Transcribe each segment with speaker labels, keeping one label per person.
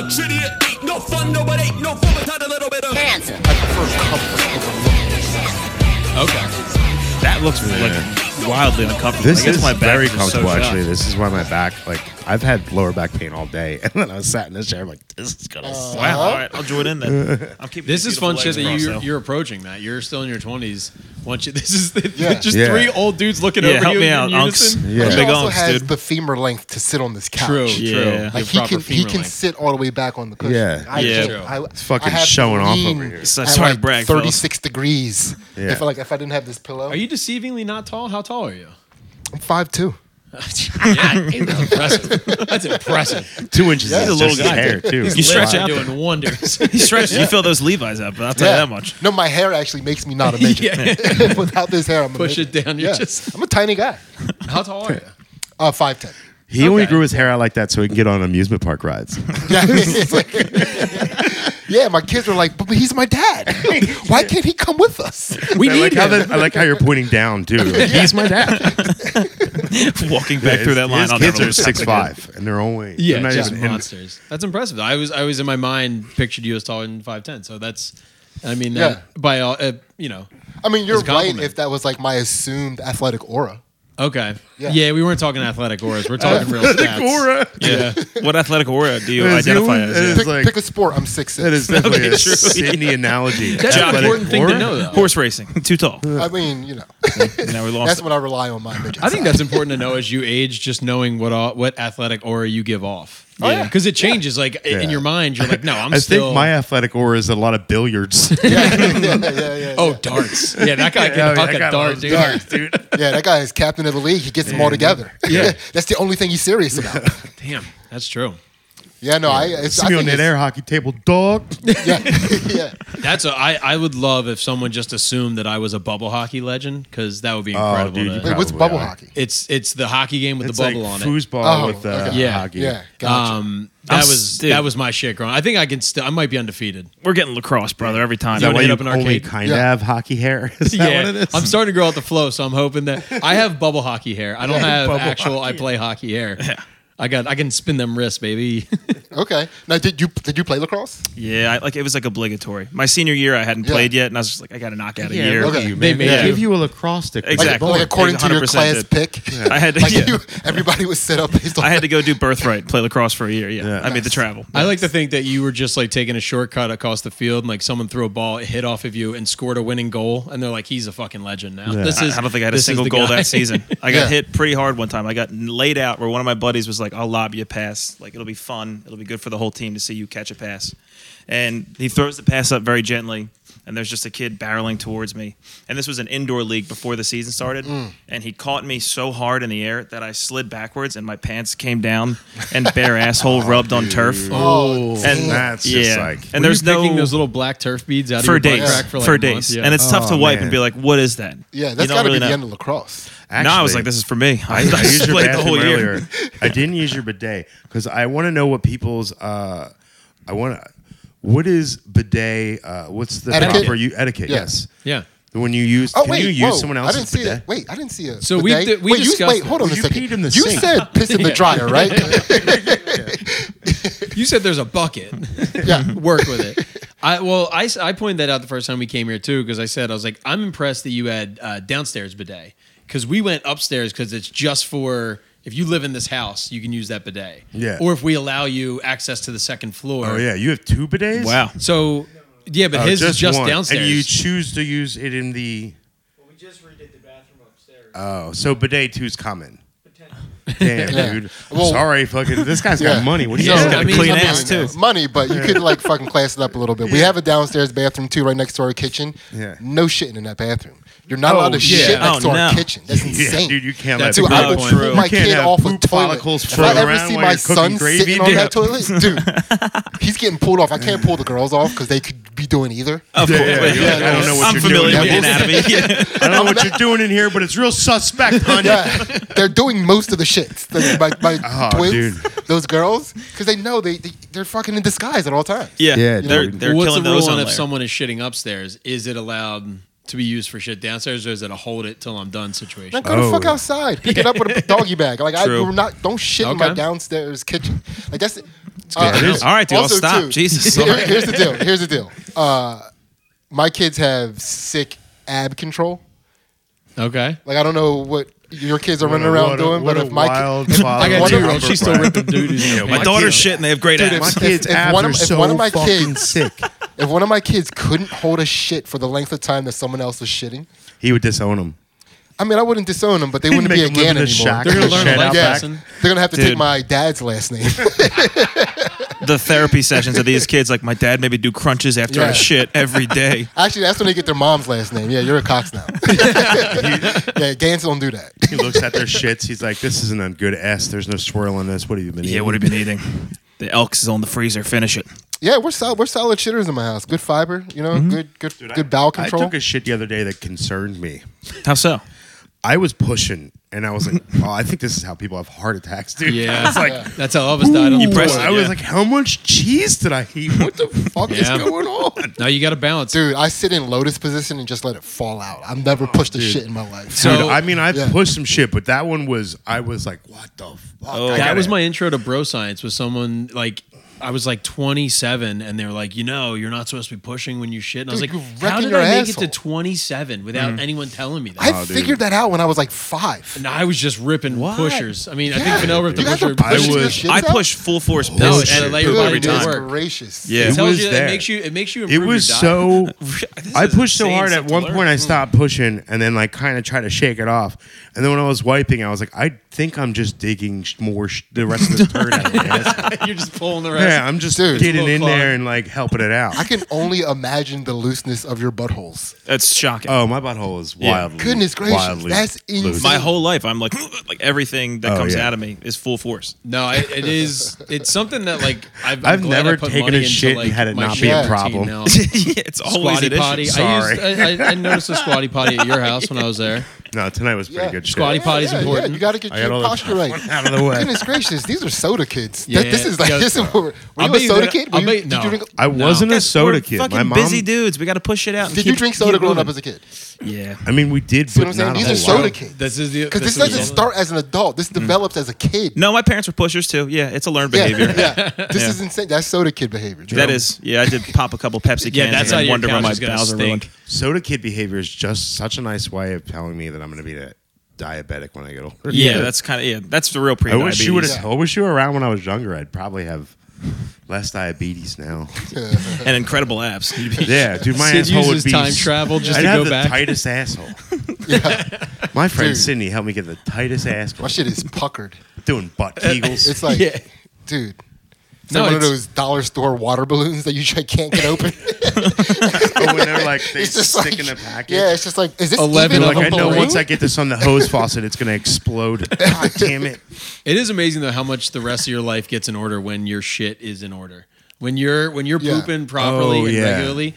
Speaker 1: Shitty, it ain't no fun, no, but ain't no fun without a little bit of
Speaker 2: Cancer.
Speaker 3: Okay. That looks like wildly uncomfortable.
Speaker 4: This
Speaker 3: I guess
Speaker 4: is
Speaker 3: my back
Speaker 4: very
Speaker 3: is so
Speaker 4: comfortable,
Speaker 3: shot.
Speaker 4: actually. This is why my back, like, I've had lower back pain all day, and then I was sat in this chair, I'm like, this is gonna suck.
Speaker 3: Wow. All right, I'll join in
Speaker 4: Mm.
Speaker 3: then. I'm keeping
Speaker 5: This
Speaker 3: these
Speaker 5: is fun
Speaker 3: beautiful
Speaker 5: shit that
Speaker 3: legs
Speaker 5: you're,
Speaker 3: crossed,
Speaker 5: you're approaching, Matt. You're still in your 20s. Once you, this is
Speaker 6: Yeah.
Speaker 5: just
Speaker 4: Yeah.
Speaker 5: three old dudes looking
Speaker 3: though. yeah,
Speaker 5: over
Speaker 3: help
Speaker 5: you
Speaker 3: me
Speaker 5: in
Speaker 3: out,
Speaker 5: unison.
Speaker 3: Unks.
Speaker 4: Yeah.
Speaker 3: I'm
Speaker 6: He
Speaker 3: Big
Speaker 6: also
Speaker 3: Unks,
Speaker 6: has
Speaker 3: dude.
Speaker 6: the femur length to sit on this couch.
Speaker 5: True,
Speaker 3: Yeah.
Speaker 5: true.
Speaker 3: Like,
Speaker 5: Your
Speaker 6: Like he
Speaker 5: proper
Speaker 6: can, he
Speaker 5: femur
Speaker 6: can
Speaker 5: length.
Speaker 6: sit all the way back on the cushion.
Speaker 4: Yeah.
Speaker 5: Yeah.
Speaker 6: can't-
Speaker 4: It's fucking
Speaker 6: have to
Speaker 4: showing off
Speaker 6: lean
Speaker 4: over here.
Speaker 3: So
Speaker 6: at
Speaker 3: sorry,
Speaker 6: like
Speaker 3: brag, fellas.
Speaker 6: Thirty-six degrees.
Speaker 4: Yeah.
Speaker 6: If like if I didn't have this pillow,
Speaker 5: Are you deceivingly not tall? How tall are you?
Speaker 6: I'm five two.
Speaker 5: yeah, that's impressive. That's impressive.
Speaker 4: Two inches is
Speaker 6: Yeah. He's a
Speaker 4: just
Speaker 3: little
Speaker 4: the
Speaker 3: guy.
Speaker 4: hair, too.
Speaker 3: You stretch
Speaker 5: Lips are
Speaker 3: out
Speaker 5: doing wonders.
Speaker 3: He stretches. You fill those Levi's up, but I'll tell you that much.
Speaker 6: No, my hair actually makes me not a midget. Without this hair, I'm a
Speaker 5: Push
Speaker 6: midget.
Speaker 5: it down. You're
Speaker 6: Yeah.
Speaker 5: just
Speaker 6: I'm a tiny guy.
Speaker 5: how tall are you?
Speaker 6: Uh, five ten.
Speaker 4: He only grew his hair out like that so he can get on amusement park rides.
Speaker 6: Yeah. yeah, my kids were like, but, but he's my dad. Why can't he come with us?
Speaker 5: We
Speaker 4: I like, how that, I like how you're pointing down, too. Like, He's my dad.
Speaker 3: Walking back through that line,
Speaker 4: His
Speaker 3: I'll
Speaker 4: kids
Speaker 3: never
Speaker 4: are
Speaker 3: lose that
Speaker 4: six
Speaker 3: again.
Speaker 4: five, and they're only
Speaker 5: Yeah,
Speaker 4: they're not
Speaker 5: just
Speaker 4: even in-
Speaker 5: monsters. That's impressive. I was I was in my mind pictured you as taller than five ten. So that's, I mean,
Speaker 6: Yeah.
Speaker 5: that by all, uh, you know,
Speaker 6: I mean, you're
Speaker 5: His
Speaker 6: right
Speaker 5: compliment.
Speaker 6: if that was like my assumed athletic aura.
Speaker 5: okay, yeah,
Speaker 6: Yeah.
Speaker 5: we weren't talking athletic auras. We're talking real stats.
Speaker 4: Aura.
Speaker 3: Yeah. what athletic aura do you
Speaker 4: That is the
Speaker 3: identify
Speaker 4: only- that
Speaker 3: as?
Speaker 4: is
Speaker 3: Yeah.
Speaker 6: Pick,
Speaker 4: like-
Speaker 6: pick a sport. I'm six
Speaker 4: That is definitely a
Speaker 3: true.
Speaker 4: Sydney analogy.
Speaker 5: That's an
Speaker 4: Athletic
Speaker 5: important thing to
Speaker 4: aura?
Speaker 5: know, though.
Speaker 3: Horse racing. Too tall.
Speaker 6: I mean, you know,
Speaker 3: Now we lost.
Speaker 6: that's
Speaker 3: it.
Speaker 6: what I rely on my midget.
Speaker 5: I think
Speaker 6: side.
Speaker 5: that's important to know as you age, just knowing what all, what athletic aura you give off.
Speaker 6: Oh, yeah.
Speaker 5: because it changes. Like i- in
Speaker 4: Yeah.
Speaker 5: your mind, you're like, no, I'm
Speaker 4: I
Speaker 5: still.
Speaker 4: think my athletic aura is a lot of billiards.
Speaker 6: yeah, yeah, yeah, yeah.
Speaker 5: oh, darts. Yeah, that guy
Speaker 4: Yeah,
Speaker 5: can huck
Speaker 4: that guy
Speaker 5: a dart,
Speaker 4: loves
Speaker 5: dude.
Speaker 4: darts, dude.
Speaker 6: Yeah, that guy is captain of the league. He gets them all together.
Speaker 5: Yeah.
Speaker 6: that's the only thing he's serious about.
Speaker 5: Damn, that's true.
Speaker 6: Yeah, no, I. It's,
Speaker 4: See
Speaker 6: I
Speaker 4: me
Speaker 6: think
Speaker 4: on that
Speaker 6: it's-
Speaker 4: air hockey table, dog.
Speaker 6: Yeah,
Speaker 5: That's a, I, I would love if someone just assumed that I was a bubble hockey legend because that would be incredible.
Speaker 4: Oh, dude,
Speaker 5: to-
Speaker 4: you
Speaker 6: Wait, what's
Speaker 4: Probably
Speaker 6: bubble
Speaker 4: are.
Speaker 6: hockey?
Speaker 5: It's it's the hockey game with
Speaker 4: It's
Speaker 5: the bubble
Speaker 4: like
Speaker 5: on it.
Speaker 4: foosball
Speaker 6: Oh,
Speaker 4: with uh,
Speaker 6: okay.
Speaker 5: Yeah.
Speaker 4: hockey.
Speaker 6: Yeah, gotcha.
Speaker 5: Um, that
Speaker 3: I'm
Speaker 5: was
Speaker 3: dude.
Speaker 5: that was my shit growing. I think I can still. I might be undefearted.
Speaker 3: We're getting lacrosse, brother, every time.
Speaker 4: Is that
Speaker 5: wanna
Speaker 4: why
Speaker 5: hit
Speaker 4: you
Speaker 5: up an
Speaker 4: only
Speaker 5: arcade?
Speaker 4: kind of
Speaker 6: Yeah.
Speaker 4: have hockey hair? Is that what it is?
Speaker 5: I'm starting to grow out the flow, so I'm hoping that I have bubble hockey hair. I don't have
Speaker 4: bubble
Speaker 5: actual. I play hockey hair. I got. I can spin them wrists, baby.
Speaker 6: Okay. Now, did you did you play lacrosse?
Speaker 3: Yeah, I, like it was like obligatory. My senior year, I hadn't
Speaker 6: Yeah.
Speaker 3: played yet, and I was just like, I got to knock out a year.
Speaker 6: look at you,
Speaker 5: They
Speaker 4: They
Speaker 5: made Yeah.
Speaker 4: give you a lacrosse stick. with a
Speaker 3: Exactly.
Speaker 4: ball.
Speaker 6: Like
Speaker 3: Well,
Speaker 6: according to your
Speaker 3: 100%
Speaker 6: class
Speaker 3: did.
Speaker 6: pick.
Speaker 3: I had to-
Speaker 6: Like
Speaker 3: yeah.
Speaker 6: you, everybody was set up based on.
Speaker 3: I had to go do birthright, play lacrosse for a year. Yeah, I made the travel.
Speaker 5: I like to think that you were just like taking a shortcut across the field, and like someone threw a ball, it hit off of you, and scored a winning goal, and they're like, "He's a fucking legend now." This
Speaker 3: I-
Speaker 5: is.
Speaker 3: I don't think I had a
Speaker 5: this is
Speaker 3: single
Speaker 5: the
Speaker 3: goal
Speaker 5: guy.
Speaker 3: that season. I got
Speaker 6: Yeah.
Speaker 3: hit pretty hard one time. I got n- laid out where one of my buddies was like, "I'll lob you a pass. Like it'll be fun. It'll be good for the whole team to see you catch a pass." And he throws the pass up very gently, and there's just a kid barreling towards me. And this was an indoor league before the season started,
Speaker 5: Mm.
Speaker 3: and he caught me so hard in the air that I slid backwards and my pants came down and bare asshole rubbed on turf.
Speaker 6: Oh,
Speaker 3: and
Speaker 4: That's
Speaker 3: yeah,
Speaker 4: just like.
Speaker 3: and
Speaker 5: Were you
Speaker 3: there's no
Speaker 5: picking those little black turf beads out
Speaker 3: for
Speaker 5: of your butt
Speaker 3: days,
Speaker 5: crack for, like
Speaker 3: for
Speaker 5: a month?
Speaker 3: days,
Speaker 5: Yeah.
Speaker 3: and it's tough to
Speaker 4: Oh,
Speaker 3: wipe
Speaker 4: man.
Speaker 3: and be like, "What is that?"
Speaker 6: yeah,
Speaker 3: You
Speaker 6: that's
Speaker 3: don't
Speaker 6: got to
Speaker 3: really
Speaker 6: be the
Speaker 3: know.
Speaker 6: end of lacrosse.
Speaker 3: no, I was like, "This is for me." I,
Speaker 4: I used your
Speaker 3: played the
Speaker 4: bathroom
Speaker 3: whole year.
Speaker 4: earlier. I didn't use your bidet because I want to know what people's. Uh, I want to. What is bidet? Uh, what's the
Speaker 6: Etiquette?
Speaker 4: proper you etiquette?
Speaker 6: Yeah.
Speaker 4: Yes.
Speaker 5: Yeah.
Speaker 4: When you use,
Speaker 6: Oh
Speaker 4: can
Speaker 6: wait,
Speaker 4: you use
Speaker 6: whoa,
Speaker 4: someone
Speaker 6: I didn't
Speaker 4: else's
Speaker 6: see
Speaker 4: bidet?
Speaker 6: that. Wait, I didn't see a.
Speaker 5: So we
Speaker 6: bidet.
Speaker 5: did- we
Speaker 6: wait, you,
Speaker 5: discussed
Speaker 6: wait, hold on
Speaker 4: it.
Speaker 6: a
Speaker 4: You
Speaker 6: second.
Speaker 4: peed in the
Speaker 6: you
Speaker 4: sink.
Speaker 6: said piss in the dryer, right?
Speaker 5: You said there's a bucket.
Speaker 6: yeah.
Speaker 5: work with it. I well, I, s- I pointed that out the first time we came here too because I said I was like, I'm impressed that you had uh, downstairs bidet because we went upstairs because it's just for if you live in this house, you can use that bidet.
Speaker 4: Yeah.
Speaker 5: Or if we allow you access to the second floor.
Speaker 4: Oh yeah, you have two bidets.
Speaker 3: Wow.
Speaker 5: So yeah, but
Speaker 4: Oh,
Speaker 5: his is just
Speaker 4: one.
Speaker 5: downstairs.
Speaker 4: and you choose to use it in the.
Speaker 7: We just redid the bathroom upstairs.
Speaker 4: Oh, so bidet two's common. Damn,
Speaker 6: Yeah.
Speaker 4: dude.
Speaker 6: Well-
Speaker 4: Sorry, fucking. This guy's
Speaker 6: Yeah.
Speaker 4: got money. What do you
Speaker 5: Yeah.
Speaker 4: know?
Speaker 3: got
Speaker 5: I
Speaker 3: a
Speaker 5: mean,
Speaker 3: clean
Speaker 5: I'm
Speaker 3: ass too.
Speaker 6: Money, but you could like fucking class it up a little bit. We have a downstairs bathroom too, right next to our kitchen.
Speaker 4: Yeah.
Speaker 6: No shitting in that bathroom. You're not
Speaker 4: Oh,
Speaker 6: allowed to
Speaker 4: yeah.
Speaker 6: shit next
Speaker 3: Oh,
Speaker 6: to our
Speaker 3: no.
Speaker 6: kitchen. That's
Speaker 4: Yeah,
Speaker 6: insane.
Speaker 4: dude, you can't.
Speaker 5: That's
Speaker 4: let
Speaker 6: Dude,
Speaker 4: people-
Speaker 5: a
Speaker 6: I
Speaker 5: good
Speaker 6: would
Speaker 5: point.
Speaker 6: pull
Speaker 5: You
Speaker 6: my
Speaker 4: can't
Speaker 6: kid
Speaker 4: have
Speaker 6: off a
Speaker 4: poop
Speaker 6: toilet.
Speaker 4: follicles
Speaker 6: If I
Speaker 4: floating
Speaker 6: ever
Speaker 4: around
Speaker 6: see
Speaker 4: while
Speaker 6: my
Speaker 4: you're cooking
Speaker 6: son
Speaker 4: gravy,
Speaker 6: sitting on
Speaker 4: dude.
Speaker 6: that toilet, dude, he's getting pulled off. I can't pull the girls off because they could be doing either.
Speaker 3: Of course.
Speaker 4: you're like, I don't know what
Speaker 3: I'm
Speaker 4: you're
Speaker 3: familiar
Speaker 4: doing.
Speaker 3: with anatomy. Yeah.
Speaker 4: I don't know what you're doing in here, but it's real suspect, honey.
Speaker 6: Yeah, they're doing most of the shits. The- My, my
Speaker 4: Oh,
Speaker 6: twins,
Speaker 4: dude.
Speaker 6: those girls, because they know they, they they're fucking in disguise at all times.
Speaker 3: Yeah,
Speaker 4: Yeah,
Speaker 3: they're,
Speaker 4: dude.
Speaker 3: they're
Speaker 5: Well, what's
Speaker 3: killing
Speaker 5: the
Speaker 3: those
Speaker 5: rule
Speaker 3: on
Speaker 5: on if
Speaker 3: layer.
Speaker 5: someone is shitting upstairs? Is it allowed to be used for shit downstairs, or is it a hold it till I'm done
Speaker 6: Now
Speaker 5: situation?
Speaker 6: go
Speaker 4: Oh.
Speaker 6: the fuck outside. Pick it up with a doggy bag. Like I
Speaker 3: True.
Speaker 6: we're not don't shit in my
Speaker 5: Okay.
Speaker 6: downstairs kitchen. Like that's Uh,
Speaker 4: it is.
Speaker 3: All right, dude, I'll
Speaker 6: Also,
Speaker 3: stop.
Speaker 6: too,
Speaker 3: Jesus.
Speaker 6: here-
Speaker 3: all right.
Speaker 6: here's the deal. Here's the deal. Uh, my kids have sick ab control.
Speaker 5: Okay.
Speaker 6: Like I don't know what your kids are
Speaker 4: What
Speaker 6: running
Speaker 4: a-
Speaker 6: around
Speaker 4: what a-
Speaker 6: doing,
Speaker 4: what
Speaker 6: but
Speaker 4: a
Speaker 6: if my ki-
Speaker 4: wild
Speaker 6: if-
Speaker 4: father
Speaker 5: I got
Speaker 6: one
Speaker 5: two
Speaker 6: of-
Speaker 5: year olds. She's still ripping dudes. in her
Speaker 4: my
Speaker 3: My
Speaker 5: pants.
Speaker 3: daughter's shit and they have great
Speaker 6: if-
Speaker 4: My
Speaker 3: abs.
Speaker 4: kids'
Speaker 6: if
Speaker 4: abs
Speaker 6: one of-
Speaker 4: are
Speaker 6: if
Speaker 4: so
Speaker 6: one of my
Speaker 4: fucking
Speaker 6: kids-
Speaker 4: sick.
Speaker 6: if one of my kids couldn't hold a shit for the length of time that someone else was shitting,
Speaker 4: He would disown him.
Speaker 6: I mean, I wouldn't disown them, but they
Speaker 4: He'd
Speaker 6: wouldn't be a
Speaker 4: make 'em live in
Speaker 6: Gan
Speaker 4: the
Speaker 6: anymore.
Speaker 4: shack.
Speaker 5: They're gonna learn
Speaker 4: Shit
Speaker 5: a
Speaker 4: out
Speaker 5: life
Speaker 4: back.
Speaker 5: lesson.
Speaker 6: They're gonna have to
Speaker 3: Dude.
Speaker 6: take my dad's last name.
Speaker 3: The therapy sessions of these kids, like my dad made me do crunches after I
Speaker 6: Yeah.
Speaker 3: shit every day.
Speaker 6: Actually, that's when they get their mom's last name. Yeah, you're a Cox now. yeah, Gans don't do that.
Speaker 4: He looks at their shits. He's like, "This isn't a good S. There's no swirl in this. What have you been eating?"
Speaker 3: Yeah, what have you been eating? The Elks is on the freezer. Finish it.
Speaker 6: Yeah, we're solid. We're solid shitters in my house. Good fiber, you know. Good, good,
Speaker 4: Dude, I-
Speaker 6: good bowel control.
Speaker 4: I took a shit the other day that concerned me.
Speaker 3: How so?
Speaker 4: I was pushing, and I was like, "Oh, I think this is how people have heart attacks, dude."
Speaker 5: Yeah.
Speaker 4: I was like,
Speaker 5: That's how Elvis died. On
Speaker 3: You
Speaker 5: the
Speaker 3: press
Speaker 5: toilet,
Speaker 3: it,
Speaker 4: I
Speaker 5: yeah.
Speaker 4: was like, "How much cheese did I eat? What the fuck is
Speaker 5: Yeah.
Speaker 4: going on?"
Speaker 5: no, you got to balance.
Speaker 6: Dude, I sit in lotus position and just let it fall out. I've
Speaker 4: Oh,
Speaker 6: never pushed a shit in my life.
Speaker 5: So-
Speaker 4: Dude, I mean, I've
Speaker 6: Yeah.
Speaker 4: pushed some shit, but that one was, I was like, "What the fuck?"
Speaker 3: Oh.
Speaker 4: I
Speaker 3: That
Speaker 5: that
Speaker 4: gotta-
Speaker 5: was my intro to bro science with someone like I was like 27 and they were like, you know, you're not supposed to be pushing when you shit. And I was like,
Speaker 6: Dude, you're
Speaker 5: how
Speaker 6: wrecking
Speaker 5: did
Speaker 6: your
Speaker 5: I make
Speaker 6: asshole."
Speaker 5: it to 27 without
Speaker 4: Mm-hmm.
Speaker 5: anyone telling me that?
Speaker 6: I
Speaker 4: Oh, dude.
Speaker 6: figured that out when I was like five.
Speaker 5: and I was just ripping pushers. I mean, I think Vanilla ripped a
Speaker 6: you guys are
Speaker 5: pusher.
Speaker 4: I
Speaker 6: pushing
Speaker 4: would-
Speaker 6: your shit
Speaker 3: I
Speaker 6: out?
Speaker 3: push full force piss
Speaker 5: No,
Speaker 3: and
Speaker 5: it let your
Speaker 3: poop
Speaker 6: Good
Speaker 5: body
Speaker 3: every
Speaker 5: do
Speaker 6: goodness
Speaker 3: time.
Speaker 5: work.
Speaker 6: gracious.
Speaker 3: Yeah.
Speaker 5: It
Speaker 4: It
Speaker 5: tells
Speaker 4: was
Speaker 5: you
Speaker 4: there.
Speaker 5: it makes you it makes you
Speaker 4: it
Speaker 5: improve
Speaker 4: was
Speaker 5: your diet.
Speaker 4: so
Speaker 3: This
Speaker 4: i
Speaker 3: is
Speaker 4: pushed so
Speaker 3: insane
Speaker 4: hard
Speaker 3: stuff
Speaker 4: at
Speaker 3: to
Speaker 4: one
Speaker 3: learn.
Speaker 4: point i stopped pushing and then like kind of tried to shake it off and then when i was wiping i was like i think i'm just digging sh- more sh- the rest of the turd out of my ass.
Speaker 5: you're just pulling the rest.
Speaker 4: yeah i'm just
Speaker 6: Dude.
Speaker 4: getting
Speaker 5: Little
Speaker 4: in
Speaker 5: clog.
Speaker 4: there and like helping it out
Speaker 6: I can only imagine the looseness of your buttholes.
Speaker 3: That's shocking.
Speaker 4: oh my butthole is wildly
Speaker 6: Goodness gracious,
Speaker 4: wildly
Speaker 6: that's
Speaker 4: loose.
Speaker 6: insane.
Speaker 3: my whole life, I'm like, like everything that
Speaker 4: Oh,
Speaker 3: comes
Speaker 4: yeah.
Speaker 3: out of me is full force.
Speaker 5: No, I, it is. It's something that like I've,
Speaker 4: I've
Speaker 5: I'm glad
Speaker 4: never
Speaker 5: I put
Speaker 4: taken
Speaker 5: money
Speaker 4: a shit
Speaker 5: into,
Speaker 4: and
Speaker 5: like,
Speaker 4: had it
Speaker 5: my
Speaker 4: not
Speaker 5: shit
Speaker 4: be a
Speaker 5: routine
Speaker 4: problem.
Speaker 5: now.
Speaker 3: yeah, it's always
Speaker 5: Squatty
Speaker 3: an issue.
Speaker 5: potty. I,
Speaker 4: Sorry.
Speaker 5: used, I, I, I noticed a squatty potty at your house when I was there.
Speaker 4: no tonight was pretty
Speaker 6: Yeah.
Speaker 4: good shit.
Speaker 5: Squatty
Speaker 6: Yeah,
Speaker 5: potty's
Speaker 6: yeah, yeah,
Speaker 5: important.
Speaker 6: You got to get
Speaker 4: I
Speaker 6: your
Speaker 4: got all the
Speaker 6: posture right.
Speaker 4: out of the way
Speaker 6: Goodness gracious, these are soda kids. Th-
Speaker 5: Yeah.
Speaker 6: this is like
Speaker 5: Yeah.
Speaker 6: this. Is, were
Speaker 5: I'll
Speaker 6: you a
Speaker 5: bet you
Speaker 6: soda
Speaker 5: that-
Speaker 6: kid?
Speaker 5: I'll
Speaker 6: Were you,
Speaker 5: bet-
Speaker 6: did
Speaker 5: no.
Speaker 6: you drink?
Speaker 4: i wasn't a
Speaker 3: Guys,
Speaker 4: soda
Speaker 3: we're
Speaker 4: kid
Speaker 3: Fucking
Speaker 4: my mom
Speaker 3: busy dudes. We got to push it out. and
Speaker 6: Did
Speaker 3: keep-
Speaker 6: you drink soda
Speaker 3: keep
Speaker 6: growing up
Speaker 3: moving.
Speaker 6: as a kid?
Speaker 3: Yeah.
Speaker 4: i mean we did
Speaker 6: See what
Speaker 4: but
Speaker 6: I'm saying?
Speaker 4: not a
Speaker 6: These are
Speaker 4: whole lot.
Speaker 6: soda kids.
Speaker 5: This is the
Speaker 6: Because this
Speaker 5: the
Speaker 6: doesn't
Speaker 5: result.
Speaker 6: start as an adult.
Speaker 5: Mm.
Speaker 6: This develops as a kid.
Speaker 3: No, my parents were pushers too. Yeah, it's a learned
Speaker 6: yeah,
Speaker 3: behavior.
Speaker 6: yeah. This
Speaker 3: Yeah.
Speaker 6: is insane. That's soda kid behavior. Joe.
Speaker 3: That is, yeah. I did pop a couple Pepsi cans.
Speaker 5: Yeah, that's
Speaker 3: and
Speaker 5: how
Speaker 3: then
Speaker 5: your
Speaker 3: wonder why
Speaker 5: couch
Speaker 3: my
Speaker 5: is gonna
Speaker 3: bowels are ruined.
Speaker 5: stink.
Speaker 4: soda kid behavior is just such a nice way of telling me that i'm going to be a diabetic when i get older
Speaker 3: Yeah, that's kind of yeah. That's the real
Speaker 4: I
Speaker 3: pre-diabetes.
Speaker 4: wish you would.
Speaker 6: Yeah.
Speaker 4: I wish you were around when I was younger. I'd probably have less diabetes now.
Speaker 3: and incredible apps. You'd be-
Speaker 4: Yeah, dude, my
Speaker 5: Sid
Speaker 4: asshole would
Speaker 5: uses
Speaker 4: be.
Speaker 5: time travel just
Speaker 4: I'd
Speaker 5: to
Speaker 4: have
Speaker 5: go
Speaker 4: the
Speaker 5: back.
Speaker 4: tightest asshole. My friend
Speaker 6: Dude.
Speaker 4: Sydney helped me get the tightest asshole.
Speaker 6: My shit is puckered.
Speaker 4: Doing butt kegels.
Speaker 6: It's like,
Speaker 5: Yeah.
Speaker 6: dude. It's
Speaker 5: No,
Speaker 6: like one of
Speaker 5: it's-
Speaker 6: those dollar store water balloons that you just can't get open.
Speaker 4: oh, when they're like they
Speaker 6: it's just
Speaker 4: stick
Speaker 6: like,
Speaker 4: in the package.
Speaker 6: yeah, it's just like, is this
Speaker 5: 11
Speaker 6: even
Speaker 4: They're
Speaker 5: of
Speaker 6: a
Speaker 4: like I know
Speaker 6: balloon?
Speaker 4: once I get this on the hose faucet, it's gonna explode. God damn it!
Speaker 5: It is amazing though how much the rest of your life gets in order when your shit is in order. When you're when you're
Speaker 6: Yeah.
Speaker 5: pooping properly
Speaker 4: Oh,
Speaker 5: and
Speaker 4: yeah.
Speaker 5: regularly,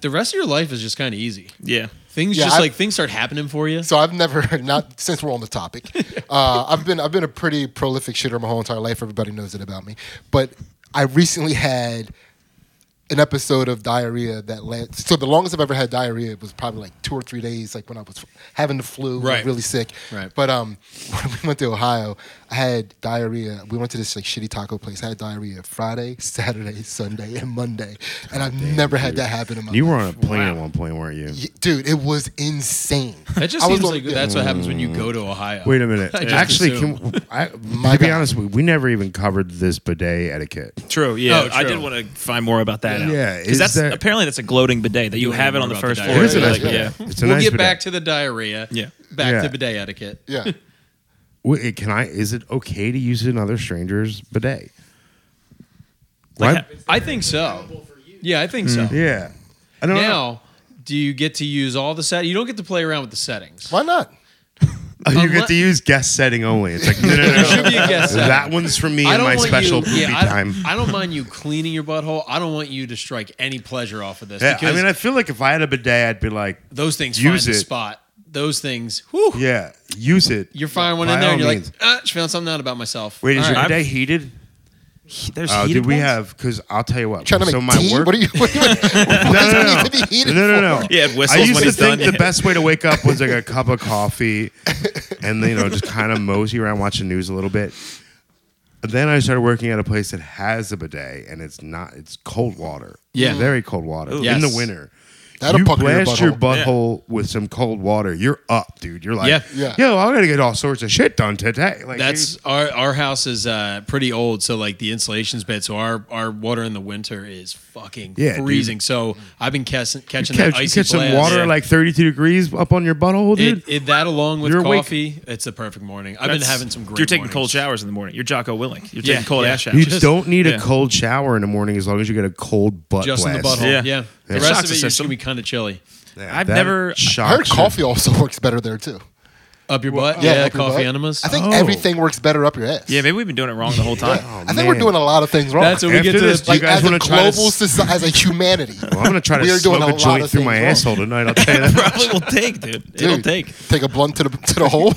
Speaker 5: the rest of your life is just kind of easy.
Speaker 3: yeah.
Speaker 5: Things
Speaker 6: Yeah,
Speaker 5: just
Speaker 6: I-
Speaker 5: like things start happening for you.
Speaker 6: So I've never not since we're on the topic. Uh, I've been I've been a pretty prolific shitter my whole entire life. Everybody knows it about me. But I recently had an episode of diarrhea that led. So the longest I've ever had diarrhea was probably like two or three days, like when I was having the flu, like,
Speaker 5: Right.
Speaker 6: really sick.
Speaker 5: Right.
Speaker 6: But um, when we went to Ohio, I had diarrhea. We went to this like shitty taco place. I had diarrhea Friday, Saturday, Sunday, and Monday, and I've never had that happen in my.
Speaker 4: You
Speaker 6: life.
Speaker 4: were on a plane at one point, weren't you?
Speaker 6: Y- Dude, it was insane.
Speaker 5: that just
Speaker 6: I was
Speaker 5: seems
Speaker 6: on-
Speaker 5: like
Speaker 6: yeah.
Speaker 5: that's what happens when you go to Ohio.
Speaker 4: Wait a minute.
Speaker 5: I just
Speaker 4: Actually,
Speaker 5: assumed.
Speaker 4: can, I,
Speaker 6: My
Speaker 4: to be
Speaker 6: God.
Speaker 4: honest, we, we never even covered this bidet etiquette.
Speaker 3: True. Yeah,
Speaker 5: Oh,
Speaker 3: I
Speaker 5: true.
Speaker 3: did want to find more about that.
Speaker 4: Yeah,
Speaker 3: because
Speaker 4: is
Speaker 3: that's
Speaker 4: there-
Speaker 3: apparently that's a gloating bidet that you
Speaker 5: wanna
Speaker 3: have it
Speaker 5: know
Speaker 3: on the
Speaker 5: about the
Speaker 3: first
Speaker 5: bidet.
Speaker 3: floor.
Speaker 4: It is a
Speaker 3: You're
Speaker 4: nice
Speaker 3: like,
Speaker 4: bidet.
Speaker 3: yeah.
Speaker 4: It's a
Speaker 5: We'll
Speaker 4: nice
Speaker 5: get
Speaker 4: bidet.
Speaker 5: back to the diarrhea.
Speaker 3: Yeah.
Speaker 5: Back
Speaker 4: Yeah.
Speaker 5: to bidet etiquette.
Speaker 6: Yeah.
Speaker 4: Wait, eh, can I? Is it okay to use another stranger's bidet?
Speaker 3: Like,
Speaker 4: What?
Speaker 5: I think so. Yeah, I think so.
Speaker 4: yeah, I don't Mm. know.
Speaker 5: Now, do you get to use all the set? You don't get to play around with the settings.
Speaker 6: Why not?
Speaker 4: Oh, you
Speaker 5: unle-
Speaker 4: get to use guest setting only. It's like no, no, no,
Speaker 5: There
Speaker 4: no.
Speaker 5: should be a guest setting.
Speaker 4: That one's for me and my
Speaker 5: want
Speaker 4: special
Speaker 5: you,
Speaker 4: poopy
Speaker 5: yeah, I,
Speaker 4: time.
Speaker 5: I don't mind you cleaning your butthole. I don't want you to strike any pleasure off of this.
Speaker 4: yeah, I
Speaker 5: because
Speaker 4: mean, I feel like if I had a bidet, I'd be like,
Speaker 5: those things
Speaker 4: use
Speaker 5: find
Speaker 4: it.
Speaker 5: a spot. Those things, whew,
Speaker 4: yeah, use it.
Speaker 5: you're firing one
Speaker 4: By
Speaker 5: in there,
Speaker 4: all
Speaker 5: and you're
Speaker 4: means.
Speaker 5: like, ah, just found something out about myself.
Speaker 4: wait, is
Speaker 5: All
Speaker 4: your
Speaker 5: right.
Speaker 4: bidet heated?
Speaker 3: There's
Speaker 4: Oh,
Speaker 3: heated
Speaker 4: did we
Speaker 3: ones?
Speaker 4: have? Because I'll tell you what.
Speaker 6: Trying to make
Speaker 4: so my
Speaker 6: tea?
Speaker 4: work.
Speaker 6: What are you? What, what,
Speaker 4: no, no,
Speaker 6: does it
Speaker 4: no.
Speaker 6: need to be heated
Speaker 4: no, no, no.
Speaker 3: Yeah, it whistles
Speaker 4: I used
Speaker 3: when
Speaker 4: to
Speaker 3: he's
Speaker 4: think
Speaker 3: done.
Speaker 4: the best way to wake up was like a cup of coffee, and you know, just kind of mosey around, watching news a little bit. Then I started working at a place that has a bidet, and it's not. It's cold water.
Speaker 5: Yeah.
Speaker 4: very cold water in
Speaker 5: Yes.
Speaker 4: the winter.
Speaker 6: That'll
Speaker 4: you
Speaker 6: pucker your
Speaker 4: blast your butthole,
Speaker 3: Yeah.
Speaker 4: with some cold water. You're up, dude. You're like,
Speaker 5: Yeah.
Speaker 6: Yeah.
Speaker 4: yo, I'm gonna get all sorts of shit done today. Like
Speaker 5: That's
Speaker 4: dude,
Speaker 5: our our house is uh, pretty old, so like the insulation's bad. So our, our water in the winter is fucking
Speaker 4: Yeah, dude.
Speaker 5: freezing. So I've been catching catching
Speaker 4: catch,
Speaker 5: that
Speaker 4: you
Speaker 5: icy
Speaker 4: catch some
Speaker 5: blast.
Speaker 4: water
Speaker 5: Yeah.
Speaker 4: like 32 degrees up on your butthole, dude.
Speaker 5: it, it, that along with
Speaker 4: You're awake.
Speaker 5: coffee, it's the perfect morning. I've been
Speaker 3: That's-
Speaker 5: having some great.
Speaker 3: You're taking
Speaker 5: mornings.
Speaker 3: cold showers in the morning. You're Jocko Willink. You're
Speaker 5: Yeah,
Speaker 3: taking cold
Speaker 5: yeah.
Speaker 3: ass showers.
Speaker 4: you
Speaker 5: just-
Speaker 4: don't need
Speaker 3: yeah.
Speaker 4: a cold shower in the morning as long as you get a cold butt
Speaker 5: just in
Speaker 4: blast.
Speaker 5: the butthole.
Speaker 3: Yeah.
Speaker 5: Yeah,
Speaker 3: Yeah.
Speaker 5: the
Speaker 3: It
Speaker 5: rest
Speaker 3: shocks
Speaker 5: of
Speaker 3: the
Speaker 5: it is
Speaker 3: system.
Speaker 5: gonna be kind of chilly.
Speaker 4: Yeah,
Speaker 3: I've
Speaker 4: that
Speaker 3: never-
Speaker 6: I heard
Speaker 4: shocks you.
Speaker 6: coffee also works better there too.
Speaker 5: Up your butt,
Speaker 6: Yeah,
Speaker 5: yeah,
Speaker 6: up your
Speaker 5: coffee
Speaker 6: butt.
Speaker 5: enemas.
Speaker 6: I think
Speaker 4: Oh.
Speaker 6: everything works better up your ass.
Speaker 3: Yeah, maybe we've been doing it wrong the whole time.
Speaker 6: I think we're
Speaker 4: man.
Speaker 6: doing a lot of things wrong.
Speaker 5: That's what we
Speaker 4: After
Speaker 5: get to.
Speaker 4: this,
Speaker 5: the-
Speaker 4: you
Speaker 6: like
Speaker 4: guys
Speaker 6: as a
Speaker 4: wanna try to
Speaker 6: global
Speaker 4: s-
Speaker 6: society, as a humanity.
Speaker 4: Well, I'm gonna try to
Speaker 6: We are doing
Speaker 4: smoke a,
Speaker 6: a lot
Speaker 4: joint
Speaker 6: of
Speaker 4: through my
Speaker 6: things wrong.
Speaker 4: asshole tonight. I'll tell you that.
Speaker 3: Probably will take, dude. It'll
Speaker 6: Dude,
Speaker 3: take.
Speaker 6: Take a blunt to the to the hole.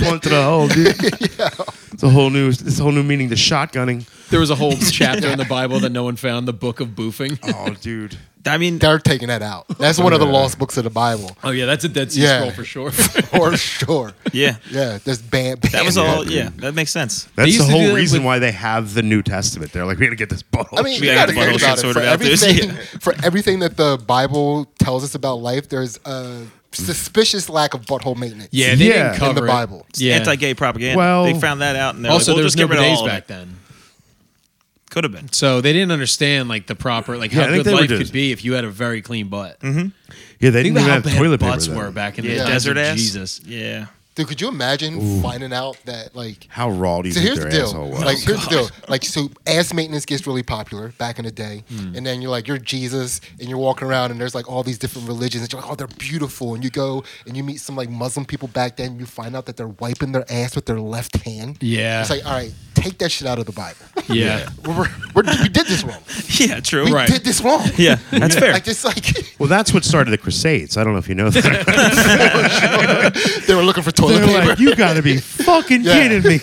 Speaker 4: Blunt to the hole, dude. It's a whole new. It's a whole new meaning to shotgunning.
Speaker 5: there was a whole chapter in the Bible that no one found, the book of boofing.
Speaker 4: Oh, dude.
Speaker 3: I mean,
Speaker 6: They're taking that out. That's one of the lost books of the Bible
Speaker 5: Oh yeah, that's a Dead Sea
Speaker 6: Yeah.
Speaker 5: Scroll for sure.
Speaker 6: for sure.
Speaker 3: yeah.
Speaker 6: Yeah, that's ban.
Speaker 3: That was
Speaker 6: ban-
Speaker 3: all. Yeah, that makes sense.
Speaker 4: That's
Speaker 5: used
Speaker 4: the
Speaker 5: to do
Speaker 4: whole
Speaker 5: that
Speaker 4: reason
Speaker 5: with-
Speaker 4: why they have the New Testament. They're like, we gotta get this bottle.
Speaker 6: I mean,
Speaker 3: We
Speaker 6: you
Speaker 3: gotta
Speaker 6: gotta
Speaker 3: get the
Speaker 6: think
Speaker 3: bottle shit
Speaker 6: about it. For
Speaker 3: sorted out, dude.
Speaker 6: everything,
Speaker 3: Yeah.
Speaker 6: for everything that the Bible tells us about life, there's a suspicious lack of butthole maintenance.
Speaker 5: yeah, they
Speaker 4: Yeah.
Speaker 5: didn't
Speaker 4: In
Speaker 5: cover
Speaker 6: the
Speaker 5: it.
Speaker 6: Bible. It's
Speaker 5: Yeah,
Speaker 3: Anti-gay propaganda.
Speaker 4: Well-
Speaker 3: they found that out, and they're
Speaker 5: also
Speaker 3: like,
Speaker 5: there
Speaker 3: "We'll
Speaker 5: was
Speaker 3: just
Speaker 5: no
Speaker 3: get rid of
Speaker 5: bidets
Speaker 3: all of
Speaker 5: back
Speaker 3: it."
Speaker 5: then.
Speaker 3: Could have been.
Speaker 5: So they didn't understand like the proper like
Speaker 4: Yeah, I
Speaker 5: how
Speaker 4: think
Speaker 5: good
Speaker 4: they were
Speaker 5: life
Speaker 4: doing-
Speaker 5: could be if you had a very clean butt.
Speaker 4: yeah, they
Speaker 5: Think
Speaker 4: didn't
Speaker 5: about
Speaker 4: even
Speaker 5: how
Speaker 4: have
Speaker 5: bad
Speaker 4: toilet paper.
Speaker 5: butts
Speaker 4: then.
Speaker 5: were back in
Speaker 3: Yeah,
Speaker 5: the days
Speaker 3: desert
Speaker 5: of
Speaker 3: ass.
Speaker 5: Jesus.
Speaker 3: Yeah.
Speaker 6: Dude, could you imagine finding out that like
Speaker 4: How raw do you
Speaker 6: So
Speaker 4: think
Speaker 6: here's
Speaker 4: their
Speaker 6: the deal.
Speaker 4: asshole was?
Speaker 6: Like here's the deal. Like so, ass maintenance gets really popular back in the day, and then you're like you're Jesus, and you're walking around, and there's like all these different religions, and you're like, oh, they're beautiful, and you go and you meet some like Muslim people back then, and you find out that they're wiping their ass with their left hand.
Speaker 5: Yeah.
Speaker 6: it's like all right, take that shit out of the Bible.
Speaker 5: Yeah.
Speaker 6: we're, we're, we did this wrong.
Speaker 3: Yeah. True.
Speaker 6: We
Speaker 5: Right.
Speaker 6: did this wrong.
Speaker 3: Yeah. That's fair.
Speaker 6: Like this, like
Speaker 4: well, that's what started the Crusades. I don't know if you know that.
Speaker 6: they were looking for toilet
Speaker 4: They're
Speaker 6: paper.
Speaker 4: like, you gotta be fucking
Speaker 6: Yeah.
Speaker 4: kidding me.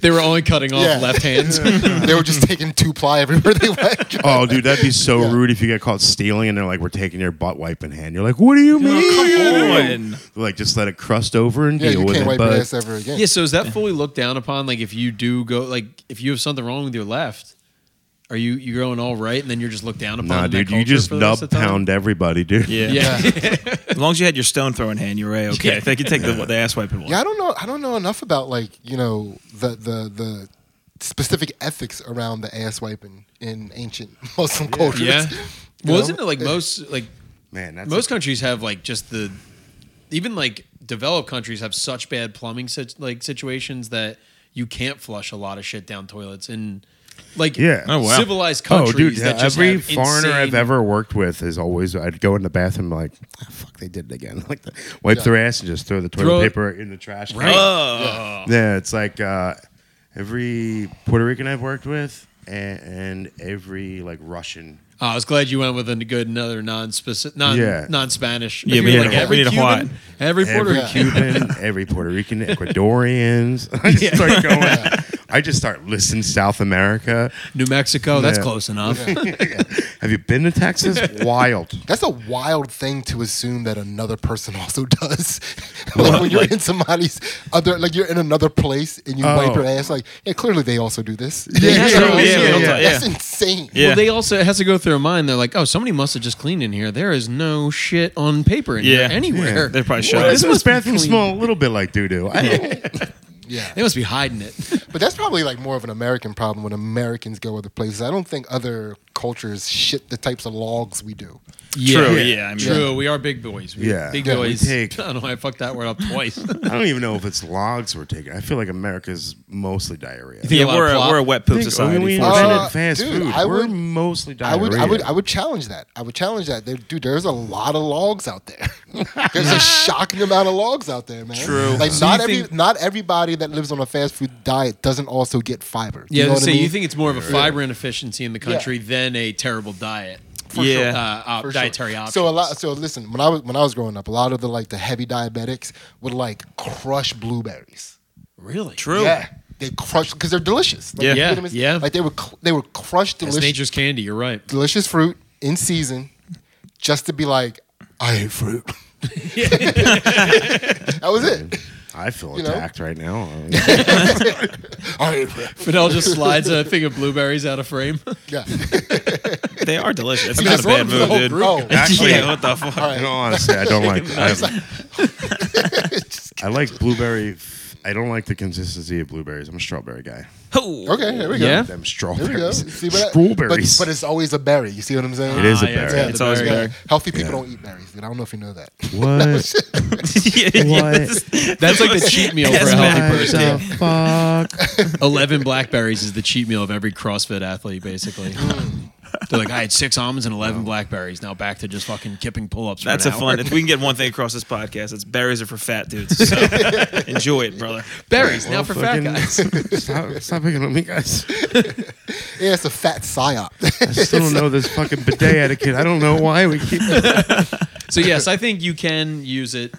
Speaker 5: They were only cutting off
Speaker 6: Yeah.
Speaker 5: left hands.
Speaker 6: they were just taking two ply everywhere they went.
Speaker 4: Oh, dude, that'd be so rude if you got caught stealing and they're like, we're taking your butt wiping hand. You're like, what do you mean?
Speaker 3: on.
Speaker 4: Like, just let it crust over and
Speaker 6: Yeah,
Speaker 4: deal
Speaker 6: you
Speaker 4: with
Speaker 6: can't
Speaker 4: it.
Speaker 6: wipe your
Speaker 4: But
Speaker 6: ass ever
Speaker 4: Oh.
Speaker 6: again.
Speaker 5: yeah, so is that fully looked down upon? Like if you do go like if you have something wrong with your left, are you you going all right and then you're just looked down upon?
Speaker 4: nah,
Speaker 5: in that
Speaker 4: dude, you
Speaker 5: culture
Speaker 4: just
Speaker 5: for the rest
Speaker 4: nub
Speaker 5: of the time?
Speaker 4: pound everybody, dude.
Speaker 3: Yeah.
Speaker 5: Yeah.
Speaker 3: As long as you had your stone throwing hand, you were a okay.
Speaker 5: Yeah.
Speaker 3: They could take the, the ass wiping one.
Speaker 6: Yeah, I don't know. I don't know enough about like you know the the the specific ethics around the ass wiping in ancient Muslim cultures.
Speaker 5: Yeah.
Speaker 6: You
Speaker 5: Wasn't
Speaker 6: know?
Speaker 5: it like most like
Speaker 4: Man, that's
Speaker 5: most countries have like just the even like developed countries have such bad plumbing sit- like situations that you can't flush a lot of shit down toilets and like
Speaker 4: Yeah. Oh,
Speaker 3: wow.
Speaker 5: civilized
Speaker 4: Oh,
Speaker 5: countries
Speaker 4: dude!
Speaker 5: that just
Speaker 4: every
Speaker 5: have
Speaker 4: foreigner I've
Speaker 5: insane-
Speaker 4: ever worked with is always. I'd go in the bathroom like, "Ah, "Fuck, they did it again!" Like, the, wipe
Speaker 6: Yeah.
Speaker 4: their ass and just throw the toilet
Speaker 5: Throw it-
Speaker 4: paper in the trash. can.
Speaker 3: Oh.
Speaker 4: Yeah, it's like uh, every Puerto Rican I've worked with, and, and every like Russian.
Speaker 5: Oh, I was glad you went with a good another non-specific, non
Speaker 4: Yeah.
Speaker 5: non-Spanish.
Speaker 3: Yeah,
Speaker 5: If
Speaker 3: we
Speaker 5: you're
Speaker 3: need a- we need a Hawat.
Speaker 5: Cuban, every Puerto
Speaker 4: Every
Speaker 5: Rican.
Speaker 4: Cuban, every Puerto Rican, Ecuadorians. I just start going. I just start listing South America.
Speaker 5: New Mexico, that's
Speaker 4: Yeah.
Speaker 5: close enough.
Speaker 4: Have you been to Texas? Wild.
Speaker 6: That's a wild thing to assume that another person also does. like when you're in somebody's other, like you're in another place and you wipe
Speaker 4: Oh.
Speaker 6: your ass. Like, yeah, clearly they also do this.
Speaker 3: Yeah,
Speaker 5: yeah,
Speaker 3: true.
Speaker 5: yeah,
Speaker 3: Yeah,
Speaker 4: yeah.
Speaker 3: yeah.
Speaker 6: That's insane.
Speaker 3: Yeah.
Speaker 5: Well, they also it has to go through a mind. They're like, oh, somebody must have just cleaned in here. There is no shit on paper in
Speaker 3: Yeah.
Speaker 5: here anywhere.
Speaker 4: Yeah.
Speaker 3: They're probably
Speaker 5: Well,
Speaker 3: shot.
Speaker 4: this
Speaker 5: must be
Speaker 4: bathroom
Speaker 5: clean.
Speaker 4: smell a little bit like doo doo.
Speaker 6: yeah.
Speaker 5: They must be hiding it.
Speaker 6: But that's probably like more of an American problem when Americans go other places. I don't think other cultures shit the types of logs we do.
Speaker 3: True. Yeah. I mean,
Speaker 5: True. We are big boys. We-
Speaker 4: Yeah.
Speaker 5: Big
Speaker 4: Yeah, we
Speaker 5: boys.
Speaker 4: take-
Speaker 5: I don't know. why I fucked that word up twice.
Speaker 4: I don't even know if it's logs we're taking. I feel like America's mostly diarrhea.
Speaker 5: think
Speaker 3: Yeah,
Speaker 5: a lot of
Speaker 3: we're, a,
Speaker 5: plop.
Speaker 3: we're a wet poop
Speaker 4: Think- I
Speaker 3: society.
Speaker 4: mean, we
Speaker 3: for sure.
Speaker 4: invented
Speaker 6: Uh,
Speaker 4: fast
Speaker 6: dude,
Speaker 4: food.
Speaker 6: I
Speaker 4: we're
Speaker 6: would-
Speaker 4: mostly diarrhea.
Speaker 6: I would, I would, I would challenge that. I would challenge that. There, dude, there's a lot of logs out there. There's a shocking amount of logs out there, man.
Speaker 3: True.
Speaker 6: Like
Speaker 5: So
Speaker 6: not
Speaker 5: you
Speaker 6: every,
Speaker 5: think-
Speaker 6: not everybody that lives on a fast food diet doesn't also get fiber. You
Speaker 5: Yeah,
Speaker 6: know
Speaker 5: so
Speaker 6: what I mean?
Speaker 5: you think it's more of a fiber inefficiency in the country than a terrible diet.
Speaker 3: Yeah.
Speaker 5: Uh, op-
Speaker 6: For sure.
Speaker 5: dietary options.
Speaker 6: So uh, a lot. So listen, when I was when I was growing up, a lot of the like the heavy diabetics would like crush blueberries.
Speaker 5: Really?
Speaker 3: True.
Speaker 6: Yeah. They crush because they're delicious. Like,
Speaker 3: Yeah.
Speaker 6: you
Speaker 5: Yeah,
Speaker 6: get them as-
Speaker 5: yeah.
Speaker 6: Like they were, cl- they were crushed
Speaker 5: It's
Speaker 6: delicious,
Speaker 5: nature's candy. You're right.
Speaker 6: delicious fruit in season, just to be like, I hate fruit. that was it.
Speaker 4: I feel
Speaker 6: You know?
Speaker 4: attacked right now.
Speaker 6: I,
Speaker 5: Fidel just slides a thing of blueberries out of frame.
Speaker 6: yeah.
Speaker 3: They are delicious. It's
Speaker 6: I mean,
Speaker 3: not
Speaker 6: that's
Speaker 3: a bad
Speaker 6: wrong for the
Speaker 3: move,
Speaker 6: whole
Speaker 3: dude.
Speaker 6: group. Oh,
Speaker 4: actually-
Speaker 3: yeah, what the fuck?
Speaker 6: All right.
Speaker 4: In all honesty, I don't like. I, I like blueberry. f- I don't like the consistency of blueberries. I'm a strawberry guy.
Speaker 3: Ho!
Speaker 6: Okay, here we go.
Speaker 5: Yeah.
Speaker 4: Them
Speaker 6: Here we go.
Speaker 4: strawberries.
Speaker 6: See what I-
Speaker 4: Strawberries.
Speaker 6: but, but it's always a berry. You see what I'm saying?
Speaker 4: It is a
Speaker 3: Ah, yeah,
Speaker 4: berry.
Speaker 3: It's always
Speaker 5: Yeah.
Speaker 3: a berry.
Speaker 6: Healthy people
Speaker 4: Yeah.
Speaker 6: don't eat berries, dude. I don't know if you know that.
Speaker 4: what?
Speaker 3: Yeah, yeah,
Speaker 4: What?
Speaker 3: this is-
Speaker 5: That's like the cheat meal for
Speaker 3: That's
Speaker 5: a
Speaker 3: bad.
Speaker 5: healthy person.
Speaker 4: the fuck?
Speaker 5: Eleven blackberries is the cheat meal of every CrossFit athlete, basically. They're like, I had six almonds and eleven blackberries. Now back to just fucking kipping pull-ups. For
Speaker 3: That's a
Speaker 5: an hour.
Speaker 3: fun. If we can get one thing across this podcast, it's berries are for fat dudes. So enjoy it, brother.
Speaker 5: berries now for fat
Speaker 4: fucking-
Speaker 5: guys.
Speaker 4: Stop, stop picking on me, guys.
Speaker 6: Yeah, it's a fat psyop.
Speaker 4: I still don't know this fucking bidet etiquette. I don't know why we keep.
Speaker 5: So yes, I think you can use it,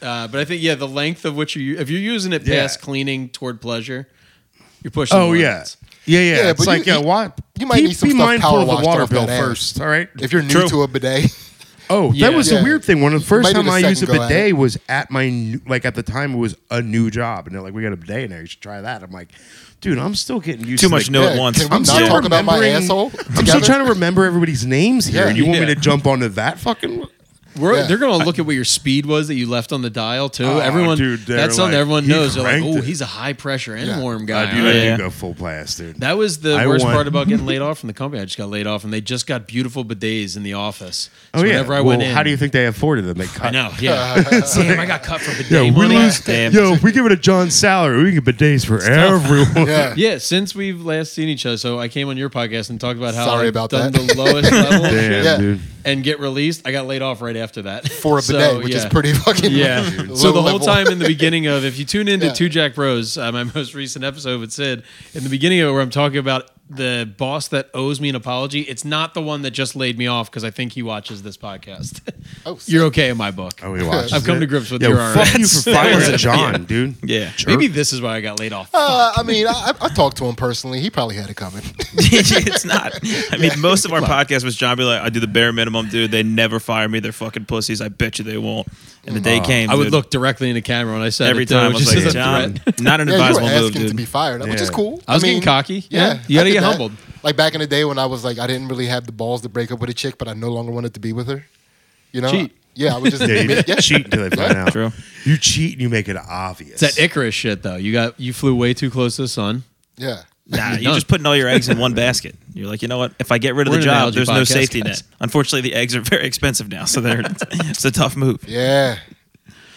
Speaker 5: uh, but I think yeah, the length of which you if you're using it
Speaker 4: Yeah.
Speaker 5: past cleaning toward pleasure, you're pushing.
Speaker 4: Oh
Speaker 5: the
Speaker 4: yeah.
Speaker 5: limits.
Speaker 4: Yeah, yeah,
Speaker 6: Yeah,
Speaker 4: It's
Speaker 6: but
Speaker 4: like,
Speaker 6: you-
Speaker 4: yeah, why?
Speaker 6: you might
Speaker 4: keep-
Speaker 6: need some
Speaker 4: be
Speaker 6: stuff
Speaker 4: mindful
Speaker 6: power
Speaker 4: of the
Speaker 6: washed
Speaker 4: water
Speaker 6: off that
Speaker 4: bill
Speaker 6: ass.
Speaker 4: first, all right?
Speaker 6: if you're new
Speaker 3: True.
Speaker 6: to a bidet,
Speaker 4: Oh,
Speaker 5: Yeah.
Speaker 4: that was
Speaker 6: Yeah.
Speaker 4: the weird thing. One of the first
Speaker 6: might need
Speaker 4: time
Speaker 6: a
Speaker 4: I used a
Speaker 6: second go at
Speaker 4: bidet
Speaker 6: it.
Speaker 4: was at my new, like at the time it was a new job, and they're like, "We got a bidet now. You should try that." I'm like, "Dude, I'm still getting used
Speaker 3: Too
Speaker 4: to
Speaker 3: much
Speaker 4: like,
Speaker 3: no
Speaker 6: yeah,
Speaker 3: at once.
Speaker 6: Can we
Speaker 4: I'm
Speaker 6: not
Speaker 4: still
Speaker 6: talk about my
Speaker 4: remembering-
Speaker 6: asshole?
Speaker 4: I'm still trying to remember everybody's names here,
Speaker 6: Yeah.
Speaker 4: and you want me
Speaker 5: Yeah.
Speaker 4: to jump onto that fucking?
Speaker 5: We're,
Speaker 6: Yeah.
Speaker 5: They're gonna look at what your speed was that you left on the dial too.
Speaker 4: Oh,
Speaker 5: everyone,
Speaker 4: dude, they're
Speaker 5: that's something
Speaker 4: like,
Speaker 5: everyone
Speaker 4: he
Speaker 5: knows. They're like,
Speaker 4: cranked
Speaker 5: oh,
Speaker 4: it."
Speaker 5: he's a high pressure and
Speaker 6: Yeah.
Speaker 5: warm guy.
Speaker 4: Uh, dude,
Speaker 5: huh?"
Speaker 4: I
Speaker 3: Yeah.
Speaker 4: do go full blast, dude.
Speaker 5: That was the
Speaker 4: I
Speaker 5: worst
Speaker 4: want-
Speaker 5: part about getting laid off from the company. I just got laid off, and they just got beautiful bidets in the office.
Speaker 4: oh
Speaker 5: So
Speaker 4: yeah.
Speaker 5: whenever I
Speaker 4: well,
Speaker 5: went in,
Speaker 4: how do you think they afforded them? They cut.
Speaker 5: I know. Yeah. Damn, I got cut for bidet
Speaker 4: Yo, we
Speaker 5: money.
Speaker 4: lose.
Speaker 3: Damn.
Speaker 4: Yo, if we give it a John salary, we can get bidets for everyone.
Speaker 6: yeah.
Speaker 5: Yeah, since we've last seen each other, so I came on your podcast and talked about how I've
Speaker 6: Sorry about
Speaker 5: done
Speaker 6: that.
Speaker 5: the lowest level
Speaker 4: Damn,
Speaker 6: Yeah.
Speaker 4: dude.
Speaker 5: and get released. I got laid off right after that
Speaker 6: for a
Speaker 5: So,
Speaker 6: bidet, which is
Speaker 5: yeah.
Speaker 6: pretty fucking
Speaker 5: Yeah.
Speaker 6: low
Speaker 5: so the whole
Speaker 6: level.
Speaker 5: time in the beginning of, if you tune into
Speaker 6: Yeah.
Speaker 5: Two Jack Bros, uh, my most recent episode with Sid, in the beginning of it where I'm talking about the boss that owes me an apology, it's not the one that just laid me off because I think he watches this podcast.
Speaker 6: Oh, sick.
Speaker 5: You're okay in my book.
Speaker 4: Oh, we watched.
Speaker 5: I've come
Speaker 4: it.
Speaker 5: to grips with
Speaker 4: Yo,
Speaker 5: your
Speaker 4: fuck
Speaker 5: RX.
Speaker 4: you for
Speaker 5: That
Speaker 4: firing
Speaker 5: was-
Speaker 4: John, dude.
Speaker 3: Yeah.
Speaker 4: Jerk.
Speaker 5: Maybe this is why I got laid off.
Speaker 6: Uh, I mean, I, I talked to him personally. He probably had it coming.
Speaker 3: it's not. I mean, most of our podcast was John be like, I do the bare minimum, dude. They never fire me. They're fucking pussies. I bet you they won't. And the day came.
Speaker 5: I would
Speaker 3: dude.
Speaker 5: look directly in the camera when I said
Speaker 3: every
Speaker 5: it, though,
Speaker 3: time. I was
Speaker 5: just
Speaker 3: like,
Speaker 5: as a threat.
Speaker 3: John, not an
Speaker 6: yeah, you were
Speaker 3: advisable move,
Speaker 6: asking to
Speaker 3: dude.
Speaker 6: be fired, which is
Speaker 4: Yeah.
Speaker 6: cool.
Speaker 5: I was getting cocky. Yeah. You
Speaker 6: I
Speaker 5: gotta
Speaker 6: did
Speaker 5: get
Speaker 6: that.
Speaker 5: humbled.
Speaker 6: Like back in the day when I was like, I didn't really have the balls to break up with a chick, but I no longer wanted to be with her. You know?
Speaker 5: Cheat.
Speaker 6: Yeah, I would just
Speaker 4: Yeah, you
Speaker 6: admit- yeah.
Speaker 4: cheat until they find out.
Speaker 3: True.
Speaker 4: You cheat and you make it obvious.
Speaker 5: It's that Icarus shit though. You got you flew way too close to the sun.
Speaker 6: Yeah.
Speaker 3: Nah,
Speaker 5: He's
Speaker 3: you're
Speaker 5: done.
Speaker 3: just putting all your eggs in one basket. You're like, you know what? If I get rid of
Speaker 5: We're
Speaker 3: the
Speaker 5: an
Speaker 3: job,
Speaker 5: analogy
Speaker 3: there's no
Speaker 5: podcast,
Speaker 3: safety net.
Speaker 5: guys.
Speaker 3: Unfortunately, the eggs are very expensive now, so they're it's a tough move.
Speaker 6: Yeah.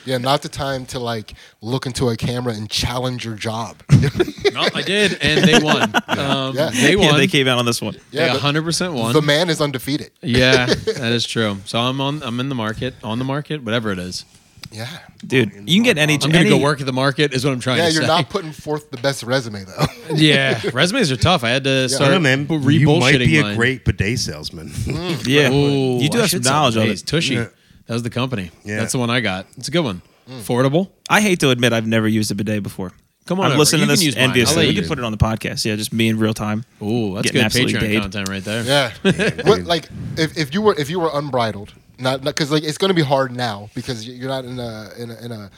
Speaker 6: Yeah, not the time to like look into a camera and challenge your job.
Speaker 5: No, I did, and they won. Um,
Speaker 6: Yeah.
Speaker 5: They won.
Speaker 3: Yeah, they came out on this one.
Speaker 6: Yeah,
Speaker 5: they
Speaker 6: the-
Speaker 5: 100 percent won.
Speaker 6: the man is undefeated.
Speaker 5: yeah, that is true. So I'm on. I'm in the market, on the market, whatever it is.
Speaker 6: Yeah.
Speaker 3: Dude, you can get any.
Speaker 5: I'm gonna
Speaker 3: any-
Speaker 5: go work at the market. Is what I'm trying
Speaker 6: Yeah,
Speaker 5: to
Speaker 6: you're
Speaker 5: say.
Speaker 6: not putting forth the best resume though.
Speaker 5: yeah, resumes are tough. I had to
Speaker 4: I
Speaker 5: start
Speaker 4: don't know, man.
Speaker 5: bu-
Speaker 4: You might
Speaker 5: re-bullshitting
Speaker 4: be a
Speaker 5: mine.
Speaker 4: great bidet salesman.
Speaker 6: Mm.
Speaker 3: Yeah,
Speaker 5: Ooh,
Speaker 3: you do
Speaker 5: I
Speaker 3: have some
Speaker 5: should sell
Speaker 3: knowledge on
Speaker 5: these.
Speaker 3: it.
Speaker 5: Tushy.
Speaker 4: Yeah.
Speaker 5: That was the company.
Speaker 4: Yeah.
Speaker 5: That's the one I got. It's a good one.
Speaker 6: Mm.
Speaker 5: Affordable.
Speaker 3: I hate to admit I've never used a bidet before.
Speaker 5: Come on
Speaker 3: I've
Speaker 5: over.
Speaker 3: listened
Speaker 5: You
Speaker 3: to
Speaker 5: can
Speaker 3: this
Speaker 5: use mine. I'll
Speaker 3: enviously.
Speaker 5: let
Speaker 3: We
Speaker 5: you
Speaker 3: can
Speaker 5: do
Speaker 3: put it on the podcast. Yeah, just me in real time.
Speaker 5: Ooh, that's
Speaker 3: Getting
Speaker 5: good
Speaker 3: absolutely
Speaker 5: Patreon
Speaker 3: dated.
Speaker 5: content right there.
Speaker 6: Yeah.
Speaker 4: dude.
Speaker 6: what like if, if you were if you were unbridled, not because like it's going to be hard now because you- you're not in a in a in a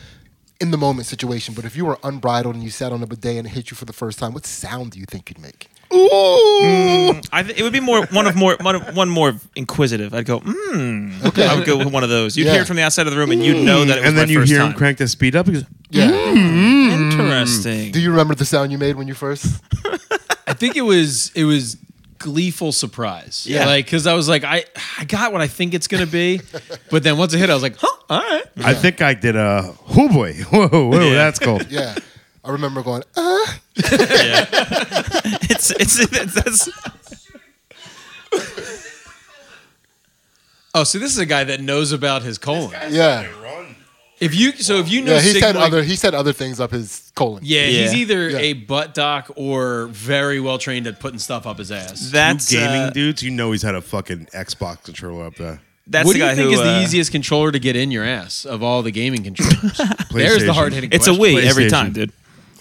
Speaker 6: in the moment situation. But if you were unbridled and you sat on a bidet and it hit you for the first time, what sound do you think you'd make?
Speaker 3: I th- it would be more one of more one, of- one more inquisitive. I'd go, hmm. Okay. I would go with one of those. You'd
Speaker 6: Yeah.
Speaker 3: hear it from the outside of the room, and you'd know
Speaker 5: Mm.
Speaker 3: that it was
Speaker 4: and
Speaker 3: my
Speaker 4: then you
Speaker 3: first
Speaker 4: hear
Speaker 3: time.
Speaker 4: him crank the speed up. Because
Speaker 6: Yeah.
Speaker 3: Interesting.
Speaker 6: Mm. Do you remember the sound you made when you first?
Speaker 5: I think it was it was gleeful surprise.
Speaker 3: Yeah.
Speaker 5: like because I was like I I got what I think it's gonna be, but then once it hit, I was like, huh, all right.
Speaker 4: I think I did a oh boy, whoa, whoa, that's cool.
Speaker 6: Yeah. I remember going, uh,
Speaker 3: it's it's, it's that's
Speaker 5: Oh, so this is a guy that knows about his colon.
Speaker 6: yeah,
Speaker 5: If you so if you know
Speaker 6: yeah. He said
Speaker 5: signaling-
Speaker 6: other he said other things up his colon.
Speaker 5: Yeah, he's
Speaker 3: Yeah.
Speaker 5: either
Speaker 6: Yeah.
Speaker 5: a butt doc or very well trained at putting stuff up his ass.
Speaker 3: that's
Speaker 4: you gaming
Speaker 3: uh,
Speaker 4: dudes, you know he's had a fucking Xbox controller up there.
Speaker 3: That's
Speaker 5: what
Speaker 3: the
Speaker 5: do you
Speaker 3: guy
Speaker 5: think
Speaker 3: who,
Speaker 5: is the
Speaker 3: uh,
Speaker 5: easiest controller to get in your ass of all the gaming controllers? There's the
Speaker 4: PlayStation.
Speaker 5: hard hitting.
Speaker 3: It's a
Speaker 5: question.
Speaker 3: Wii every
Speaker 4: PlayStation.
Speaker 3: time, dude.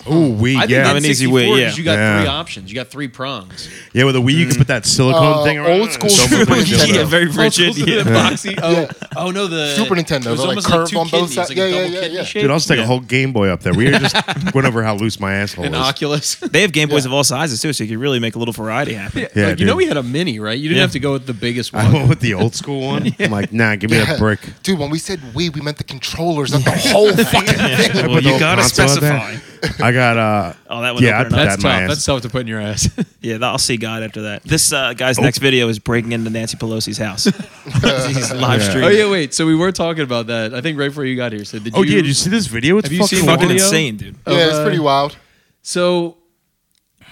Speaker 4: Oh, we
Speaker 5: I think
Speaker 4: yeah,
Speaker 5: that's
Speaker 3: an easy
Speaker 5: 64
Speaker 3: way,
Speaker 5: 'cause
Speaker 3: yeah.
Speaker 5: You got
Speaker 4: Yeah.
Speaker 5: three options. You got three prongs.
Speaker 4: yeah. With a Wii, you can put that silicone
Speaker 6: Uh,
Speaker 4: thing around.
Speaker 6: old
Speaker 4: it
Speaker 6: school
Speaker 4: and someone
Speaker 6: Super
Speaker 4: put it in
Speaker 6: Nintendo.
Speaker 4: there.
Speaker 3: Yeah, very rigid.
Speaker 5: Yeah.
Speaker 3: Yeah.
Speaker 5: Boxy. Oh, oh no, the
Speaker 6: Super Nintendo,
Speaker 5: It was
Speaker 6: they're, like,
Speaker 5: almost
Speaker 6: curved
Speaker 5: two
Speaker 6: on both
Speaker 5: kidneys,
Speaker 6: sides.
Speaker 5: like a
Speaker 6: Yeah, yeah,
Speaker 5: double
Speaker 6: yeah,
Speaker 5: kidney
Speaker 6: yeah.
Speaker 5: shape.
Speaker 4: Dude, I'll just take
Speaker 3: Yeah.
Speaker 4: a whole Game Boy up there. We just went over how loose my asshole
Speaker 5: An
Speaker 4: is.
Speaker 5: Oculus.
Speaker 3: They have Game Boys of all sizes too, so you can really make a little variety happen.
Speaker 4: Yeah,
Speaker 5: like, you know,
Speaker 4: dude.
Speaker 5: we had a mini, right? You didn't
Speaker 3: Yeah.
Speaker 5: have to go with the biggest
Speaker 4: I went
Speaker 5: one.
Speaker 4: with the old school one. I'm like, nah, give me that brick.
Speaker 6: Dude, when we said we, we meant the controllers, not the whole fucking thing.
Speaker 4: I
Speaker 3: Well,
Speaker 4: put the
Speaker 3: you
Speaker 4: whole
Speaker 3: gotta
Speaker 4: console out
Speaker 3: specify.
Speaker 4: there. I got uh
Speaker 3: Oh, that would open
Speaker 4: Yeah,
Speaker 3: it
Speaker 4: I put
Speaker 3: up.
Speaker 5: That's
Speaker 4: that in my
Speaker 5: tough.
Speaker 4: ass.
Speaker 5: That's tough to put in your ass.
Speaker 3: Yeah, I'll see God after that. This uh, guy's
Speaker 4: Oh.
Speaker 3: next video is breaking into Nancy Pelosi's house. He's live
Speaker 4: Yeah.
Speaker 5: oh
Speaker 3: streaming.
Speaker 5: yeah, wait. So we were talking about that. I think right before you got here. So did
Speaker 4: Oh
Speaker 5: you?
Speaker 4: yeah, did you see this video? It's
Speaker 5: Have you
Speaker 4: fucking
Speaker 5: seen the
Speaker 3: fucking
Speaker 4: wild.
Speaker 5: video?
Speaker 3: insane, dude.
Speaker 6: yeah, it's
Speaker 5: Uh,
Speaker 6: pretty wild.
Speaker 5: So,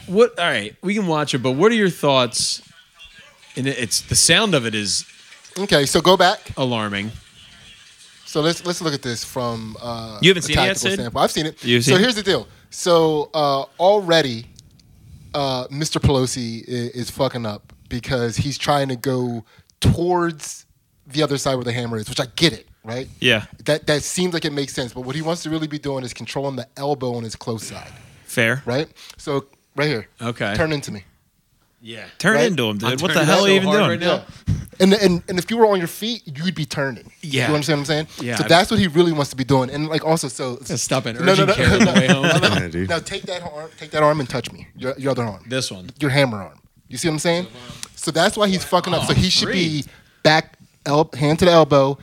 Speaker 5: what? All right, we can watch it, but what are your thoughts? And it- it's the sound of it is
Speaker 6: Okay, so go back.
Speaker 5: alarming.
Speaker 6: So let's let's look at this from uh,
Speaker 3: You haven't
Speaker 6: a
Speaker 3: seen it yet,
Speaker 6: tactical
Speaker 3: Sid?
Speaker 6: standpoint. I've seen it.
Speaker 3: You've
Speaker 6: so
Speaker 3: seen it?
Speaker 6: here's the deal. So uh, already, uh, Mr. Pelosi is, is fucking up because he's trying to go towards the other side where the hammer is, which I get it, right?
Speaker 3: Yeah,
Speaker 6: That that seems like it makes sense, but what he wants to really be doing is controlling the elbow on his close side,
Speaker 3: fair.
Speaker 6: right? So right here,
Speaker 5: Okay.
Speaker 6: turn into me.
Speaker 5: Yeah.
Speaker 3: Turn
Speaker 6: Right?
Speaker 3: into him,
Speaker 5: I'm
Speaker 3: dude. What the
Speaker 5: turning
Speaker 3: hell are
Speaker 5: so
Speaker 3: you even
Speaker 5: hard
Speaker 3: doing?
Speaker 5: right now. Yeah.
Speaker 6: And, and and if you were on your feet, you'd be turning.
Speaker 5: Yeah.
Speaker 6: you understand what I'm saying?
Speaker 5: Yeah.
Speaker 6: So that's what he really wants to be doing, and like also, so
Speaker 5: Stop an urgent care on the way home.
Speaker 4: Yeah, dude.
Speaker 6: Now take that arm, take that arm, and touch me. Your, your other arm,
Speaker 5: this one.
Speaker 6: your hammer arm. You see what I'm saying? So that's why he's fucking up. So he should
Speaker 5: three.
Speaker 6: be back, el- hand to the elbow,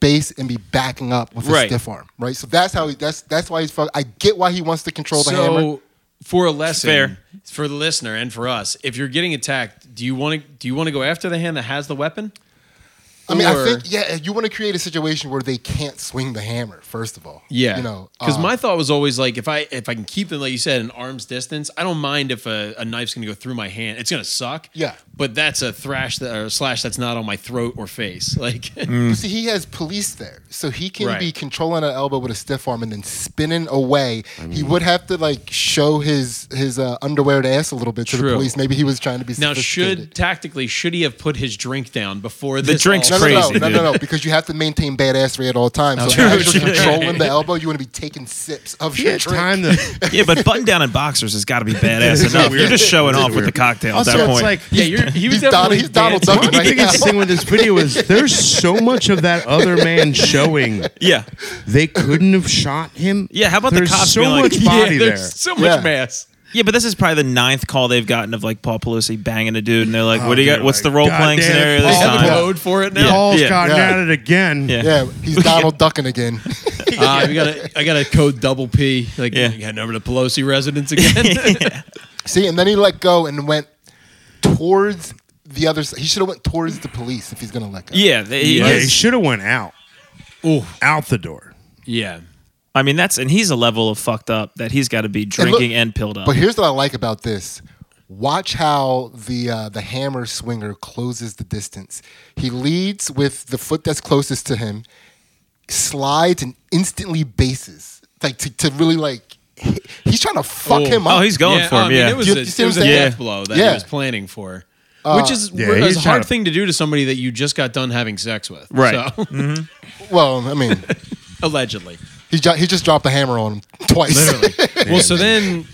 Speaker 6: base, and be backing up with a
Speaker 3: Right.
Speaker 6: stiff arm. Right. So that's how he. That's that's why he's fuck. I get why he wants to control the hammer.
Speaker 5: So, for a lesson,
Speaker 3: Fair.
Speaker 5: for the listener and for us, if you're getting attacked, do you want to do you want to go after the hand that has the weapon?
Speaker 6: I mean, I
Speaker 5: or-
Speaker 6: think yeah. You want to create a situation where they can't swing the hammer. First of all.
Speaker 5: Yeah,
Speaker 6: You know.
Speaker 5: because
Speaker 6: uh,
Speaker 5: my thought was always like, if I if I can keep them, like you said, an arm's distance, I don't mind if a, a knife's gonna go through my hand. It's gonna suck.
Speaker 6: Yeah.
Speaker 5: but that's a thrash that, or slash that's not on my throat or face. Like,
Speaker 6: You see, he has police there, so he can
Speaker 5: Right.
Speaker 6: be controlling an elbow with a stiff arm and then spinning away. he would have to like show his his uh, underwear to ass a little bit to
Speaker 5: True.
Speaker 6: the police. Maybe he was trying to be
Speaker 5: now should
Speaker 6: sophisticated.
Speaker 5: tactically should he have put his drink down before
Speaker 3: The
Speaker 5: this
Speaker 3: drink's
Speaker 5: all-
Speaker 6: no, no, no,
Speaker 3: crazy,
Speaker 6: no, no, no, because you have to maintain badassery at all times. So
Speaker 5: True,
Speaker 6: as you're
Speaker 5: true.
Speaker 6: controlling the elbow, you want to be taking sips of
Speaker 4: He
Speaker 6: your
Speaker 4: had
Speaker 6: drink.
Speaker 4: time to.
Speaker 3: Yeah, but button down and boxers has got to be badass
Speaker 4: It's
Speaker 3: enough.
Speaker 4: weird.
Speaker 3: You're just showing
Speaker 4: It's
Speaker 3: off with
Speaker 4: weird.
Speaker 3: the cocktail at
Speaker 4: Also,
Speaker 3: that
Speaker 4: it's
Speaker 3: point.
Speaker 4: like
Speaker 5: Yeah, you're, he was
Speaker 6: He's Donald,
Speaker 5: definitely
Speaker 6: he's Donald
Speaker 5: dancing.
Speaker 6: Duck
Speaker 4: the
Speaker 6: right
Speaker 4: biggest
Speaker 6: now.
Speaker 4: thing with this video is there's so much of that other man showing.
Speaker 3: yeah,
Speaker 4: They couldn't have shot him.
Speaker 3: Yeah, how about the
Speaker 4: there's
Speaker 3: cops
Speaker 4: So
Speaker 3: being like,
Speaker 4: much body
Speaker 5: yeah,
Speaker 4: there.
Speaker 5: there's so much
Speaker 6: Yeah.
Speaker 5: mass.
Speaker 3: yeah, but this is probably the ninth call they've gotten of like Paul Pelosi banging a dude, and they're like, "What do you
Speaker 4: Oh, dude,
Speaker 3: got? What's the
Speaker 4: like,
Speaker 3: role
Speaker 4: God
Speaker 3: playing
Speaker 4: damn it,
Speaker 3: scenario this
Speaker 5: They have a
Speaker 3: time?"
Speaker 6: Yeah.
Speaker 5: code for it now.
Speaker 4: Paul's
Speaker 3: Yeah.
Speaker 4: gotten
Speaker 6: Yeah.
Speaker 4: at it again.
Speaker 3: Yeah.
Speaker 6: Yeah, he's Donald Ducking again.
Speaker 5: Uh, we gotta, I got to code double P. Like,
Speaker 3: Yeah.
Speaker 5: yeah. heading over to Pelosi residence again.
Speaker 6: See, and then he let go and went towards the other. s- He should have went towards the police if he's gonna let go.
Speaker 3: Yeah, they- he
Speaker 4: Yeah,
Speaker 3: is-
Speaker 4: he should have went out,
Speaker 5: Ooh,
Speaker 4: out the door.
Speaker 5: yeah.
Speaker 3: I mean, that's and he's a level of fucked up that he's got to be drinking and, pilled up.
Speaker 6: But here's what I like about this. Watch how the uh, the hammer swinger closes the distance. He leads with the foot that's closest to him, slides and instantly bases like to, to really like he- he's trying to fuck
Speaker 5: Oh.
Speaker 6: him up.
Speaker 3: oh, he's going
Speaker 5: yeah,
Speaker 3: for him.
Speaker 5: I mean,
Speaker 3: yeah,
Speaker 5: it was
Speaker 6: You-
Speaker 5: a,
Speaker 6: you see
Speaker 5: it
Speaker 6: what
Speaker 5: was a
Speaker 6: I'm saying?
Speaker 5: death blow that
Speaker 6: Yeah. Uh,
Speaker 5: he was planning for, which is
Speaker 4: yeah,
Speaker 5: weird-
Speaker 4: he's
Speaker 5: it's a hard
Speaker 4: trying to-
Speaker 5: thing to do to somebody that you just got done having sex with,
Speaker 3: Right. Mm-hmm.
Speaker 5: So,
Speaker 6: well, I mean,
Speaker 5: allegedly.
Speaker 6: he jo- he just dropped the hammer on him twice.
Speaker 5: Well, so then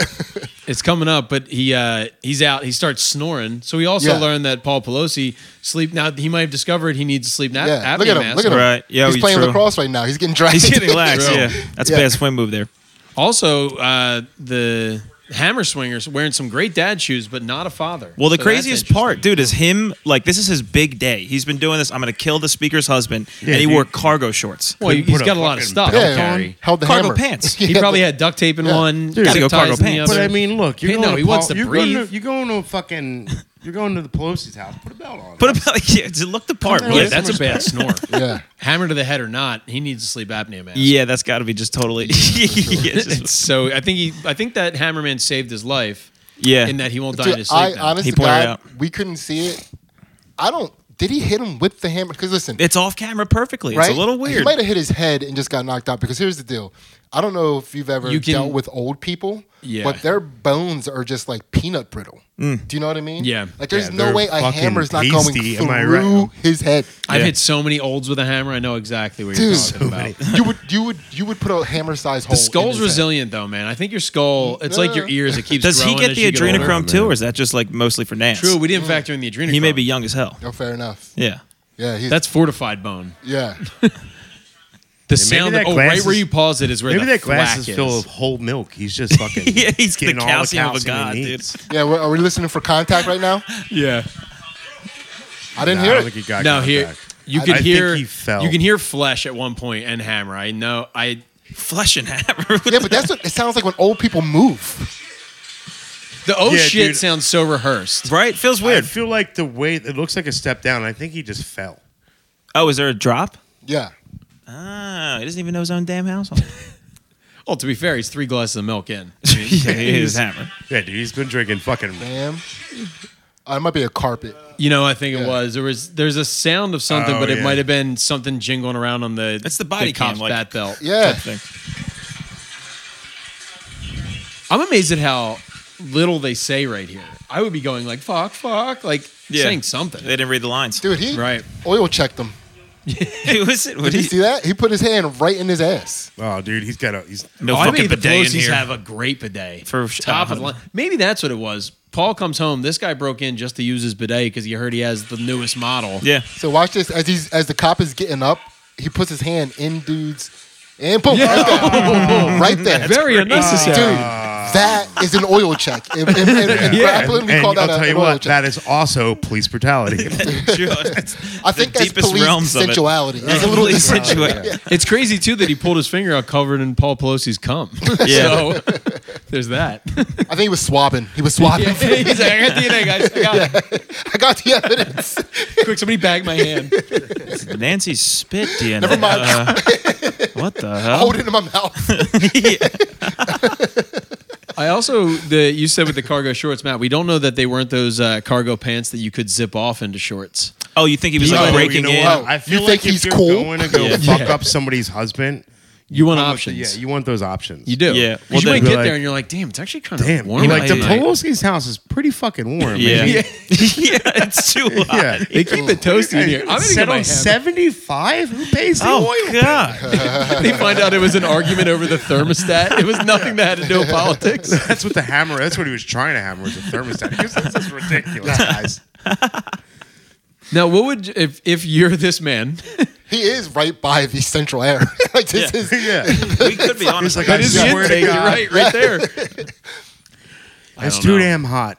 Speaker 5: it's coming up, but he uh, he's out. He starts snoring. So we also
Speaker 6: Yeah.
Speaker 5: learned that Paul Pelosi sleep. Now he might have discovered he needs to sleep. Nap,
Speaker 6: yeah,
Speaker 5: apnea
Speaker 6: look at him.
Speaker 5: mask.
Speaker 6: Look at him.
Speaker 3: Right. Yeah,
Speaker 6: he's
Speaker 3: we-
Speaker 6: playing
Speaker 3: true.
Speaker 6: lacrosse right now. He's getting dragged.
Speaker 3: he's getting lax.
Speaker 5: True.
Speaker 3: Yeah, that's a
Speaker 6: Yeah.
Speaker 3: bad swim move there.
Speaker 5: Also, uh, the hammer swingers wearing some great dad shoes, but not a father.
Speaker 3: Well, the
Speaker 5: So that's
Speaker 3: craziest part, dude, is him. Like, this is his big day. He's been doing this. I'm gonna kill the speaker's husband,
Speaker 4: Yeah,
Speaker 3: and he
Speaker 4: dude.
Speaker 3: wore cargo shorts.
Speaker 5: Well,
Speaker 4: couldn't
Speaker 5: he's
Speaker 4: put a
Speaker 5: got a lot of
Speaker 4: fucking
Speaker 5: stuff.
Speaker 4: belt
Speaker 5: to
Speaker 6: yeah,
Speaker 5: carry.
Speaker 6: held the
Speaker 3: Cargo
Speaker 6: hammer.
Speaker 3: pants.
Speaker 5: He probably had duct tape in
Speaker 6: Yeah.
Speaker 5: one.
Speaker 4: Dude,
Speaker 5: zip
Speaker 3: gotta go
Speaker 5: ties
Speaker 3: cargo
Speaker 5: in the
Speaker 3: pants.
Speaker 5: other.
Speaker 4: But I mean, look, you're
Speaker 5: Hey,
Speaker 4: going
Speaker 5: no,
Speaker 4: to
Speaker 5: he wants
Speaker 4: Paul-
Speaker 5: to
Speaker 4: you're Going
Speaker 5: breathe.
Speaker 4: to, you're going to a fucking. You're going to the Pelosi's house. Put a belt on.
Speaker 3: Put a yeah, to look the part.
Speaker 4: Come on,
Speaker 5: yeah,
Speaker 3: Yeah,
Speaker 4: it's-
Speaker 5: that's a bad snore.
Speaker 6: Yeah.
Speaker 5: Hammer to the head or not, he needs a sleep apnea mask.
Speaker 3: yeah, that's got to be just totally. yeah, it's just-
Speaker 5: So I think he, I think that Hammerman saved his life
Speaker 3: yeah.
Speaker 5: in that he won't die in
Speaker 6: Dude,
Speaker 5: his sleep.
Speaker 6: I
Speaker 5: now.
Speaker 6: honest
Speaker 3: He
Speaker 6: to
Speaker 3: pointed it
Speaker 6: God,
Speaker 3: out.
Speaker 6: we couldn't see it. I don't. Did he hit him with the hammer? Because listen,
Speaker 3: it's off camera perfectly.
Speaker 6: right?
Speaker 3: It's a little
Speaker 6: He
Speaker 3: weird.
Speaker 6: might have hit his head and just got knocked out. Because here's the deal: I don't know if you've ever
Speaker 5: You can-
Speaker 6: dealt with old people,
Speaker 5: Yeah.
Speaker 6: but their bones are just like peanut brittle. Do you know what I mean?
Speaker 5: Yeah.
Speaker 6: Like there's
Speaker 4: Yeah,
Speaker 6: no
Speaker 4: they're
Speaker 6: way a
Speaker 4: fucking
Speaker 6: hammer's not
Speaker 4: pasty,
Speaker 6: going
Speaker 4: am I
Speaker 6: through
Speaker 4: right?
Speaker 6: his head.
Speaker 5: I've
Speaker 3: Yeah.
Speaker 5: hit so many olds with a hammer. I know exactly what you're
Speaker 6: Dude.
Speaker 5: talking about.
Speaker 6: you would you would you would put a hammer sized hole.
Speaker 5: The
Speaker 6: in
Speaker 5: skull's
Speaker 6: his head.
Speaker 5: resilient though, man. I think your skull. It's like your ears. It keeps.
Speaker 3: Does he
Speaker 5: growing
Speaker 3: get
Speaker 5: as
Speaker 3: the
Speaker 5: you older.
Speaker 3: adrenochrome too, or is that just like mostly for Nance?
Speaker 5: True. We didn't factor in the adrenochrome.
Speaker 3: He may be young as hell.
Speaker 6: Oh, fair enough.
Speaker 3: Yeah.
Speaker 6: Yeah, he's,
Speaker 5: That's fortified bone.
Speaker 6: yeah.
Speaker 5: The sound.
Speaker 4: that
Speaker 5: oh,
Speaker 4: glass
Speaker 5: right where
Speaker 4: is-
Speaker 5: you pause it is where
Speaker 4: Maybe
Speaker 5: the
Speaker 4: that glass
Speaker 5: thwack
Speaker 4: is filled with whole milk. He's just fucking.
Speaker 3: Yeah, he's the
Speaker 4: getting all
Speaker 3: calcium, of a
Speaker 4: calcium he
Speaker 3: god, dude.
Speaker 4: needs.
Speaker 6: Yeah, we're- are we listening for contact right now?
Speaker 5: Yeah.
Speaker 6: I didn't
Speaker 4: Nah,
Speaker 6: hear
Speaker 4: I
Speaker 6: it.
Speaker 4: don't think he got
Speaker 5: No, here
Speaker 4: contact.
Speaker 5: you
Speaker 4: I-
Speaker 5: can
Speaker 4: I think
Speaker 5: hear.
Speaker 4: he fell.
Speaker 5: You can hear flesh at one point and hammer. I know. I.
Speaker 3: Flesh and hammer.
Speaker 6: yeah, but that's what it sounds like when old people move.
Speaker 5: The oh
Speaker 4: Yeah,
Speaker 5: shit
Speaker 4: dude.
Speaker 5: sounds so rehearsed.
Speaker 3: right. Feels
Speaker 4: I
Speaker 3: weird.
Speaker 4: feel like the way it looks like a step down. I think he just fell.
Speaker 3: Oh, is there a drop?
Speaker 6: Yeah.
Speaker 3: Ah, he doesn't even know his own damn household.
Speaker 5: Well, to be fair, he's three glasses of milk in.
Speaker 3: yeah, he is hammer.
Speaker 4: Yeah, dude, he's been drinking fucking.
Speaker 6: Damn. Uh, it might be a carpet.
Speaker 5: You know, I think it
Speaker 6: Yeah.
Speaker 5: was there was there's a sound of something,
Speaker 4: Oh,
Speaker 5: but it
Speaker 4: yeah.
Speaker 5: might have been something jingling around on the.
Speaker 3: That's the body cam,
Speaker 5: cop's
Speaker 3: like-
Speaker 5: bat belt.
Speaker 6: Yeah.
Speaker 3: Thing.
Speaker 5: I'm amazed at how little they say right here. I would be going like fuck, fuck, like
Speaker 3: Yeah.
Speaker 5: saying something.
Speaker 3: They didn't read the lines.
Speaker 6: Dude, he
Speaker 5: Right.
Speaker 6: oil checked him.
Speaker 3: Hey, what's it? What
Speaker 6: Did you
Speaker 3: is
Speaker 6: see that? He put his hand right in his ass.
Speaker 4: Oh, dude, he's got a. He's
Speaker 3: No
Speaker 5: I
Speaker 3: fucking
Speaker 5: mean, the
Speaker 3: bidet in
Speaker 5: Pelosi's
Speaker 3: here.
Speaker 5: have a great bidet
Speaker 3: For sh-
Speaker 5: top
Speaker 3: uh,
Speaker 5: of the line. Maybe that's what it was. Paul comes home. This guy broke in just to use his bidet because he heard he has the newest model.
Speaker 3: yeah.
Speaker 6: So watch this as he's as the cop is getting up, he puts his hand in dude's and boom, right there. right there.
Speaker 5: very
Speaker 6: Dude,
Speaker 5: unnecessary.
Speaker 6: that is an oil check. In, in, in, in grappling, we
Speaker 4: and
Speaker 6: call that
Speaker 4: I'll
Speaker 6: a-
Speaker 4: tell
Speaker 6: an
Speaker 4: you
Speaker 6: oil
Speaker 4: what,
Speaker 6: check.
Speaker 4: that is also police brutality.
Speaker 3: True.
Speaker 6: I
Speaker 3: the
Speaker 6: think that's
Speaker 3: deepest
Speaker 6: police
Speaker 3: realms of it.
Speaker 6: sensuality. It's a little
Speaker 3: Police
Speaker 6: different.
Speaker 3: sensuality.
Speaker 5: It's crazy too that he pulled his finger out covered in Paul Pelosi's cum.
Speaker 3: Yeah.
Speaker 5: So there's that.
Speaker 6: I think he was swabbing. He was swabbing.
Speaker 5: He's like, I got DNA, guys. I got it.
Speaker 6: I got the evidence.
Speaker 5: Quick, somebody bag my hand.
Speaker 3: Nancy's spit DNA.
Speaker 6: Never mind.
Speaker 3: Uh, what the hell?
Speaker 6: Hold it in my mouth.
Speaker 3: Yeah.
Speaker 5: I also the you said with the cargo shorts, Matt. We don't know that they weren't those uh, cargo pants that you could zip off into shorts.
Speaker 3: Oh, you think he was
Speaker 6: No,
Speaker 3: like
Speaker 6: you
Speaker 3: breaking
Speaker 4: know
Speaker 3: in?
Speaker 4: what? I feel
Speaker 6: Oh, You
Speaker 4: like
Speaker 6: think
Speaker 4: if
Speaker 6: he's
Speaker 4: you're
Speaker 6: cool?
Speaker 4: going to go
Speaker 3: Yeah.
Speaker 4: fuck up somebody's husband,
Speaker 5: You want
Speaker 4: want the-
Speaker 5: options.
Speaker 4: Yeah, you want those options.
Speaker 5: You do.
Speaker 3: Yeah.
Speaker 5: 'Cause
Speaker 3: Well,
Speaker 5: you might
Speaker 3: they-
Speaker 5: get
Speaker 4: like-
Speaker 5: there and you're like, damn, it's actually kind of
Speaker 4: Damn,
Speaker 5: warm.
Speaker 4: like
Speaker 5: out
Speaker 4: the
Speaker 5: here."
Speaker 3: Pol-
Speaker 4: Polowski's house is pretty fucking warm.
Speaker 3: Yeah.
Speaker 4: man.
Speaker 3: yeah. It's too hot.
Speaker 4: yeah.
Speaker 5: They keep the toast in here. I'm gonna get
Speaker 4: set
Speaker 5: my
Speaker 4: on
Speaker 5: hand.
Speaker 4: seventy five. Who pays the
Speaker 3: Oh
Speaker 4: oil?
Speaker 3: god.
Speaker 5: They find out it was an argument over the thermostat. It was nothing that had to do with politics.
Speaker 4: That's what the hammer. That's what he was trying to hammer was a thermostat. He goes, this is ridiculous, guys.
Speaker 5: Now, what would if if you're this man?
Speaker 6: He is right by the central air. like this
Speaker 3: Yeah.
Speaker 6: is
Speaker 4: Yeah,
Speaker 3: We could be honest.
Speaker 4: He's like,
Speaker 3: I
Speaker 4: I
Speaker 5: That is the
Speaker 4: swear to
Speaker 5: intake. You're
Speaker 4: God.
Speaker 5: right, right there.
Speaker 4: That's
Speaker 5: don't
Speaker 4: too
Speaker 5: know.
Speaker 4: damn hot.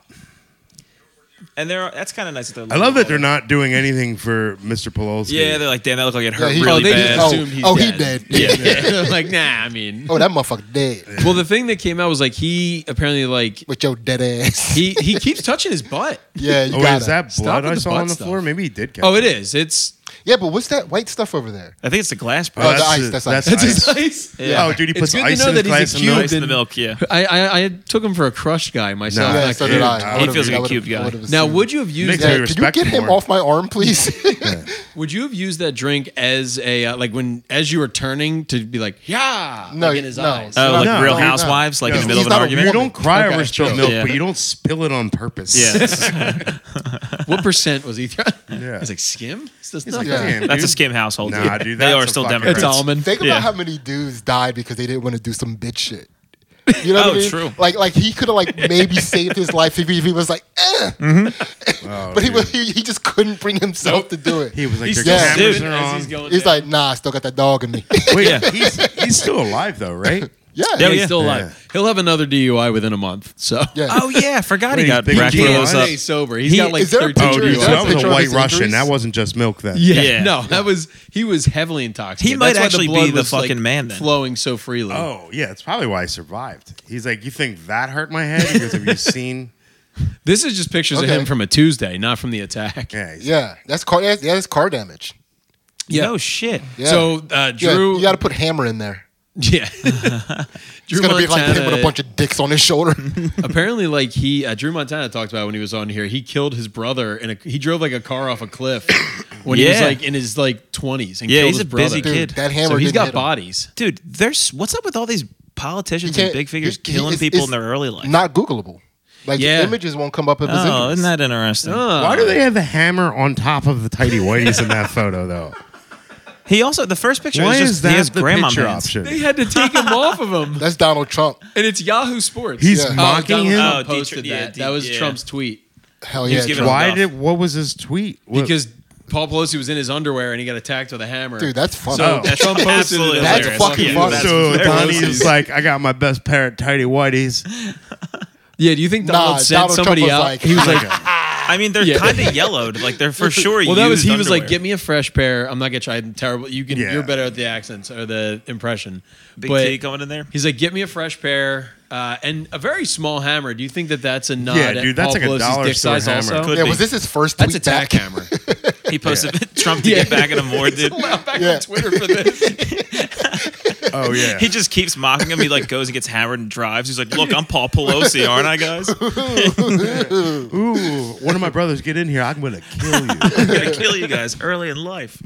Speaker 3: And they're that's kind of nice that they're.
Speaker 4: I love that they're not doing anything for Oh, Mr. Polowski.
Speaker 3: Yeah, they're like, damn, that looked like it hurt
Speaker 6: Yeah, he-
Speaker 3: really
Speaker 5: oh, they
Speaker 3: bad.
Speaker 5: just
Speaker 6: Oh,
Speaker 5: assumed he's
Speaker 6: oh, he
Speaker 5: dead.
Speaker 6: dead.
Speaker 5: Yeah. I'm like, nah. I mean,
Speaker 6: Oh, that motherfucker dead
Speaker 5: well, the thing that came out was like he apparently like
Speaker 6: with your dead ass.
Speaker 5: he he keeps touching his butt.
Speaker 6: yeah, you
Speaker 4: Oh,
Speaker 6: got
Speaker 4: is that
Speaker 5: Stop
Speaker 4: blood
Speaker 5: with
Speaker 4: I
Speaker 5: the
Speaker 4: saw on
Speaker 5: butt
Speaker 4: the
Speaker 5: stuff.
Speaker 4: floor? Maybe he did catch
Speaker 5: Oh, it is. It's
Speaker 6: Yeah, but what's that white stuff over there?
Speaker 3: I think it's the glass
Speaker 4: Oh,
Speaker 3: part.
Speaker 6: the ice, that's ice.
Speaker 5: it's just ice.
Speaker 3: Yeah.
Speaker 4: Oh, dude, he
Speaker 5: It's
Speaker 4: puts
Speaker 5: good to
Speaker 4: ice
Speaker 5: know
Speaker 4: in his
Speaker 5: that he's
Speaker 4: glass
Speaker 5: a
Speaker 4: and
Speaker 5: cube.
Speaker 4: milk.
Speaker 3: ice in the
Speaker 5: then-
Speaker 3: milk. Yeah.
Speaker 5: I, I I took him for a crushed guy myself.
Speaker 4: Nah.
Speaker 6: Yeah,
Speaker 5: Not
Speaker 6: so
Speaker 5: good.
Speaker 6: did I.
Speaker 4: He
Speaker 6: I would've-
Speaker 3: Uh, feels like a
Speaker 6: I would've-
Speaker 3: cube guy.
Speaker 6: I would've
Speaker 5: Now,
Speaker 6: assumed.
Speaker 5: would you have used
Speaker 4: Makes
Speaker 6: Yeah,
Speaker 4: me
Speaker 5: that?
Speaker 4: re-
Speaker 6: could you
Speaker 4: respect
Speaker 6: get
Speaker 4: him
Speaker 6: him
Speaker 4: more.
Speaker 6: off my arm, please?
Speaker 5: Would you have used that drink as a uh, like when as you were turning to be like yeah?
Speaker 6: No,
Speaker 5: like in his
Speaker 6: no.
Speaker 5: eyes. Uh,
Speaker 3: Oh, like
Speaker 4: No,
Speaker 3: Real
Speaker 4: no.
Speaker 3: Housewives, like in
Speaker 4: No.
Speaker 3: the middle
Speaker 6: He's
Speaker 3: of an
Speaker 6: not a
Speaker 3: argument.
Speaker 4: You don't cry
Speaker 5: Okay,
Speaker 4: over spilled
Speaker 5: true.
Speaker 4: milk,
Speaker 3: Yeah.
Speaker 4: but you don't spill it on purpose.
Speaker 3: Yeah,
Speaker 5: What percent was he? throwing?
Speaker 4: Yeah.
Speaker 5: I was like skim. Is this not
Speaker 6: like, yeah.
Speaker 4: Damn,
Speaker 3: that's a
Speaker 4: dude.
Speaker 3: skim household.
Speaker 4: Nah,
Speaker 3: Yeah.
Speaker 4: dude,
Speaker 3: they
Speaker 4: that's
Speaker 3: are
Speaker 4: a
Speaker 3: still
Speaker 4: fucking-
Speaker 5: It's
Speaker 3: Democrats.
Speaker 5: almond.
Speaker 6: Think about
Speaker 3: Yeah.
Speaker 6: how many dudes died because they didn't want to do some bitch shit. You know what
Speaker 3: Oh,
Speaker 6: I mean?
Speaker 3: true.
Speaker 6: Like, like he could have like maybe saved his life if he, if he was like, eh.
Speaker 4: Oh,
Speaker 6: but he,
Speaker 4: dude.
Speaker 6: was, he he just couldn't bring himself to do it.
Speaker 4: He was like,
Speaker 5: He's
Speaker 4: their
Speaker 5: still
Speaker 6: Yeah.
Speaker 4: cameras
Speaker 3: Dude.
Speaker 4: are
Speaker 5: as
Speaker 4: on.
Speaker 5: he's going.
Speaker 6: He's
Speaker 5: down.
Speaker 6: like, nah, I still got that dog in me.
Speaker 4: Wait,
Speaker 3: Yeah.
Speaker 4: he's, he's still alive though, right?
Speaker 6: yeah,
Speaker 3: Yeah,
Speaker 5: Yeah, he's still alive.
Speaker 4: Yeah.
Speaker 5: He'll have another DUI within a month. So
Speaker 6: Yeah.
Speaker 3: Oh yeah, I forgot he
Speaker 4: Wait,
Speaker 3: got
Speaker 4: he's big
Speaker 3: racked
Speaker 4: and
Speaker 3: one of
Speaker 4: Yeah,
Speaker 3: those
Speaker 5: Can't
Speaker 3: up.
Speaker 5: stay sober. He's
Speaker 3: He-
Speaker 5: got like
Speaker 6: is there
Speaker 5: thirteen
Speaker 6: a picture
Speaker 4: Oh,
Speaker 6: Sure,
Speaker 4: dude,
Speaker 6: he's
Speaker 4: so
Speaker 6: got
Speaker 4: that
Speaker 5: DUIs.
Speaker 6: a
Speaker 4: was
Speaker 6: picture
Speaker 4: a
Speaker 6: of
Speaker 4: white
Speaker 6: his
Speaker 4: Russian.
Speaker 6: injuries?
Speaker 4: That wasn't just milk then.
Speaker 5: Yeah.
Speaker 3: Yeah.
Speaker 5: no, that was he was heavily intoxicated.
Speaker 3: He might
Speaker 5: That's why the
Speaker 3: actually
Speaker 5: blood
Speaker 3: be the
Speaker 5: was, like,
Speaker 3: fucking man then.
Speaker 5: flowing so freely.
Speaker 4: Oh yeah, that's probably why I survived. He's like, you think that hurt my head? He goes, have you seen?
Speaker 5: This is just pictures of
Speaker 6: Okay.
Speaker 5: him from a Tuesday, not from the attack.
Speaker 4: Yeah, he's-
Speaker 6: yeah, that's car. That's, yeah, that's car damage.
Speaker 5: Yeah.
Speaker 3: No shit.
Speaker 6: Yeah.
Speaker 5: So uh,
Speaker 6: Yeah,
Speaker 5: Drew,
Speaker 6: you got to put hammer in there.
Speaker 5: Yeah,
Speaker 6: It's
Speaker 5: Drew
Speaker 6: gonna be like him
Speaker 5: Montana-
Speaker 6: with a bunch of dicks on his shoulder.
Speaker 5: apparently like he uh, Drew Montana talked about when he was on here. He killed his brother and he drove like a car off a cliff when he was
Speaker 3: Yeah.
Speaker 5: like in his like twenties and
Speaker 3: Yeah,
Speaker 5: killed
Speaker 3: he's
Speaker 5: his
Speaker 3: a
Speaker 5: brother.
Speaker 3: busy
Speaker 6: Dude,
Speaker 3: kid.
Speaker 6: that hammer.
Speaker 5: so he's
Speaker 6: didn't
Speaker 5: got
Speaker 6: hit him.
Speaker 5: bodies.
Speaker 3: dude. There's what's up with all these politicians
Speaker 6: You
Speaker 3: and
Speaker 6: can't-
Speaker 3: big figures
Speaker 6: you-
Speaker 3: killing
Speaker 6: it's-
Speaker 3: people
Speaker 6: it's
Speaker 3: in their early life?
Speaker 6: Not Googleable. Like
Speaker 5: Yeah.
Speaker 6: the images won't come up if it's
Speaker 3: oh, isn't that interesting?
Speaker 4: Why
Speaker 5: Uh.
Speaker 4: do they have a hammer on top of the tidy whities in that photo though?
Speaker 3: He also the first picture
Speaker 4: Why
Speaker 3: is just
Speaker 4: is
Speaker 3: he
Speaker 4: that
Speaker 3: has
Speaker 4: the
Speaker 3: grandma
Speaker 4: picture
Speaker 3: hands.
Speaker 4: option?
Speaker 5: They had to take him off of him,
Speaker 6: That's Donald Trump.
Speaker 5: and it's Yahoo Sports.
Speaker 4: He's
Speaker 6: Yeah.
Speaker 4: mocking
Speaker 5: Donald
Speaker 4: him.
Speaker 5: Trump
Speaker 3: Oh, D-
Speaker 5: posted
Speaker 3: yeah,
Speaker 5: that.
Speaker 3: D-
Speaker 5: that was
Speaker 3: yeah.
Speaker 5: Trumps tweet
Speaker 6: Hell
Speaker 3: He
Speaker 6: yeah,
Speaker 3: was giving
Speaker 6: Trump.
Speaker 4: Why
Speaker 3: Enough.
Speaker 4: did? What was his tweet? What-
Speaker 5: because Paul Pelosi was in his underwear and he got attacked with a hammer.
Speaker 6: dude, that's funny.
Speaker 4: Oh.
Speaker 5: so
Speaker 3: That's
Speaker 5: Trump posted it
Speaker 3: absolutely
Speaker 5: as
Speaker 6: That's
Speaker 5: a-
Speaker 3: hilarious.
Speaker 6: fucking
Speaker 3: Yeah,
Speaker 6: funny.
Speaker 3: that's
Speaker 4: so
Speaker 3: hilarious.
Speaker 4: Donnie's like, I got my best pair of tidy whities.
Speaker 5: Yeah, do you think Donald
Speaker 6: Nah,
Speaker 5: sent
Speaker 6: Donald Trump
Speaker 5: somebody
Speaker 6: was
Speaker 5: out?
Speaker 6: like-
Speaker 5: he was like,
Speaker 3: I mean, they're
Speaker 5: Yeah.
Speaker 3: kind of yellowed. Like they're for sure.
Speaker 5: well, that was
Speaker 3: used
Speaker 5: he was like,
Speaker 3: underwear.
Speaker 5: get me a fresh pair. I'm not gonna try. I'm terrible. You can.
Speaker 4: Yeah.
Speaker 5: You're better at the accents or the impression.
Speaker 3: Big
Speaker 5: But
Speaker 3: T coming in there.
Speaker 5: He's like, get me a fresh pair uh, and a very small hammer. Do you think that that's a nod?
Speaker 4: Yeah, dude,
Speaker 5: at
Speaker 4: that's
Speaker 5: Paul
Speaker 4: like a
Speaker 5: Pelosi's
Speaker 4: dollar
Speaker 5: dick
Speaker 4: store
Speaker 5: size
Speaker 4: hammer.
Speaker 5: Also?
Speaker 3: Could
Speaker 6: yeah,
Speaker 3: be.
Speaker 6: was this his first
Speaker 5: That's a
Speaker 6: tweet
Speaker 5: tack
Speaker 6: back?
Speaker 5: hammer.
Speaker 3: He posted Trump to get back at him more, dude.
Speaker 5: I'm back
Speaker 6: Yeah.
Speaker 5: on Twitter for this.
Speaker 4: Oh yeah.
Speaker 3: He just keeps mocking him. He like goes and gets hammered and drives. He's like, "Look, I'm Paul Pelosi, aren't I, guys? I'm
Speaker 4: Ooh, one of my brothers get in here. I'm gonna kill you.
Speaker 3: gonna kill you guys early in life."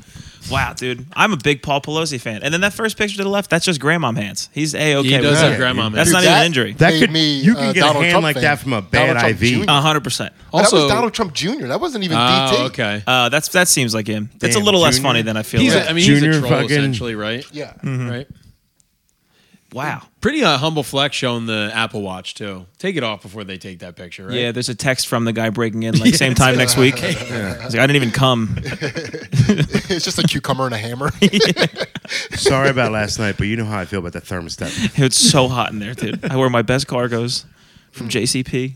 Speaker 3: Wow, dude, I'm a big Paul Pelosi fan. And then that first picture to the left, that's just grandmom hands. He's a okay.
Speaker 5: he does
Speaker 4: that.
Speaker 5: have grandma.
Speaker 3: That's
Speaker 5: man.
Speaker 3: not even an injury.
Speaker 4: That
Speaker 6: made
Speaker 4: could-
Speaker 6: me,
Speaker 4: you can
Speaker 6: uh,
Speaker 4: get a
Speaker 6: Donald
Speaker 4: hand
Speaker 6: Trump
Speaker 4: like
Speaker 6: fan.
Speaker 4: that from a bad
Speaker 6: Donald Trump
Speaker 4: IV.
Speaker 6: Jr.
Speaker 3: A hundred percent.
Speaker 4: Oh.
Speaker 6: that
Speaker 5: also.
Speaker 6: was Donald Trump Jr. That wasn't even DT.
Speaker 5: Oh, okay.
Speaker 3: Uh, that's that seems like him. It's a
Speaker 4: Damn,
Speaker 3: little less
Speaker 4: Junior.
Speaker 3: funny than I feel.
Speaker 5: He's.
Speaker 3: like.
Speaker 5: A, I mean, he's a
Speaker 4: Junior
Speaker 5: troll
Speaker 4: fucking- Mm-hmm.
Speaker 5: essentially, right?
Speaker 6: Yeah.
Speaker 3: Hmm.
Speaker 5: Right.
Speaker 3: wow.
Speaker 5: Pretty uh, humble flex showing the Apple Watch too. Take it off before they take that picture, right?
Speaker 3: Yeah, there's a text from the guy breaking in like same time next week. I was like, I didn't even come.
Speaker 6: it's just a cucumber and a hammer.
Speaker 4: Sorry about last night, but you know how I feel about that thermostat.
Speaker 3: It's so hot in there, dude. I wear my best cargos
Speaker 4: Hmm.
Speaker 3: from JCP.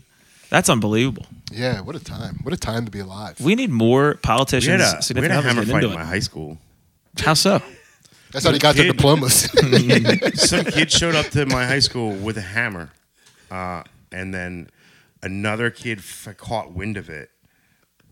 Speaker 3: That's unbelievable.
Speaker 6: yeah, what a time. What a time to be alive.
Speaker 3: We need more
Speaker 4: We had
Speaker 3: politicians,
Speaker 4: a, we had
Speaker 3: significant
Speaker 4: a
Speaker 3: others
Speaker 4: hammer
Speaker 3: getting
Speaker 4: fight in
Speaker 3: into
Speaker 4: my
Speaker 3: it.
Speaker 4: high school.
Speaker 3: How so?
Speaker 6: That's how they got their
Speaker 4: Dude.
Speaker 6: diplomas.
Speaker 4: Some kid showed up to my high school with a hammer, uh, and then another kid f- caught wind of it,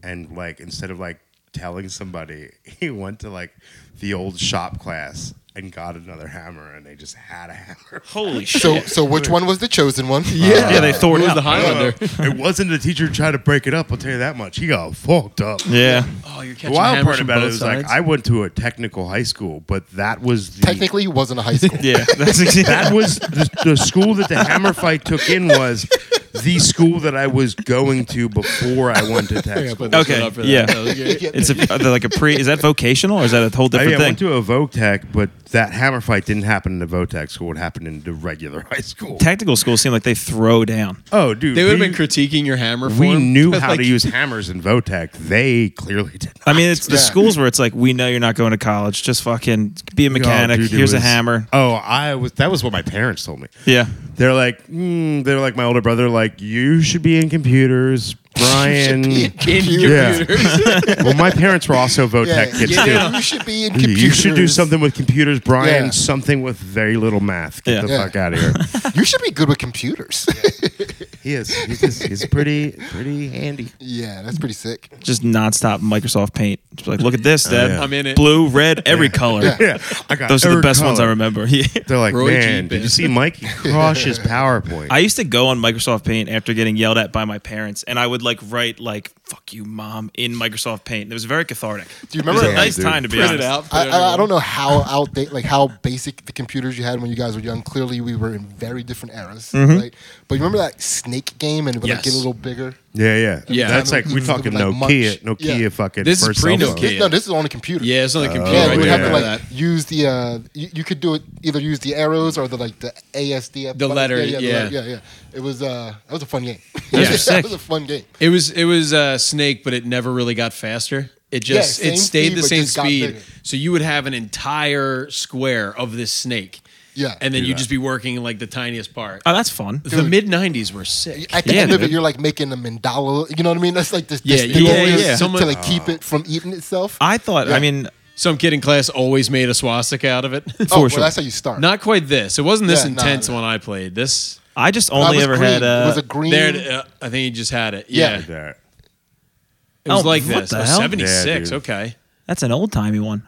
Speaker 4: and like instead of like telling somebody, he went to like the old shop class and got another hammer, and they just had a hammer.
Speaker 3: Holy shit!
Speaker 6: so, so which one was the chosen one? Uh,
Speaker 3: yeah, they thored
Speaker 5: Who's
Speaker 3: out.
Speaker 5: the
Speaker 4: Uh,
Speaker 5: Highlander?
Speaker 4: it wasn't the teacher trying to break it up. I'll tell you that much. He got fucked up.
Speaker 3: yeah,
Speaker 5: Oh, you're catching
Speaker 4: The wild
Speaker 5: hammers
Speaker 4: part
Speaker 5: from
Speaker 4: about it
Speaker 5: both
Speaker 4: is
Speaker 5: sides?
Speaker 4: like I went to a technical high school, but that was the,
Speaker 6: Technically, he wasn't a high school.
Speaker 3: yeah. That's exactly.
Speaker 4: that was the, the school that the hammer fight took in was the school that I was going to before I went to tech school.
Speaker 5: Put
Speaker 3: Okay,
Speaker 5: it up for that.
Speaker 3: yeah.
Speaker 5: That was-
Speaker 3: It's a, are they like a pre. Is that vocational or is that a whole
Speaker 4: I,
Speaker 3: different
Speaker 4: I
Speaker 3: thing?
Speaker 4: went to a Votech, but that hammer fight didn't happen in the Votech school. It happened in the regular high school.
Speaker 3: Technical schools seem like they throw down.
Speaker 4: oh, dude,
Speaker 5: They would have
Speaker 4: we-
Speaker 5: been critiquing your hammer.
Speaker 4: we
Speaker 5: form.
Speaker 4: knew how
Speaker 5: Like,
Speaker 4: to use hammers in Votech. They clearly did not.
Speaker 3: I mean, it's the
Speaker 6: Yeah.
Speaker 3: schools where it's like, we know you're not going to college. Just fucking be a mechanic.
Speaker 4: Oh, dude, it
Speaker 3: Here's a
Speaker 4: was-
Speaker 3: hammer.
Speaker 4: Oh, I was. That was what my parents told me.
Speaker 3: Yeah.
Speaker 4: They're like, mm, they're like my older brother. Like, you should be in computers, Brian.
Speaker 6: Computers.
Speaker 4: Yeah. well, my parents were also Votech
Speaker 6: Yeah.
Speaker 4: kids
Speaker 6: Yeah,
Speaker 4: too.
Speaker 6: You should be in computers.
Speaker 4: You should do something with computers, Brian.
Speaker 6: Yeah.
Speaker 4: Something with very little math. Get
Speaker 3: Yeah.
Speaker 4: the
Speaker 6: Yeah.
Speaker 4: fuck out of here.
Speaker 6: You should be good with computers.
Speaker 4: he is. He's, just, he's pretty, pretty handy.
Speaker 6: yeah, that's pretty sick.
Speaker 3: Just nonstop Microsoft Paint. Just like, look at this, Deb.
Speaker 4: Oh, yeah.
Speaker 5: I'm in it.
Speaker 3: Blue, red, every color.
Speaker 4: Yeah, I got.
Speaker 3: Those are the
Speaker 4: every
Speaker 3: best ones I
Speaker 4: color.
Speaker 3: remember. Yeah.
Speaker 4: They're like,
Speaker 5: Roy G.
Speaker 4: man, did
Speaker 5: Biv."
Speaker 4: you see Mike crush his PowerPoint?
Speaker 3: I used to go on Microsoft Paint after getting yelled at by my parents, and I would like write like "fuck you, mom" in Microsoft Paint. It was very cathartic.
Speaker 6: Do you remember-
Speaker 3: It was a nice
Speaker 4: Damn, dude.
Speaker 3: time to be
Speaker 5: Print
Speaker 3: honest.
Speaker 5: it out. put
Speaker 6: I,
Speaker 5: it on
Speaker 6: I, I
Speaker 5: your
Speaker 6: don't
Speaker 5: wall.
Speaker 6: know how outdated, like how basic the computers you had when you guys were young. Clearly, we were in very different eras,
Speaker 4: Mm-hmm.
Speaker 6: right? But you remember that snake game, and it would like,
Speaker 5: Yes. Oh,
Speaker 6: get a little bigger.
Speaker 4: yeah, yeah,
Speaker 5: Yeah.
Speaker 4: That's like we
Speaker 6: Mhm.
Speaker 4: fucking
Speaker 6: Like
Speaker 4: Nokia,
Speaker 6: Munch.
Speaker 4: Nokia,
Speaker 6: Yeah.
Speaker 4: fucking
Speaker 5: This is
Speaker 4: first cell
Speaker 5: pre-Nokia.
Speaker 4: phone.
Speaker 6: This,
Speaker 5: Yeah.
Speaker 6: no, this is on a computer.
Speaker 5: Yeah, it's on the computer.
Speaker 6: Uh, Yeah,
Speaker 5: right
Speaker 6: you would
Speaker 5: there.
Speaker 6: have to
Speaker 5: Remember
Speaker 6: like
Speaker 5: that.
Speaker 6: use the uh, you, you could do it either use the arrows or the like the ASD up
Speaker 5: The
Speaker 6: button.
Speaker 5: letter,
Speaker 6: yeah, the
Speaker 5: yeah.
Speaker 6: letter, yeah, yeah. It was uh, that was a fun game.
Speaker 5: Yeah.
Speaker 6: that
Speaker 3: Sick.
Speaker 6: was a fun game.
Speaker 5: It was it was uh, Snake, but it never really got faster. It
Speaker 6: Yeah,
Speaker 5: just
Speaker 6: same
Speaker 5: it stayed
Speaker 6: speed,
Speaker 5: the
Speaker 6: but
Speaker 5: same
Speaker 6: just got
Speaker 5: speed.
Speaker 6: bigger.
Speaker 5: So you would have an entire square of this snake.
Speaker 6: Yeah. Uh,
Speaker 5: and then you'd just be working like the tiniest part.
Speaker 3: Oh, that's fun.
Speaker 5: the mid '90s were sick.
Speaker 6: At the
Speaker 3: Yeah,
Speaker 6: end of it,
Speaker 3: dude.
Speaker 6: you're like making a mandala. You know what I mean? That's like this.
Speaker 5: Yeah,
Speaker 6: this
Speaker 5: you
Speaker 6: thing
Speaker 5: always-
Speaker 6: to-
Speaker 5: yeah.
Speaker 6: to,
Speaker 5: Someone-
Speaker 6: like keep it from eating itself.
Speaker 3: I thought. I
Speaker 6: Yeah.
Speaker 3: mean,
Speaker 5: Some kid in class always made a swastika out of it.
Speaker 6: oh, well,
Speaker 3: sure.
Speaker 6: that's how you start.
Speaker 5: Not quite this. It wasn't this
Speaker 6: Yeah, no,
Speaker 5: intense
Speaker 6: no.
Speaker 5: when I played this.
Speaker 3: I just
Speaker 6: That
Speaker 3: only
Speaker 6: was
Speaker 3: ever
Speaker 6: green.
Speaker 3: had.
Speaker 6: it was a
Speaker 3: Uh,
Speaker 6: green.
Speaker 5: There, it- uh, I think you just had it. Yeah,
Speaker 6: Yeah.
Speaker 4: Yeah.
Speaker 5: it was
Speaker 3: Oh,
Speaker 5: like
Speaker 3: what
Speaker 5: this.
Speaker 3: the
Speaker 5: Oh,
Speaker 3: hell?
Speaker 5: '76.
Speaker 4: Yeah, dude.
Speaker 5: okay.
Speaker 3: that's an old timey one.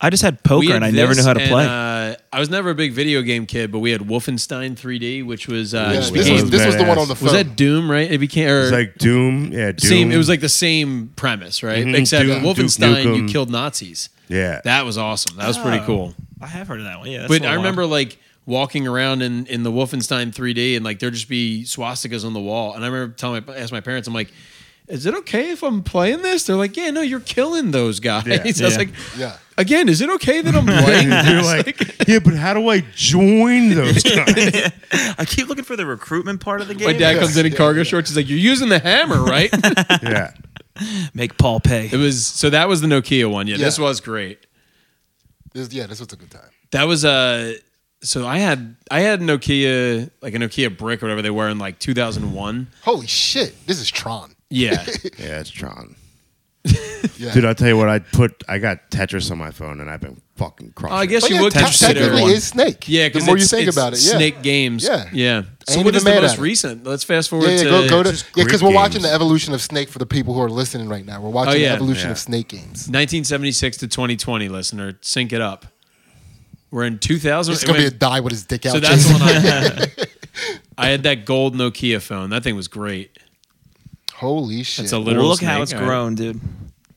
Speaker 3: I just had
Speaker 5: We
Speaker 3: poker
Speaker 5: had
Speaker 3: and I never
Speaker 5: this
Speaker 3: knew how to
Speaker 5: and,
Speaker 3: play.
Speaker 5: Uh, I was never a big video game kid, but we had Wolfenstein 3D, which was uh,
Speaker 6: Yeah,
Speaker 5: just
Speaker 6: this
Speaker 4: That
Speaker 5: became,
Speaker 6: was, this was the one on the
Speaker 4: badass.
Speaker 6: phone.
Speaker 5: was that Doom, right? It became or
Speaker 4: It's like Doom. Yeah, Doom.
Speaker 5: same. It was like the same premise, right?
Speaker 4: Mhm,
Speaker 5: Except
Speaker 4: Doom, Duke
Speaker 5: Wolfenstein, you
Speaker 4: Nukem.
Speaker 5: killed Nazis.
Speaker 4: yeah.
Speaker 5: That was awesome. That was pretty
Speaker 3: Oh.
Speaker 5: cool.
Speaker 3: I have heard of that one. Yeah, that's
Speaker 5: But
Speaker 3: a
Speaker 5: I
Speaker 3: while.
Speaker 5: remember like walking around in, in the Wolfenstein 3D and like there'd just be swastikas on the wall. And I remember telling my asked my parents, I'm like, is it okay if I'm playing this? They're like, yeah, no, you're killing those guys.
Speaker 4: Yeah.
Speaker 5: I was
Speaker 3: Yeah.
Speaker 5: like,
Speaker 6: Yeah.
Speaker 5: again, is it okay that I'm playing
Speaker 4: And you're
Speaker 5: this?
Speaker 4: like, yeah, but how do I join those guys?
Speaker 3: I keep looking for the recruitment part of the game.
Speaker 5: my dad comes in in cargo shorts. He's like, you're using the hammer, right? it
Speaker 4: yeah.
Speaker 3: Make Paul pay.
Speaker 5: was so that was the Nokia one. Yeah, this
Speaker 6: Yeah.
Speaker 5: was great.
Speaker 6: This- yeah, this was a good time.
Speaker 5: That was uh so I had I had Nokia like a Nokia brick or whatever they were in like 2001.
Speaker 6: Holy shit, this is Tron.
Speaker 5: Yeah.
Speaker 4: Yeah, it's Tron.
Speaker 6: Yeah.
Speaker 4: Dude, I'll tell you what, I put I got Tetris on my phone and I've been fucking crushing.
Speaker 5: Oh, I
Speaker 4: it.
Speaker 5: guess
Speaker 6: But
Speaker 5: you
Speaker 6: yeah,
Speaker 5: would
Speaker 6: te-
Speaker 5: consider
Speaker 6: technically
Speaker 5: one.
Speaker 6: is Snake.
Speaker 5: Yeah,
Speaker 6: the
Speaker 5: because
Speaker 6: more you think about it, yeah.
Speaker 5: Snake games.
Speaker 6: Yeah.
Speaker 5: yeah. So
Speaker 6: Ain't
Speaker 5: what
Speaker 6: even
Speaker 5: is the
Speaker 6: mad
Speaker 5: most
Speaker 6: at it.
Speaker 5: recent? Let's fast
Speaker 6: Yeah,
Speaker 5: forward
Speaker 6: yeah,
Speaker 5: to,
Speaker 6: go, go to
Speaker 4: just
Speaker 6: yeah, because we're
Speaker 4: grip
Speaker 6: watching
Speaker 4: games.
Speaker 6: the evolution of Snake for the people who are listening right now. We're watching
Speaker 5: Oh, yeah.
Speaker 6: the evolution
Speaker 4: Yeah.
Speaker 6: of Snake games.
Speaker 5: 1976 to 2020, listener. Sync it up. We're in 2000.
Speaker 6: It's gonna be a
Speaker 5: wait,
Speaker 6: die with his dick out.
Speaker 5: so that's the
Speaker 6: Jason.
Speaker 5: one I had. I had that gold Nokia phone. That thing was great.
Speaker 6: Holy shit!
Speaker 5: That's a
Speaker 3: Well,
Speaker 5: literal.
Speaker 3: look how
Speaker 5: snake,
Speaker 3: it's
Speaker 5: all right.
Speaker 3: grown, dude.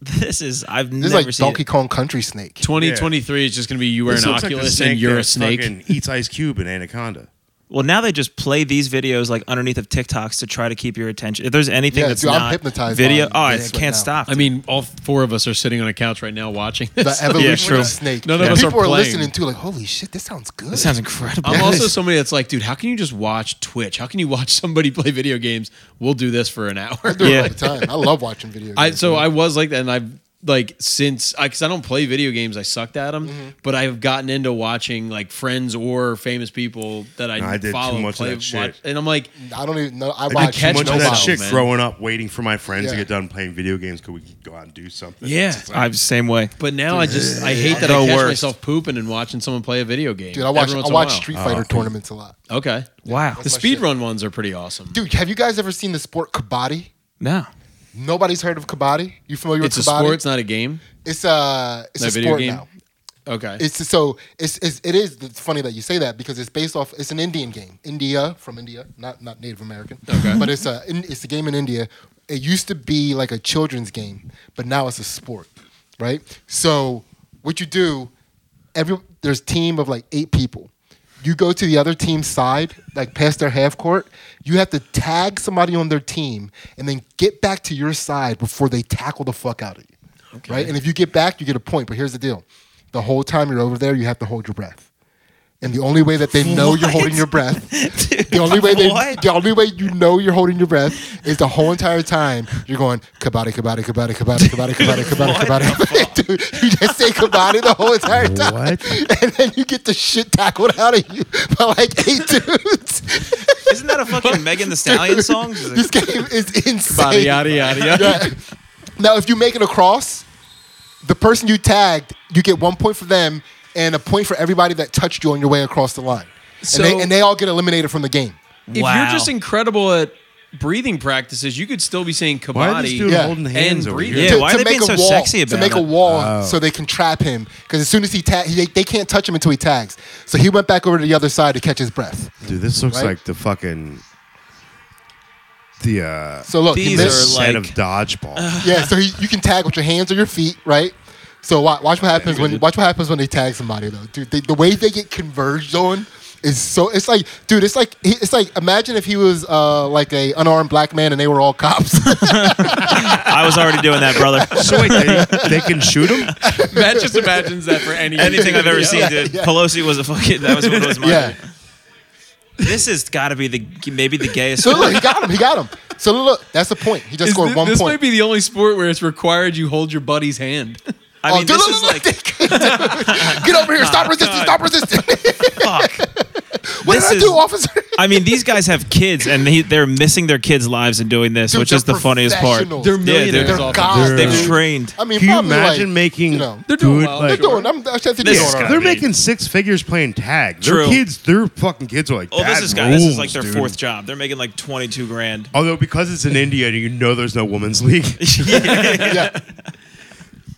Speaker 3: This is I've
Speaker 6: this is
Speaker 3: never
Speaker 6: like
Speaker 3: seen.
Speaker 6: Donkey Kong Country Snake.
Speaker 5: 2023 is just going to be you wear
Speaker 4: This
Speaker 5: an
Speaker 4: looks like the
Speaker 5: Oculus
Speaker 4: snake
Speaker 5: and you're
Speaker 4: that
Speaker 5: a snake.
Speaker 4: fucking Eats Ice Cube and Anaconda.
Speaker 3: Well, now they just play these videos like underneath of TikToks to try to keep your attention. If there's anything
Speaker 6: Yeah,
Speaker 3: that's
Speaker 6: dude, I'm
Speaker 3: not
Speaker 6: hypnotized
Speaker 3: video,
Speaker 6: by
Speaker 3: oh, I
Speaker 6: videos right
Speaker 3: can't
Speaker 6: now.
Speaker 3: stop.
Speaker 5: I mean, all four of us are sitting on a couch right now watching
Speaker 6: The
Speaker 5: this.
Speaker 6: evolution
Speaker 3: true.
Speaker 6: of Snake.
Speaker 5: None of
Speaker 6: And
Speaker 5: us are
Speaker 6: people are,
Speaker 5: playing.
Speaker 6: listening to like, holy shit, this sounds good.
Speaker 3: it sounds incredible.
Speaker 5: I'm also somebody that's like, dude, how can you just watch Twitch? How can you watch somebody play video games? We'll do this for an hour.
Speaker 6: I do it
Speaker 3: Yeah.
Speaker 6: all the time. I love watching video. Games,
Speaker 5: I so I was like that, and I've like since I because I don't play video games, I sucked at them.
Speaker 3: Mm-hmm.
Speaker 5: But I've gotten into watching like friends or famous people that I,
Speaker 4: No, I did too
Speaker 5: follow
Speaker 4: much of
Speaker 5: play,
Speaker 4: that shit.
Speaker 5: watch, and I'm like,
Speaker 6: I don't even know. I
Speaker 4: I
Speaker 6: watch
Speaker 4: did too
Speaker 5: catch
Speaker 4: much
Speaker 6: nobody.
Speaker 4: of that
Speaker 5: myself,
Speaker 4: shit
Speaker 5: man.
Speaker 4: growing up, waiting for my friends to
Speaker 6: Yeah.
Speaker 4: get done playing video games because we could go out and do something.
Speaker 5: yeah.
Speaker 3: I'm same way.
Speaker 5: but now I just I hate that I
Speaker 3: The
Speaker 5: catch
Speaker 3: worst.
Speaker 5: myself pooping and watching someone play a video game.
Speaker 6: Dude, I watch
Speaker 5: every once
Speaker 6: I
Speaker 5: in a
Speaker 6: watch
Speaker 5: while. Oh,
Speaker 6: Street Fighter tournaments a lot.
Speaker 5: Okay,
Speaker 3: Wow.
Speaker 5: the
Speaker 6: my
Speaker 5: speed
Speaker 6: shit.
Speaker 5: run ones are pretty awesome.
Speaker 6: Dude, have you guys ever seen the sport kabaddi?
Speaker 3: No.
Speaker 6: Nobody's heard of kabaddi. You familiar
Speaker 5: it's a
Speaker 6: with kabaddi?
Speaker 5: sport, it's not a game.
Speaker 6: It's a it's
Speaker 5: Not
Speaker 6: a
Speaker 5: a video
Speaker 6: sport
Speaker 5: game?
Speaker 6: now.
Speaker 5: Okay,
Speaker 6: It's so it's, it's it is it's funny that you say that because it's based off it's an Indian game. India from India, not not Native American.
Speaker 5: Okay.
Speaker 6: But it's a it's a game in India. It used to be like a children's game, but now it's a sport, right? So what you do every there's team of like 8 people. You go to the other team's side, like past their half court, you have to tag somebody on their team and then get back to your side before they tackle the fuck out of you. Right? And if you get back, you get a point. But here's the deal the whole time you're over there, you have to hold your breath. And the only way that they know you're holding your breath, the only way they,
Speaker 3: what?
Speaker 6: the only way you know you're holding your breath is the whole entire time you're going kabaddi, kabaddi, kabaddi, kabaddi, kabaddi, kabaddi, kabaddi, kabaddi. Dude, you just say kabaddi the whole entire time, and then you get the shit tackled out of you by like eight dudes.
Speaker 3: Isn't that a fucking Megan the Stallion song? She's like,
Speaker 6: this game is
Speaker 5: yada
Speaker 6: insane.
Speaker 5: yada yada. yada.
Speaker 6: Yeah. Now, if you make it across, the person you tagged, you get one point for them and a point for everybody that touched you on your way across the line.
Speaker 5: So-
Speaker 6: and, they, and they all get eliminated from the game.
Speaker 5: If
Speaker 3: Wow.
Speaker 5: you're just incredible at breathing practices, you could still be saying kabaddi.
Speaker 4: Why are these dudes
Speaker 6: Yeah.
Speaker 4: holding hands
Speaker 5: And
Speaker 4: over
Speaker 5: breathe.
Speaker 4: here?
Speaker 3: Yeah, why are they being
Speaker 6: a
Speaker 3: so
Speaker 6: wall,
Speaker 3: sexy
Speaker 6: To
Speaker 3: about
Speaker 6: make a
Speaker 3: it?
Speaker 6: wall so they can trap him. Because as soon as he tag, he, they can't touch him until he tags. So he went back over to the other side to catch his breath.
Speaker 4: Dude, this looks
Speaker 6: Right?
Speaker 4: like the fucking the uh
Speaker 6: So look, he
Speaker 3: These
Speaker 6: missed.
Speaker 3: are
Speaker 4: set
Speaker 3: like-
Speaker 4: of dodgeball.
Speaker 6: yeah. So he, you can tag with your hands or your feet, right? So watch, watch what happens when watch what happens when they tag somebody though, dude. They, the way they get converged on is so. It's like, dude, it's like he- it's like imagine if he was uh, like a unarmed black man and they were all cops.
Speaker 3: I was already doing that, brother.
Speaker 4: so wait, they, they can shoot him?
Speaker 5: Matt just imagines that for any
Speaker 3: Anything I've ever
Speaker 5: video.
Speaker 3: seen, dude. Pelosi was a fucking. That was one of those.
Speaker 6: yeah.
Speaker 3: Yeah. This has got to be the maybe the gayest.
Speaker 6: So look, he got him. He got him. So look, that's the point. He just
Speaker 5: Is
Speaker 6: scored
Speaker 5: thi-
Speaker 6: one
Speaker 5: this
Speaker 6: point.
Speaker 5: might be the only sport where it's required you hold your buddy's hand.
Speaker 3: I
Speaker 6: Oh,
Speaker 3: mean,
Speaker 6: dude,
Speaker 3: this
Speaker 6: look,
Speaker 3: is
Speaker 6: look,
Speaker 3: like
Speaker 6: look, dude. get over here! Stop resisting! Stop resisting!
Speaker 3: fuck.
Speaker 6: what
Speaker 3: This
Speaker 6: did I
Speaker 3: is-
Speaker 6: do, officer?
Speaker 3: I mean, these guys have kids, and they, they're missing their kids' lives and doing this,
Speaker 6: Dude,
Speaker 3: which is
Speaker 6: they're
Speaker 3: the funniest part.
Speaker 6: professionals.
Speaker 5: They're
Speaker 3: Yeah,
Speaker 5: millionaires
Speaker 3: they're-
Speaker 5: off
Speaker 6: They're
Speaker 5: of
Speaker 6: gods.
Speaker 4: They're-
Speaker 3: They've
Speaker 6: dude.
Speaker 3: trained.
Speaker 6: I mean,
Speaker 4: Can you
Speaker 6: probably, like,
Speaker 4: imagine making
Speaker 6: You know,
Speaker 5: They're doing
Speaker 4: good,
Speaker 5: well,
Speaker 4: like
Speaker 6: they're doing. I'm, I think they're
Speaker 3: This
Speaker 6: doing
Speaker 3: is
Speaker 6: all right.
Speaker 4: they're
Speaker 3: I mean-
Speaker 4: making six figures playing tag.
Speaker 3: True.
Speaker 4: Their kids, their fucking kids are like.
Speaker 3: Oh, this
Speaker 4: "Dad
Speaker 3: is guy. This
Speaker 4: rules,
Speaker 3: is like their
Speaker 4: dude."
Speaker 3: fourth job. They're making like twenty two grand.
Speaker 4: Although because it's in India, you know there's no women's league.
Speaker 6: yeah.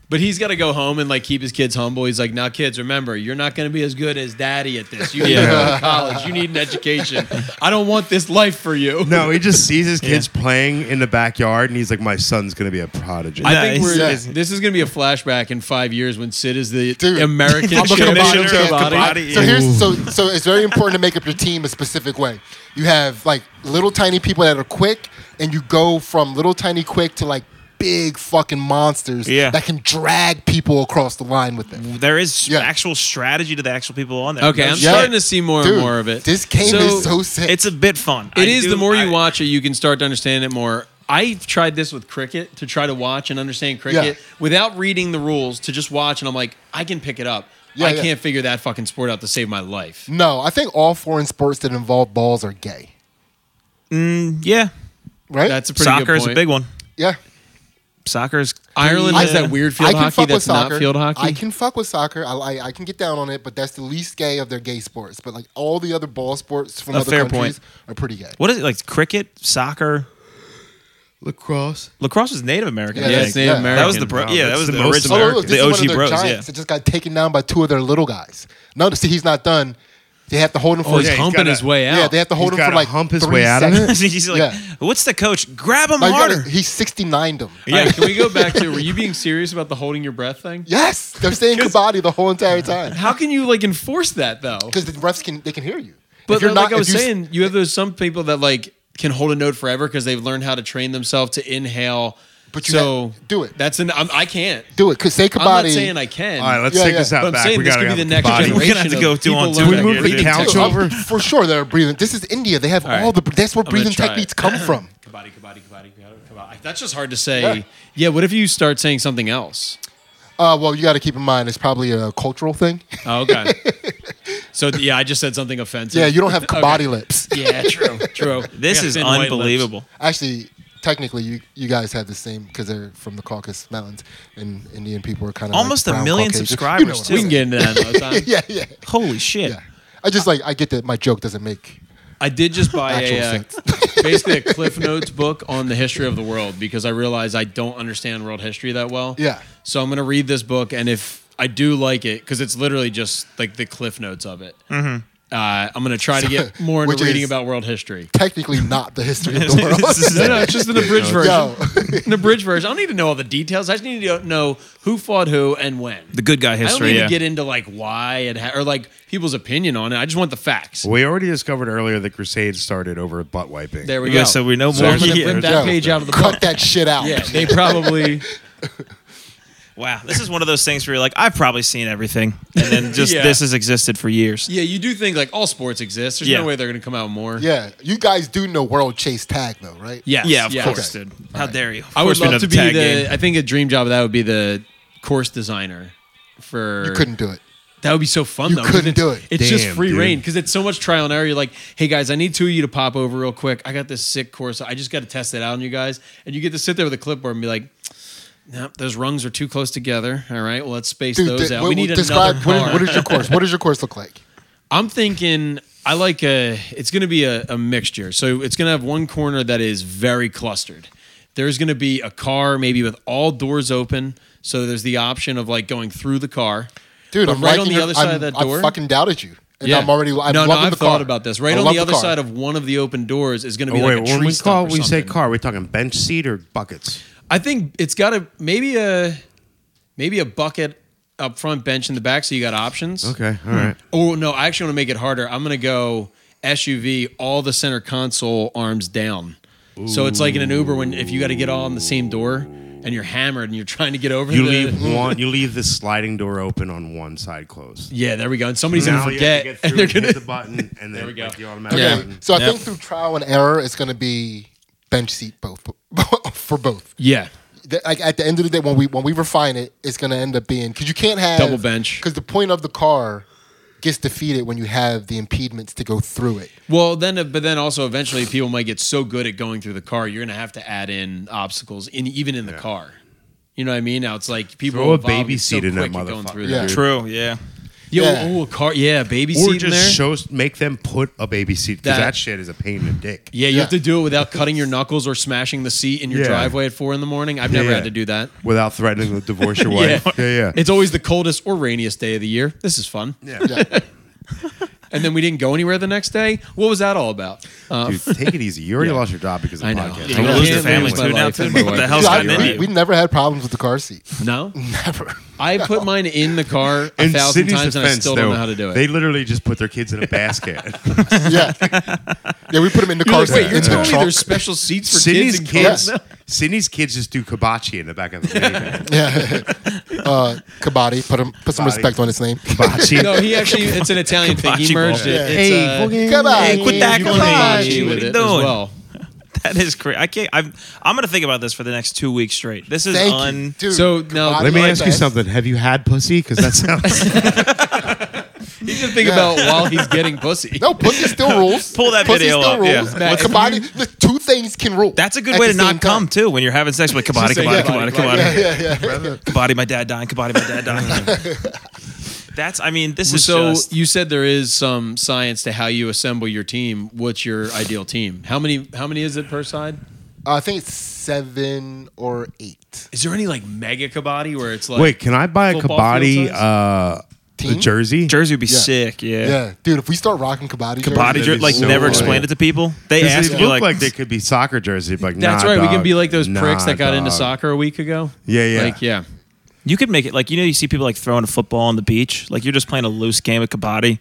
Speaker 5: But he's got to go home and like keep his kids humble. He's like, now, kids, remember, you're not going to be as good as daddy at this. You need to go to college. You need an education. I don't want this life for you.
Speaker 4: No, he just sees his kids playing in the backyard, and he's like, "My son's gonna be a prodigy."
Speaker 5: I
Speaker 3: No,
Speaker 5: think
Speaker 3: it's-
Speaker 5: we're,
Speaker 6: yeah.
Speaker 5: this is going to be a flashback in five years when Sid is the
Speaker 6: Dude.
Speaker 5: American
Speaker 3: I'm a
Speaker 5: champion
Speaker 3: commissioner
Speaker 5: of
Speaker 3: of
Speaker 5: karate.
Speaker 3: karate.
Speaker 6: So here's so so it's very important to make up your team a specific way. You have like little tiny people that are quick, and you go from little tiny quick to like big fucking monsters
Speaker 3: Yeah.
Speaker 6: that can drag people across the line with them.
Speaker 3: There is
Speaker 6: Yeah.
Speaker 3: actual strategy to the actual people on there.
Speaker 5: Okay,
Speaker 3: No
Speaker 5: I'm
Speaker 3: shit.
Speaker 6: Yeah.
Speaker 5: starting to see more
Speaker 6: Dude,
Speaker 5: and more of it.
Speaker 6: This game is so sick.
Speaker 3: It's a bit fun.
Speaker 5: It is the more you watch it, you can start to understand it more. I've tried this with cricket to try to watch and understand cricket
Speaker 6: Yeah.
Speaker 5: without reading the rules to just watch, and I'm like, I can pick it up.
Speaker 6: Yeah,
Speaker 5: I
Speaker 6: yeah.
Speaker 5: can't figure that fucking sport out to save my life.
Speaker 6: no, I think all foreign sports that involve balls are gay.
Speaker 3: Yeah,
Speaker 6: Right?
Speaker 5: That's a pretty good
Speaker 3: soccer
Speaker 5: point.
Speaker 3: is a big one.
Speaker 6: yeah.
Speaker 3: Soccer is
Speaker 5: Ireland
Speaker 3: pretty-
Speaker 5: has that weird field hockey that's not field hockey.
Speaker 6: I can fuck with soccer. I, I I can get down on it, but that's the least gay of their gay sports. But like all the other ball sports from
Speaker 3: A
Speaker 6: other
Speaker 3: fair
Speaker 6: countries are pretty gay.
Speaker 3: What is it like? Cricket, soccer,
Speaker 2: Lacrosse.
Speaker 3: lacrosse is Native American.
Speaker 6: Yeah,
Speaker 3: I
Speaker 5: yeah,
Speaker 6: that's-
Speaker 5: it's
Speaker 3: think.
Speaker 5: Native
Speaker 6: yeah.
Speaker 5: American.
Speaker 3: that was the bro.
Speaker 4: Wow,
Speaker 3: yeah, that
Speaker 4: that's
Speaker 3: was
Speaker 4: the
Speaker 3: the,
Speaker 4: most
Speaker 3: original.
Speaker 6: Oh, look, this
Speaker 3: the
Speaker 6: is one of
Speaker 3: OG
Speaker 6: their
Speaker 3: Bros.
Speaker 6: giants
Speaker 3: Yeah.
Speaker 6: that just got taken down by two of their little guys. No, see, he's not done. They have to hold him for
Speaker 5: Oh, he's
Speaker 4: Yeah, he's
Speaker 5: humping
Speaker 4: gotta-
Speaker 5: his way out.
Speaker 6: yeah, they have to hold
Speaker 4: He's
Speaker 6: him for
Speaker 4: gotta
Speaker 6: like
Speaker 4: hump his
Speaker 6: three
Speaker 4: way out of it?
Speaker 6: seconds.
Speaker 3: He's like,
Speaker 6: Yeah.
Speaker 3: "What's the coach? Grab him
Speaker 6: Like,
Speaker 3: harder."
Speaker 6: he 69 them.
Speaker 5: All right, can we go back to? Were you being serious about the holding your breath thing?
Speaker 6: Yes, they're saying kabaddi the whole entire time
Speaker 5: How can you like enforce that though?
Speaker 6: because the refs can they can hear you.
Speaker 5: But
Speaker 6: if you're
Speaker 5: like I
Speaker 6: if
Speaker 5: was
Speaker 6: you s-
Speaker 5: saying, you have those some people that like can hold a note forever because they've learned how to train themselves to inhale.
Speaker 6: But you
Speaker 5: so
Speaker 6: have- do it.
Speaker 5: That's an I'm, I can't.
Speaker 6: do it. Cause say kabaddi.
Speaker 5: I'm not saying I can.
Speaker 4: All right, let's
Speaker 6: Yeah,
Speaker 4: take
Speaker 6: yeah.
Speaker 4: this out
Speaker 5: but I'm
Speaker 4: back.
Speaker 5: saying
Speaker 4: we
Speaker 5: this
Speaker 4: gotta
Speaker 5: could be the
Speaker 4: have
Speaker 5: next
Speaker 4: body.
Speaker 5: generation.
Speaker 3: We're gonna have to go
Speaker 5: of people
Speaker 3: on to
Speaker 5: learning
Speaker 3: it. Can
Speaker 5: how
Speaker 3: we
Speaker 5: do
Speaker 4: move the
Speaker 5: it.
Speaker 4: couch
Speaker 6: Dude, I'm-
Speaker 4: over?
Speaker 6: for sure. They're breathing. This is India. They have all,
Speaker 5: right.
Speaker 6: the. That's where
Speaker 5: I'm gonna
Speaker 6: breathing
Speaker 5: try it.
Speaker 6: techniques come from.
Speaker 5: Kabaddi, kabaddi, kabaddi, kabaddi, kabaddi. That's just hard to say. Yeah. What if you start saying something else?
Speaker 6: Uh, well, you got to keep in mind it's probably a cultural thing.
Speaker 5: Oh, okay. so yeah, I just said something offensive.
Speaker 6: Yeah, you don't have
Speaker 5: Okay.
Speaker 6: kabaddi lips.
Speaker 5: Yeah, true, true. I
Speaker 3: this
Speaker 5: got
Speaker 3: is
Speaker 5: thin white lips.
Speaker 3: unbelievable.
Speaker 6: Actually, technically, you, you guys have the same because they're from the Caucasus Mountains, and Indian people are kind of
Speaker 3: Almost a million subscribers, too.
Speaker 5: We can get into that another time.
Speaker 6: yeah, yeah,
Speaker 3: Holy shit!
Speaker 6: yeah. I just like I get that my joke doesn't make.
Speaker 5: I did just buy
Speaker 6: Actual
Speaker 5: a, uh, basically a Cliff Notes book on the history of the world because I realize I don't understand world history that well.
Speaker 6: Yeah.
Speaker 5: So I'm going to read this book, and if I do like it, because it's literally just like the Cliff Notes of it, mm-hmm. uh, I'm going to try to get more into
Speaker 6: Which
Speaker 5: reading
Speaker 6: is-
Speaker 5: about world history.
Speaker 6: Technically, not the history of the world.
Speaker 5: No, no, it's just an abridged version.
Speaker 6: Yo.
Speaker 5: An abridged version. I don't need to know all the details. I just need to know who fought who and when.
Speaker 3: The good guy
Speaker 5: I don't
Speaker 3: history.
Speaker 5: need
Speaker 3: Yeah.
Speaker 5: to get into like why and how, or like people's opinion on it. I just want the facts.
Speaker 4: We already discovered earlier the Crusades started over butt wiping.
Speaker 5: There we
Speaker 3: Yeah,
Speaker 5: go.
Speaker 3: so we know
Speaker 5: So
Speaker 3: more.
Speaker 5: I'm gonna
Speaker 3: Yeah.
Speaker 5: print that
Speaker 6: Yeah.
Speaker 5: page out of the book.
Speaker 6: Cut that shit out.
Speaker 5: Yeah, they probably.
Speaker 3: Wow, this is one of those things where you're like, I've probably seen everything, and then just
Speaker 5: Yeah.
Speaker 3: this has existed for years.
Speaker 5: yeah, you do think like all sports exist. There's
Speaker 3: Yeah.
Speaker 5: no way they're going to come out with more.
Speaker 6: Yeah, you guys do know World Chase Tag though, right?
Speaker 5: Yes,
Speaker 3: Yeah, of
Speaker 5: yes.
Speaker 3: course, dude. How dare you? Of
Speaker 5: I would
Speaker 3: course we know
Speaker 5: love to be the.
Speaker 3: tag game.
Speaker 5: I think a dream job of that would be the course designer. For
Speaker 6: You couldn't do it.
Speaker 5: That would be so fun.
Speaker 6: You
Speaker 5: though, 'cause
Speaker 6: couldn't
Speaker 5: it's-
Speaker 6: do it.
Speaker 5: It's just
Speaker 4: Damn,
Speaker 5: free
Speaker 4: dude.
Speaker 5: reign because it's so much trial and error. You're like, hey guys, I need two of you to pop over real quick. I got this sick course. I just got to test it out on you guys, and you get to sit there with a clipboard and be like. Nope, those rungs are too close together. All right, well, let's space those
Speaker 6: d-
Speaker 5: out.
Speaker 6: w-
Speaker 5: we need
Speaker 6: w- describe
Speaker 5: another
Speaker 6: what
Speaker 5: car.
Speaker 6: is- what is your course? What does your course look like?
Speaker 5: I'm thinking I like a. It's going to be a, a mixture. So it's going to have one corner that is very clustered. There's going to be a car maybe with all doors open. So there's the option of like going through the car.
Speaker 6: Dude,
Speaker 5: But
Speaker 6: I'm
Speaker 5: right
Speaker 6: liking
Speaker 5: on the
Speaker 6: your-
Speaker 5: other side
Speaker 6: I'm-
Speaker 5: of that
Speaker 6: I
Speaker 5: door-
Speaker 6: fucking doubted you, and I'm already. I'm
Speaker 5: no, no,
Speaker 6: loving
Speaker 5: I've
Speaker 6: the
Speaker 5: thought
Speaker 6: car.
Speaker 5: about this.
Speaker 6: I
Speaker 5: Right on
Speaker 6: love
Speaker 5: the other
Speaker 6: car.
Speaker 5: side of one of the open doors is going to
Speaker 4: Oh,
Speaker 5: be
Speaker 4: wait,
Speaker 5: like a tree
Speaker 4: when we
Speaker 5: stump
Speaker 4: call,
Speaker 5: or
Speaker 4: we say
Speaker 5: something.
Speaker 4: car. We're talking bench seat or buckets.
Speaker 5: I think it's got to maybe a maybe a bucket up front, bench in the back, so you got options.
Speaker 4: Okay, all right.
Speaker 5: Oh no, I actually want to make it harder. I'm gonna go SUV, all the center console arms down. So it's like in an Uber when if you got to get all on the same door and you're hammered and you're trying to get over.
Speaker 4: You
Speaker 5: the,
Speaker 4: leave one. You leave the sliding door open on one side closed.
Speaker 5: Yeah, there we go. And somebody's gonna
Speaker 4: Now you
Speaker 5: forget,
Speaker 4: have to get
Speaker 5: and
Speaker 4: through
Speaker 5: they're
Speaker 4: and hit
Speaker 5: gonna.
Speaker 4: the button, and then
Speaker 5: we go.
Speaker 4: like, the automatic
Speaker 5: Okay.
Speaker 4: button.
Speaker 6: So I
Speaker 3: Yep.
Speaker 6: think through trial and error, it's going to be bench seat both for both.
Speaker 5: yeah,
Speaker 6: The- Like at the end of the day, when we when we refine it, it's going to end up being because you can't have
Speaker 5: Double bench.
Speaker 6: because the point of the car gets defeated when you have the impediments to go through it.
Speaker 5: well then, but then also eventually people might get so good at going through the car, you're gonna have to add in obstacles in even in the car. You know what I mean? Now it's like people
Speaker 4: Throw a
Speaker 5: evolve
Speaker 4: baby
Speaker 5: so
Speaker 4: seat in that
Speaker 5: quick at going
Speaker 4: motherfucker,
Speaker 5: through
Speaker 4: dude.
Speaker 5: that.
Speaker 6: Yeah.
Speaker 3: True. Yeah.
Speaker 5: Yeah.
Speaker 6: Yeah.
Speaker 5: Ooh, a car. Yeah, baby
Speaker 4: Or
Speaker 5: seat in there.
Speaker 4: just show, make them put a baby seat because
Speaker 5: That-
Speaker 4: that, shit is a pain in the dick.
Speaker 5: yeah, you
Speaker 6: Yeah.
Speaker 5: have to do it without cutting your knuckles or smashing the seat in your
Speaker 4: Yeah.
Speaker 5: driveway at four in the morning. I've
Speaker 4: Yeah,
Speaker 5: never
Speaker 4: yeah.
Speaker 5: had to do that.
Speaker 4: Without threatening to divorce your wife. yeah. yeah, yeah.
Speaker 5: It's always the coldest or rainiest day of the year. This is fun.
Speaker 6: Yeah.
Speaker 5: And then we didn't go anywhere the next day. What was that all about? Uh,
Speaker 4: Dude, take it easy. You already
Speaker 5: yeah.
Speaker 4: lost your job because of
Speaker 5: I
Speaker 4: the
Speaker 5: know.
Speaker 4: podcast.
Speaker 5: Yeah,
Speaker 3: You're gonna
Speaker 5: I
Speaker 3: lose your
Speaker 5: can't
Speaker 3: family
Speaker 5: lose my
Speaker 3: too now,
Speaker 5: life
Speaker 3: too.
Speaker 5: and my
Speaker 3: What the
Speaker 5: wife.
Speaker 3: hell's
Speaker 5: Yeah,
Speaker 3: gotten
Speaker 5: you're
Speaker 3: into
Speaker 5: right.
Speaker 3: you?
Speaker 6: we never had problems with the car seat.
Speaker 5: no,
Speaker 6: Never.
Speaker 5: I put mine in the car a
Speaker 4: In
Speaker 5: thousand
Speaker 4: Sydney's
Speaker 5: times, and I
Speaker 4: defense,
Speaker 5: still don't
Speaker 4: though,
Speaker 5: know how to do it.
Speaker 4: They literally just put their kids in a basket.
Speaker 6: Yeah. Yeah, we put them in the
Speaker 5: You're
Speaker 6: car
Speaker 5: like,
Speaker 6: seat.
Speaker 5: wait, you're
Speaker 6: in the
Speaker 5: telling me
Speaker 6: trunk.
Speaker 5: there's special seats for
Speaker 4: Sydney's
Speaker 5: kids? in cars?
Speaker 4: kids, Sydney's kids just do kibachi in the back of the van.
Speaker 6: Yeah. uh, Kabaddi. Put, him, put some
Speaker 4: Kabaddi.
Speaker 6: respect on his name.
Speaker 4: Kibachi.
Speaker 5: No, he actually, it's an Italian thing. He
Speaker 3: Hibachi
Speaker 5: merged
Speaker 3: ball.
Speaker 5: it. It's, uh,
Speaker 6: Kabaddi.
Speaker 3: quit that
Speaker 5: you
Speaker 3: Come
Speaker 5: can
Speaker 3: on.
Speaker 5: hibachi
Speaker 3: What
Speaker 5: with
Speaker 3: are you
Speaker 5: it as
Speaker 3: doing?
Speaker 5: well.
Speaker 3: That is crazy. I can't. I'm. I'm gonna think about this for the next two weeks straight. This is
Speaker 6: Thank you.
Speaker 3: un.
Speaker 6: Dude,
Speaker 5: So, now-
Speaker 6: Kabaddi
Speaker 4: Let me
Speaker 6: like
Speaker 4: ask you
Speaker 6: that.
Speaker 4: something. Have you had pussy? Because that sounds.
Speaker 5: You can think about while he's getting pussy.
Speaker 6: No, pussy still rules.
Speaker 3: Pull that
Speaker 6: pussy
Speaker 3: video
Speaker 6: still
Speaker 3: up,
Speaker 6: rules.
Speaker 3: yeah.
Speaker 6: But
Speaker 5: Matt, if
Speaker 6: Kabaddi, the two things can rule.
Speaker 3: That's a good
Speaker 6: at
Speaker 3: way
Speaker 6: the
Speaker 3: to not
Speaker 6: same time.
Speaker 3: come too when you're having sex. Like kabaddi,
Speaker 5: Just say
Speaker 3: kabaddi, kabaddi,
Speaker 5: kabaddi, kabaddi.
Speaker 3: kabaddi,
Speaker 6: Yeah, yeah, yeah.
Speaker 3: kabaddi. My dad dying. Kabaddi, my dad dying. That's. I mean, this is
Speaker 5: So
Speaker 3: just.
Speaker 5: you said there is some science to how you assemble your team. What's your ideal team? How many? How many is it per side?
Speaker 6: Uh, I think it's seven or eight.
Speaker 5: Is there any like mega kabaddi where it's like
Speaker 4: Wait, can I buy a
Speaker 5: Football
Speaker 4: kabaddi
Speaker 5: field
Speaker 4: uh, the
Speaker 6: Team?
Speaker 4: jersey?
Speaker 3: Jersey would be
Speaker 6: Yeah.
Speaker 3: sick.
Speaker 6: Yeah.
Speaker 3: Yeah.
Speaker 6: dude. If we start rocking Kabaddi,
Speaker 3: Kabaddi,
Speaker 6: jerseys-
Speaker 3: jer-
Speaker 4: be
Speaker 3: like
Speaker 4: so
Speaker 3: never
Speaker 4: funny.
Speaker 3: explain it to people. They
Speaker 4: Because
Speaker 3: ask
Speaker 4: they
Speaker 3: you
Speaker 4: look
Speaker 3: like,
Speaker 4: like, they could be soccer jerseys. Like
Speaker 5: That's
Speaker 4: nah,
Speaker 5: right. We
Speaker 4: dog.
Speaker 5: can be like those pricks
Speaker 4: Nah,
Speaker 5: that got into
Speaker 4: dog.
Speaker 5: soccer a week ago.
Speaker 4: Yeah, yeah.
Speaker 5: Like yeah.
Speaker 3: you could make it like you know you see people like throwing a football on the beach like you're just playing a loose game of kabaddi.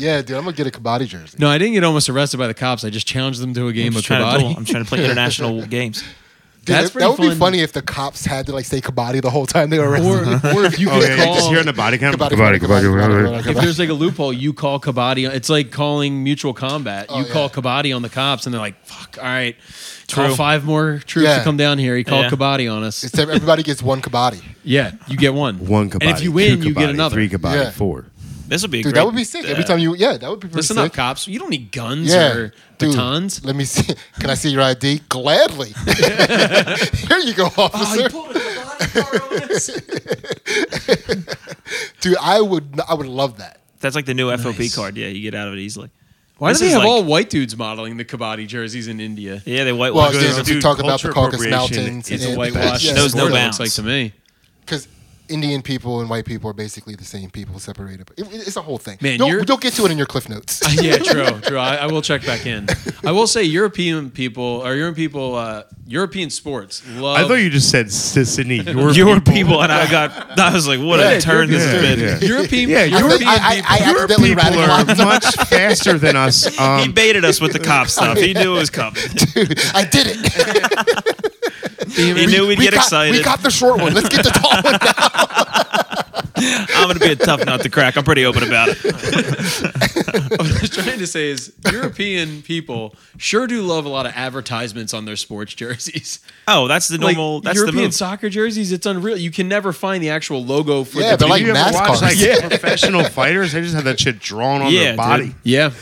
Speaker 6: yeah, dude. I'm gonna get a Kabaddi jersey.
Speaker 5: No, I didn't get almost arrested by the cops. I just challenged them to a game
Speaker 3: I'm
Speaker 5: of
Speaker 3: just, trying to, duel. I'm
Speaker 5: kabaddi.
Speaker 3: trying to play international games.
Speaker 6: Dude,
Speaker 5: That's
Speaker 6: that-
Speaker 5: pretty
Speaker 6: that would
Speaker 5: fun.
Speaker 6: be funny if the cops had to like say Kabaddi the whole time they were
Speaker 5: Or,
Speaker 6: arrested.
Speaker 5: or if you
Speaker 4: Oh,
Speaker 5: could
Speaker 4: yeah, yeah, just
Speaker 5: call,
Speaker 4: hearing the body count.
Speaker 5: if there's like a loophole, you call kabaddi. It's like calling mutual combat.
Speaker 6: Oh,
Speaker 5: you call
Speaker 6: yeah.
Speaker 5: kabaddi on the cops, and they're like, "Fuck, all right, call
Speaker 3: True.
Speaker 5: five more troops
Speaker 6: Yeah.
Speaker 5: to come down here." He called
Speaker 3: Yeah.
Speaker 5: kabaddi on us.
Speaker 6: It's- everybody gets one Kabaddi.
Speaker 5: Yeah, you get one.
Speaker 4: One kabaddi.
Speaker 5: And if you
Speaker 4: two
Speaker 5: win, you get
Speaker 4: kabaddi,
Speaker 5: another.
Speaker 4: Three kabaddi.
Speaker 6: Yeah.
Speaker 4: Four.
Speaker 3: This would be a
Speaker 6: Dude,
Speaker 3: great,
Speaker 6: that would be sick. Every
Speaker 3: uh,
Speaker 6: time you, yeah, that would be pretty
Speaker 5: Listen
Speaker 6: sick.
Speaker 5: up, cops. You don't need guns
Speaker 6: Yeah,
Speaker 5: or
Speaker 6: dude.
Speaker 5: batons.
Speaker 6: Let me see. Can I see your ID? Gladly. Here you go,
Speaker 5: Oh,
Speaker 6: officer. Dude, I would, I would love that.
Speaker 3: That's like the new FOP
Speaker 5: Nice.
Speaker 3: card. Yeah, you get out of it easily.
Speaker 5: Why
Speaker 3: This
Speaker 5: do they
Speaker 3: is
Speaker 5: have
Speaker 3: like-
Speaker 5: all white dudes modeling the kabaddi jerseys in India?
Speaker 3: Yeah, they white
Speaker 6: Well,
Speaker 3: wash
Speaker 6: dude, if
Speaker 3: those.
Speaker 6: you
Speaker 4: dude,
Speaker 6: talk about
Speaker 4: culture
Speaker 6: the Caucasus
Speaker 4: appropriation
Speaker 6: Mountains,
Speaker 4: is
Speaker 5: It's a
Speaker 4: Yeah,
Speaker 5: whitewash.
Speaker 3: yeah.
Speaker 5: Knows
Speaker 3: Knows no
Speaker 5: no
Speaker 3: bounds.
Speaker 5: Like to me,
Speaker 6: because Indian people and white people are basically the same people separated. But it, it's a whole thing.
Speaker 5: Man,
Speaker 6: don't,
Speaker 5: you're-
Speaker 6: don't get to it in your cliff notes.
Speaker 5: yeah, true, true. I, I will check back in. I will say European people or European people, uh, European sports love.
Speaker 4: I thought you just said Sy- Sydney. Your
Speaker 3: Your people and I got. I was like, what a
Speaker 6: Yeah,
Speaker 3: turn this
Speaker 4: yeah,
Speaker 3: has been.
Speaker 4: yeah.
Speaker 5: European,
Speaker 4: Yeah,
Speaker 6: I,
Speaker 5: European
Speaker 6: think- I, I, I
Speaker 5: people.
Speaker 4: Your
Speaker 6: accidentally
Speaker 4: people are
Speaker 6: radicalized.
Speaker 4: much faster than us.
Speaker 3: He
Speaker 4: Um,
Speaker 3: baited us with the cop stuff. He knew it was coming.
Speaker 6: I did it.
Speaker 3: He knew we'd
Speaker 6: we
Speaker 3: get
Speaker 6: got,
Speaker 3: excited.
Speaker 6: We got the short one. Let's get the tall one. now.
Speaker 3: I'm gonna be a tough nut to crack. I'm pretty open about it.
Speaker 5: What I was trying to say is European people sure do love a lot of advertisements on their sports jerseys.
Speaker 3: Oh, that's the normal.
Speaker 5: like,
Speaker 3: that's
Speaker 5: European
Speaker 3: the move.
Speaker 5: soccer jerseys, it's unreal. You can never find the actual logo for
Speaker 6: Yeah,
Speaker 5: the
Speaker 6: they're
Speaker 5: team.
Speaker 6: like
Speaker 4: you ever watch
Speaker 6: NASCAR.
Speaker 4: like
Speaker 5: Yeah.
Speaker 4: professional fighters? They just have that shit drawn on
Speaker 3: Yeah,
Speaker 4: their
Speaker 3: dude.
Speaker 4: body.
Speaker 5: Yeah.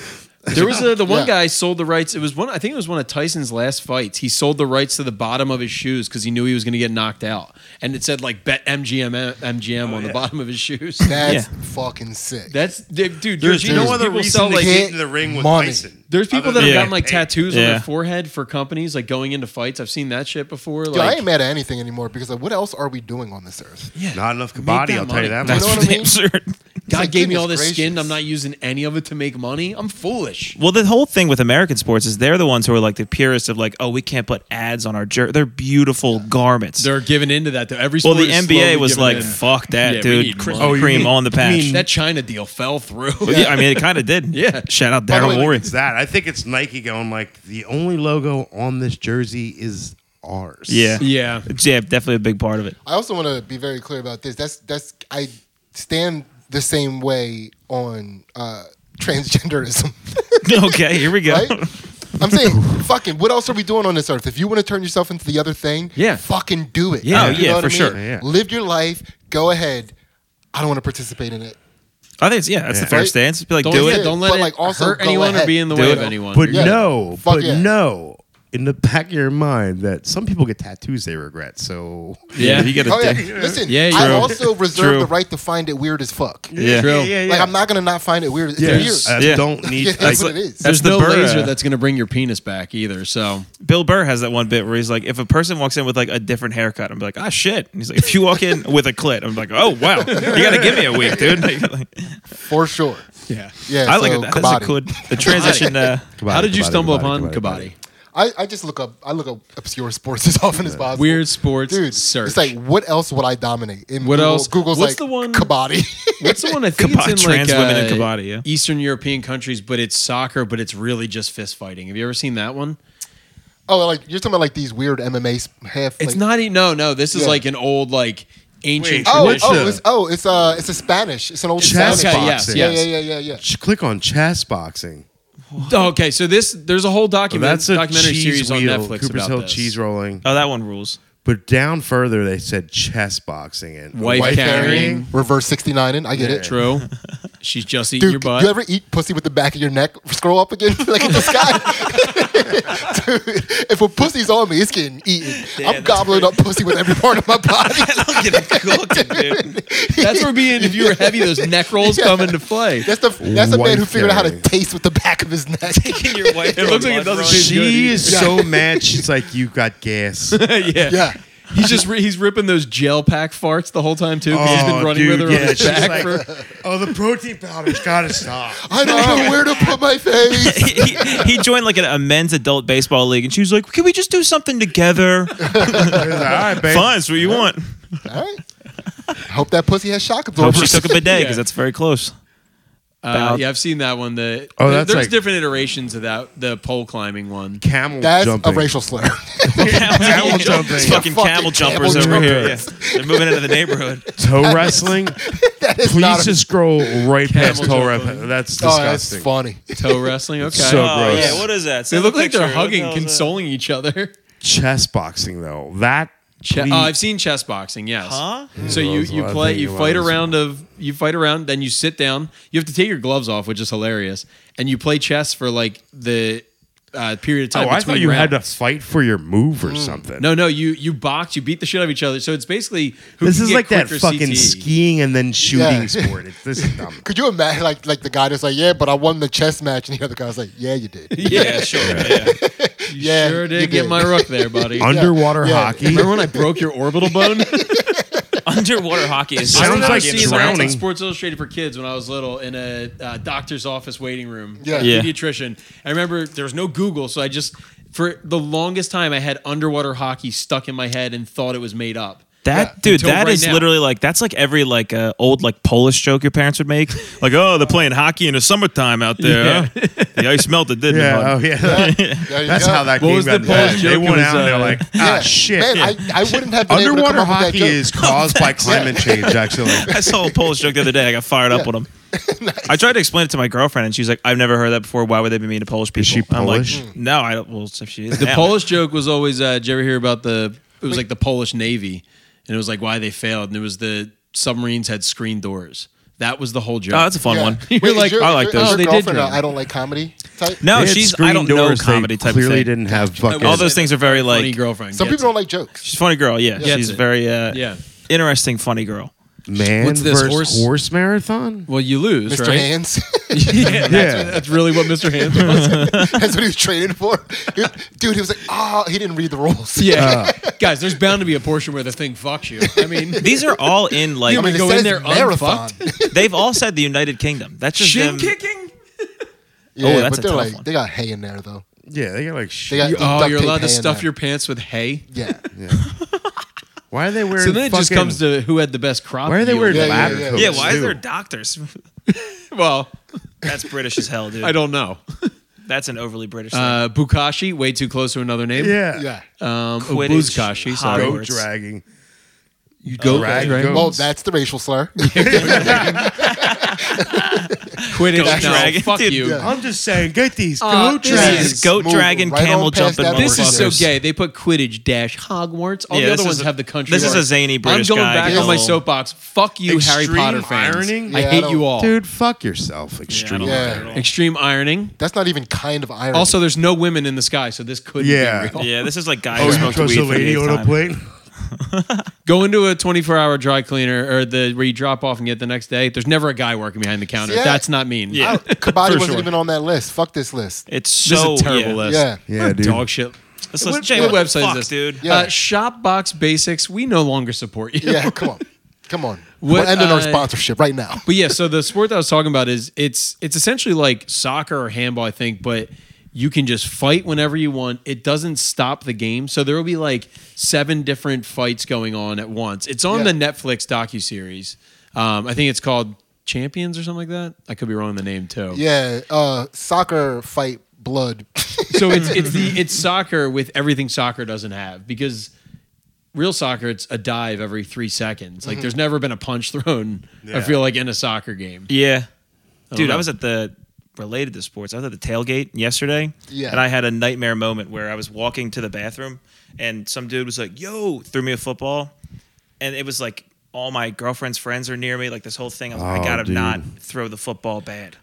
Speaker 5: There was a, the one
Speaker 6: Yeah.
Speaker 5: guy sold the rights. It was one. I think it was one of Tyson's last fights. He sold the rights to the bottom of his shoes because he knew he was going to get knocked out, and it said like "Bet MGM MGM"
Speaker 4: Oh,
Speaker 5: on the bottom of his shoes.
Speaker 6: That's
Speaker 3: Yeah.
Speaker 6: fucking sick.
Speaker 5: That's dude. dude
Speaker 4: There's
Speaker 5: Georginos,
Speaker 4: no other
Speaker 5: people
Speaker 4: reason
Speaker 5: sell
Speaker 4: to
Speaker 5: like
Speaker 4: get into the ring with
Speaker 6: money.
Speaker 4: Tyson.
Speaker 5: There's people
Speaker 4: other
Speaker 5: that
Speaker 4: than
Speaker 5: have gotten like
Speaker 4: getting paid.
Speaker 5: tattoos on
Speaker 3: Yeah.
Speaker 5: their forehead for companies, like going into fights. I've seen that shit before.
Speaker 6: Dude, I
Speaker 5: Like,
Speaker 6: ain't mad at anything anymore because like, what else are we doing on this earth?
Speaker 4: Not enough kabaddi,
Speaker 5: Make that
Speaker 4: I'll tell
Speaker 5: money.
Speaker 4: you that. much.
Speaker 6: You know
Speaker 3: That's
Speaker 6: what I
Speaker 3: for
Speaker 6: mean?
Speaker 3: damn sure.
Speaker 5: God
Speaker 6: like,
Speaker 5: gave me
Speaker 6: goodness
Speaker 5: all this skin.
Speaker 6: gracious.
Speaker 5: I'm not using any of it to make money. I'm foolish.
Speaker 3: Well, the whole thing with American sports is they're the ones who are like the purists of like, oh, we can't put ads on our jer. They're beautiful garments.
Speaker 5: They're giving into that though. Every
Speaker 3: well,
Speaker 5: sport
Speaker 3: the
Speaker 5: is
Speaker 3: NBA
Speaker 5: slowly
Speaker 3: was
Speaker 5: giving
Speaker 3: like,
Speaker 5: in.
Speaker 3: fuck that,
Speaker 5: Yeah, we
Speaker 3: dude.
Speaker 5: need
Speaker 3: Cr-
Speaker 5: money.
Speaker 4: Oh, you
Speaker 3: cream
Speaker 4: mean-
Speaker 3: on the
Speaker 4: you
Speaker 3: patch.
Speaker 4: mean-
Speaker 5: that China deal fell through.
Speaker 3: yeah, I mean, it kind of did.
Speaker 5: Yeah.
Speaker 3: Shout out
Speaker 6: the way,
Speaker 3: Daryl
Speaker 6: like,
Speaker 3: Morey.
Speaker 4: It's that. I think it's Nike going like the only logo on this jersey is ours.
Speaker 3: Yeah.
Speaker 5: Yeah.
Speaker 3: Yeah, definitely a big part of it.
Speaker 6: I also want to be very clear about this. That's that's I stand the same way on uh, transgenderism.
Speaker 3: okay, here we go.
Speaker 6: Right? I'm saying, fucking, what else are we doing on this earth? If you want to turn yourself into the other thing,
Speaker 5: Yeah.
Speaker 6: fucking do it.
Speaker 3: Yeah. Oh,
Speaker 6: You
Speaker 3: yeah,
Speaker 6: know what
Speaker 3: for
Speaker 6: I mean?
Speaker 3: sure.
Speaker 4: Yeah.
Speaker 6: Live your life. Go ahead. I don't want to participate in it.
Speaker 3: I think it's, yeah, that's the
Speaker 4: Yeah.
Speaker 3: fair
Speaker 6: Right?
Speaker 3: stance. Be like,
Speaker 5: Don't,
Speaker 3: do
Speaker 5: yeah,
Speaker 3: it.
Speaker 5: don't let
Speaker 6: But,
Speaker 5: it
Speaker 6: like, also
Speaker 5: hurt
Speaker 6: go
Speaker 5: anyone or
Speaker 6: ahead.
Speaker 5: be in the
Speaker 3: Do
Speaker 5: way
Speaker 3: it.
Speaker 5: of anyone.
Speaker 4: But
Speaker 6: Yeah.
Speaker 4: no,
Speaker 6: Fuck
Speaker 4: but
Speaker 6: yeah.
Speaker 4: no. in the back of your mind that some people get tattoos they regret. So
Speaker 5: Yeah.
Speaker 3: you get a
Speaker 6: Oh yeah,
Speaker 3: dick.
Speaker 6: listen.
Speaker 5: Yeah,
Speaker 6: I
Speaker 5: true.
Speaker 6: also reserve
Speaker 3: True.
Speaker 6: the right to find it weird as fuck.
Speaker 3: Yeah. Uh,
Speaker 5: True.
Speaker 6: Like I'm not gonna not find it weird. It's
Speaker 4: Yes.
Speaker 6: weird.
Speaker 4: I
Speaker 3: Yeah.
Speaker 4: don't need.
Speaker 6: Yeah,
Speaker 4: like,
Speaker 6: that's what it is.
Speaker 3: That's
Speaker 5: There's
Speaker 3: the
Speaker 5: no
Speaker 3: Burr.
Speaker 5: laser that's going to bring your penis back either. So
Speaker 3: Bill Burr has that one bit where he's like, if a person walks in with like a different haircut, I'm like, ah, shit. And he's like, if you walk in with a clit, I'm like, oh wow, you gotta give me a week, dude. Like, like,
Speaker 6: for sure.
Speaker 5: yeah.
Speaker 6: Yeah,
Speaker 3: I like
Speaker 6: so
Speaker 3: it. That's a
Speaker 6: Kabaddi.
Speaker 3: good the transition. Uh,
Speaker 5: How did you
Speaker 4: Kabaddi,
Speaker 5: stumble
Speaker 4: Kabaddi,
Speaker 5: upon
Speaker 4: Kabaddi,
Speaker 5: Kabaddi?
Speaker 6: I, I just look up. I look up obscure sports as often as possible.
Speaker 5: Weird sports
Speaker 6: Dude,
Speaker 5: search.
Speaker 6: it's like what else would I dominate? And
Speaker 5: What else?
Speaker 6: Google's
Speaker 5: What's
Speaker 6: like
Speaker 5: the one-
Speaker 6: Kabaddi.
Speaker 5: What's the one I think
Speaker 3: Kabaddi-
Speaker 5: it's in
Speaker 3: trans
Speaker 5: like
Speaker 3: women in
Speaker 5: uh,
Speaker 3: Kabaddi, yeah.
Speaker 5: Eastern European countries, but it's soccer, but it's really just fist fighting. Have you ever seen that one?
Speaker 6: oh, like you're talking about like these weird MMA s- half.
Speaker 5: It's
Speaker 6: like-
Speaker 5: not e No, no. This is
Speaker 6: Yeah.
Speaker 5: like an old like ancient
Speaker 4: Wait,
Speaker 6: Oh,
Speaker 5: tradition.
Speaker 6: oh,
Speaker 4: the-
Speaker 6: it's, oh, it's uh, it's a Spanish. It's an old
Speaker 4: Chess
Speaker 6: Spanish.
Speaker 5: okay, yes,
Speaker 4: boxing.
Speaker 6: Yeah,
Speaker 5: yes.
Speaker 6: yeah, yeah, yeah, yeah.
Speaker 4: Ch- Click on chess boxing.
Speaker 5: Oh, Okay, so this there's a whole document
Speaker 4: That's a
Speaker 5: documentary
Speaker 4: cheese
Speaker 5: series on
Speaker 4: wheel,
Speaker 5: Netflix
Speaker 4: Cooper's
Speaker 5: about
Speaker 4: Hill
Speaker 5: this.
Speaker 4: cheese rolling.
Speaker 3: oh, that one rules.
Speaker 4: But down further, they said chess boxing and
Speaker 5: Wife,
Speaker 6: Wife
Speaker 5: carrying.
Speaker 6: carrying, reverse 69 in. I get it.
Speaker 5: True. She's just eating
Speaker 6: Dude,
Speaker 5: your butt.
Speaker 6: you ever eat pussy with the back of your neck? Scroll up again, like at the sky. Dude, if a pussy's on me, it's getting eaten. I'm
Speaker 3: that's
Speaker 6: gobbling up pussy with every part of my body.
Speaker 3: Look at it cooking, dude.
Speaker 5: That's where being if you were heavy, those neck rolls come into play.
Speaker 6: That's the that's the man who
Speaker 4: Wife
Speaker 6: figured out how to
Speaker 4: carrying.
Speaker 6: taste with the back of his neck.
Speaker 3: Taking your wife.
Speaker 5: It looks like it doesn't taste good
Speaker 4: She is so mad. She's like, "You got gas." oh,
Speaker 5: yeah.
Speaker 6: yeah.
Speaker 5: He's just ri he's ripping those gel pack farts the whole time too. 'cause he's been running
Speaker 4: Oh, dude,
Speaker 5: with her
Speaker 4: yeah.
Speaker 5: on his
Speaker 4: She's
Speaker 5: back
Speaker 4: like,
Speaker 5: for uh,
Speaker 4: "Oh, the protein powder's gotta stop."
Speaker 6: I don't know where to put my face.
Speaker 3: he, he joined like an, a men's adult baseball league, and she was like, "Can we just do something together?
Speaker 4: She's like, All right, babe.
Speaker 3: Fine, it's what you want."
Speaker 6: All right. Hope that pussy has shock
Speaker 3: Hope
Speaker 6: absorbers.
Speaker 3: she took a bidet because
Speaker 5: Yeah.
Speaker 3: that's very close.
Speaker 5: Uh, yeah, I've seen that one. The
Speaker 4: Oh,
Speaker 5: there-
Speaker 4: that's
Speaker 5: there's
Speaker 4: like-
Speaker 5: different iterations of that. The pole climbing one.
Speaker 4: Camel
Speaker 6: That's
Speaker 4: jumping.
Speaker 6: a racial slur.
Speaker 3: camel
Speaker 4: jumping.
Speaker 3: Fucking
Speaker 6: Fucking
Speaker 3: camel
Speaker 6: camel
Speaker 3: jumpers over
Speaker 4: jumpers.
Speaker 3: here. Yeah. They're moving into the neighborhood.
Speaker 4: toe wrestling.
Speaker 6: that is not.
Speaker 4: Please
Speaker 6: A,
Speaker 4: just scroll right past
Speaker 5: Camel
Speaker 4: toe
Speaker 5: jumping.
Speaker 4: wrestling. That's
Speaker 6: oh, that's
Speaker 4: disgusting.
Speaker 6: funny.
Speaker 5: Toe wrestling. Okay.
Speaker 4: So
Speaker 3: Oh
Speaker 4: gross.
Speaker 3: yeah, what is that?
Speaker 5: they
Speaker 3: Send
Speaker 5: look
Speaker 3: a
Speaker 5: like they're
Speaker 3: picture. What the
Speaker 5: hugging,
Speaker 3: hell is that?
Speaker 5: consoling each other.
Speaker 4: Chess boxing though. That.
Speaker 5: Che-
Speaker 4: please-
Speaker 5: oh, I've seen chess boxing. Yes.
Speaker 3: Huh?
Speaker 5: So
Speaker 4: Yeah,
Speaker 5: you
Speaker 4: that's
Speaker 5: you
Speaker 4: what I
Speaker 5: play
Speaker 4: think
Speaker 5: you
Speaker 4: it
Speaker 5: fight a
Speaker 4: was.
Speaker 5: round of you fight a round, then you sit down. You have to take your gloves off, which is hilarious, and you play chess for like the uh, period of time.
Speaker 4: Oh, I
Speaker 5: between
Speaker 4: thought you had to
Speaker 5: rounds. Hmm.
Speaker 4: fight for your move or something.
Speaker 5: No, no, you you box, you beat the shit out of each other. So it's basically who
Speaker 4: This
Speaker 5: can
Speaker 4: is
Speaker 5: get
Speaker 4: like that
Speaker 5: quicker
Speaker 4: fucking
Speaker 5: CTE.
Speaker 4: skiing and then shooting
Speaker 6: Yeah.
Speaker 4: sport. It's, this is dumb.
Speaker 6: Could you imagine, like, like the guy that's like, "Yeah, but I won the chess match," and the other guy's like, "Yeah, you did."
Speaker 3: Yeah, sure. Yeah.
Speaker 5: You
Speaker 6: Yeah,
Speaker 5: sure did
Speaker 6: you
Speaker 5: get
Speaker 6: did.
Speaker 5: my rook there, buddy.
Speaker 4: Underwater
Speaker 6: Yeah.
Speaker 4: hockey.
Speaker 5: Remember when I broke your orbital bone?
Speaker 3: Underwater hockey is
Speaker 4: Sounds
Speaker 5: I remember
Speaker 4: like
Speaker 5: seeing
Speaker 4: it's
Speaker 5: that on
Speaker 4: drowning.
Speaker 5: Sports Illustrated for kids when I was little in a uh, doctor's office waiting room.
Speaker 6: Yeah.
Speaker 5: a
Speaker 3: Yeah.
Speaker 5: pediatrician. I remember there was no Google, so I just for the longest time I had underwater hockey stuck in my head and thought it was made up.
Speaker 3: That dude,
Speaker 5: Until
Speaker 3: that
Speaker 5: right
Speaker 3: is
Speaker 5: now.
Speaker 3: literally like that's like every like uh, old like Polish joke your parents would make. Like, oh, they're playing hockey in the summertime out there. huh? the ice melted, didn't
Speaker 4: Yeah, oh
Speaker 3: it?
Speaker 4: yeah.
Speaker 6: There you
Speaker 4: That's
Speaker 6: go.
Speaker 4: how that
Speaker 5: What
Speaker 4: game
Speaker 5: was
Speaker 4: got
Speaker 5: the Polish
Speaker 4: invented.
Speaker 5: joke?
Speaker 4: They went
Speaker 5: It was,
Speaker 4: out and they're
Speaker 5: uh,
Speaker 4: like, ah,
Speaker 6: Yeah.
Speaker 4: shit.
Speaker 6: Man, I, I wouldn't have been able to
Speaker 4: Underwater
Speaker 6: come up with that
Speaker 4: hockey
Speaker 6: joke.
Speaker 4: is caused by climate change, actually.
Speaker 3: I saw a Polish joke the other day. I got fired up with him. I tried to explain it to my girlfriend, and she's like, "I've never heard that before. Why would they be mean to Polish people?"
Speaker 4: she
Speaker 3: I'm like,
Speaker 4: Polish?
Speaker 3: "No, I don't." Well, if she is
Speaker 5: The
Speaker 3: now.
Speaker 5: Polish joke was always, uh, did you ever hear about the, it was like the Polish Navy and it was like why they failed. And it was the submarines had screen doors. That was the whole joke.
Speaker 3: Oh, that's a fun one.
Speaker 6: Wait,
Speaker 5: You're
Speaker 6: is
Speaker 5: like,
Speaker 6: your-
Speaker 3: I
Speaker 6: is
Speaker 3: like those.
Speaker 6: your- is
Speaker 5: Oh,
Speaker 6: your
Speaker 5: they did
Speaker 6: girlfriend
Speaker 5: drink.
Speaker 6: a I don't like comedy type.
Speaker 3: No,
Speaker 4: They had
Speaker 3: she's.
Speaker 4: screen
Speaker 3: I don't know
Speaker 4: doors.
Speaker 3: comedy
Speaker 4: they
Speaker 3: type of
Speaker 4: clearly
Speaker 3: thing.
Speaker 4: didn't have fucking.
Speaker 3: All those things are very like
Speaker 5: funny girlfriend.
Speaker 6: Some
Speaker 5: gets
Speaker 6: people
Speaker 5: it.
Speaker 6: don't like jokes.
Speaker 3: She's a funny girl. Yeah,
Speaker 5: Gets
Speaker 3: she's
Speaker 5: it.
Speaker 3: very uh,
Speaker 5: Yeah.
Speaker 3: interesting funny girl.
Speaker 4: man
Speaker 5: What's this,
Speaker 4: versus
Speaker 5: horse-
Speaker 4: horse? marathon.
Speaker 5: Well, you lose,
Speaker 6: Mr.
Speaker 5: right?
Speaker 6: Hands,
Speaker 5: yeah, that's,
Speaker 4: Yeah.
Speaker 5: that's really what Mr. Hands was.
Speaker 6: that's what he was training for. He was- dude, he was like, oh, he didn't read the rules.
Speaker 5: Yeah, guys, there's bound to be a portion where the thing fucks you. I mean,
Speaker 3: These are all in like
Speaker 5: I mean,
Speaker 6: it
Speaker 5: go in
Speaker 6: says
Speaker 5: there Oh,
Speaker 6: marathon.
Speaker 3: they've all said the United Kingdom. That's just
Speaker 5: shin
Speaker 3: them.
Speaker 5: kicking.
Speaker 6: yeah,
Speaker 3: that's a
Speaker 6: but they're
Speaker 3: tough
Speaker 6: like,
Speaker 3: one.
Speaker 6: they got hay in there though.
Speaker 4: Yeah, they got like.
Speaker 6: They got
Speaker 4: shit.
Speaker 6: you,
Speaker 5: Oh, you're allowed to stuff your pants with hay.
Speaker 6: yeah.
Speaker 4: Why are they wearing?
Speaker 5: So then it just
Speaker 4: fucking-
Speaker 5: comes to who had the best crop.
Speaker 4: Why are they
Speaker 5: yield.
Speaker 4: wearing
Speaker 6: Yeah, yeah,
Speaker 4: lab
Speaker 6: yeah.
Speaker 4: coats?
Speaker 3: Yeah, why
Speaker 4: too?
Speaker 3: is there doctors?
Speaker 5: Well,
Speaker 3: That's British as hell, dude.
Speaker 5: I don't know.
Speaker 3: That's an overly British. thing.
Speaker 5: Uh, Bukashi, way too close to another name.
Speaker 4: Yeah,
Speaker 6: Yeah.
Speaker 5: Um,
Speaker 3: Quidditch,
Speaker 5: Buzkashi, sorry.
Speaker 4: Goat
Speaker 3: Hogwarts.
Speaker 4: dragging.
Speaker 5: You
Speaker 4: drag,
Speaker 5: drag. Um,
Speaker 4: goat.
Speaker 6: Well, that's the racial slur.
Speaker 5: Quit
Speaker 3: Go
Speaker 5: it. No,
Speaker 3: dragon,
Speaker 5: fuck
Speaker 3: dude.
Speaker 5: you.
Speaker 4: I'm just saying, get these
Speaker 5: Uh,
Speaker 4: goat
Speaker 5: this
Speaker 4: dragons.
Speaker 3: This is goat
Speaker 6: Move
Speaker 3: dragon
Speaker 6: right on
Speaker 3: camel
Speaker 6: past
Speaker 3: jumping
Speaker 6: that
Speaker 5: This is so
Speaker 3: motherfuckers.
Speaker 5: gay. They put Quidditch dash Hogwarts. All
Speaker 3: Yeah,
Speaker 5: the
Speaker 3: this
Speaker 5: other ones
Speaker 3: is a-
Speaker 5: have the country.
Speaker 3: this is
Speaker 5: mark.
Speaker 3: a zany British
Speaker 5: I'm going
Speaker 3: guy.
Speaker 5: back
Speaker 3: He's a
Speaker 5: on my
Speaker 3: little-
Speaker 5: soapbox. Fuck you, Harry
Speaker 4: Extreme
Speaker 5: Potter fans.
Speaker 4: ironing?
Speaker 5: I
Speaker 6: Yeah, I
Speaker 5: hate
Speaker 6: don't-
Speaker 5: you all.
Speaker 4: Dude, fuck yourself. Extreme.
Speaker 3: Yeah, I
Speaker 6: Yeah.
Speaker 3: don't like that at all.
Speaker 5: Extreme ironing.
Speaker 6: That's not even kind of irony.
Speaker 5: Also, there's no women in the sky, so this could
Speaker 4: Yeah.
Speaker 5: be real.
Speaker 3: Yeah, this is like guys
Speaker 4: Oh,
Speaker 3: who
Speaker 4: you
Speaker 3: smoked
Speaker 4: trust
Speaker 3: weed
Speaker 4: a
Speaker 3: for the
Speaker 4: lady
Speaker 3: eighth
Speaker 4: on a
Speaker 3: time.
Speaker 4: plane?
Speaker 5: Go into a 24 hour dry cleaner or the where you drop off and get the next day. There's never a guy working behind the counter.
Speaker 6: Yeah.
Speaker 5: That's not mean.
Speaker 3: Yeah.
Speaker 6: Kabaddi
Speaker 5: for
Speaker 6: wasn't
Speaker 5: sure.
Speaker 6: even on that list. Fuck this list.
Speaker 3: It's
Speaker 5: This
Speaker 3: so
Speaker 5: is a terrible
Speaker 3: yeah.
Speaker 5: list.
Speaker 6: Yeah.
Speaker 4: Yeah, dude.
Speaker 5: Dog shit.
Speaker 3: This
Speaker 5: What,
Speaker 3: list, Jay,
Speaker 5: what
Speaker 3: what
Speaker 5: website
Speaker 3: fuck,
Speaker 5: is this?
Speaker 3: dude?
Speaker 6: Yeah.
Speaker 5: Uh, Shopbox Basics. We no longer support you.
Speaker 6: Yeah, come on. Come on.
Speaker 5: What
Speaker 6: We're ending our
Speaker 5: I-
Speaker 6: sponsorship right now.
Speaker 5: But yeah, so the sport that I was talking about is it's it's essentially like soccer or handball, I think, but you can just fight whenever you want. It doesn't stop the game. So there will be like seven different fights going on at once. It's on
Speaker 6: Yeah.
Speaker 5: the Netflix docuseries. Um, I think it's called Champions or something like that. I could be wrong on the name too.
Speaker 6: Yeah, uh, soccer fight blood.
Speaker 5: So it's it's the it's soccer with everything soccer doesn't have because real soccer it's a dive every three seconds.
Speaker 6: Mm-hmm.
Speaker 5: Like there's never been a punch thrown. I
Speaker 4: Yeah.
Speaker 5: feel like in a soccer game.
Speaker 3: Yeah. Dude,
Speaker 5: know.
Speaker 3: I was at the related to sports. I was at the tailgate yesterday.
Speaker 6: Yeah.
Speaker 3: And I had a nightmare moment where I was walking to the bathroom and some dude was like, yo, threw me a football. And it was like all my girlfriend's friends are near me, like this whole thing. I was like,
Speaker 4: Oh,
Speaker 3: I gotta
Speaker 4: dude.
Speaker 3: not throw the football bad.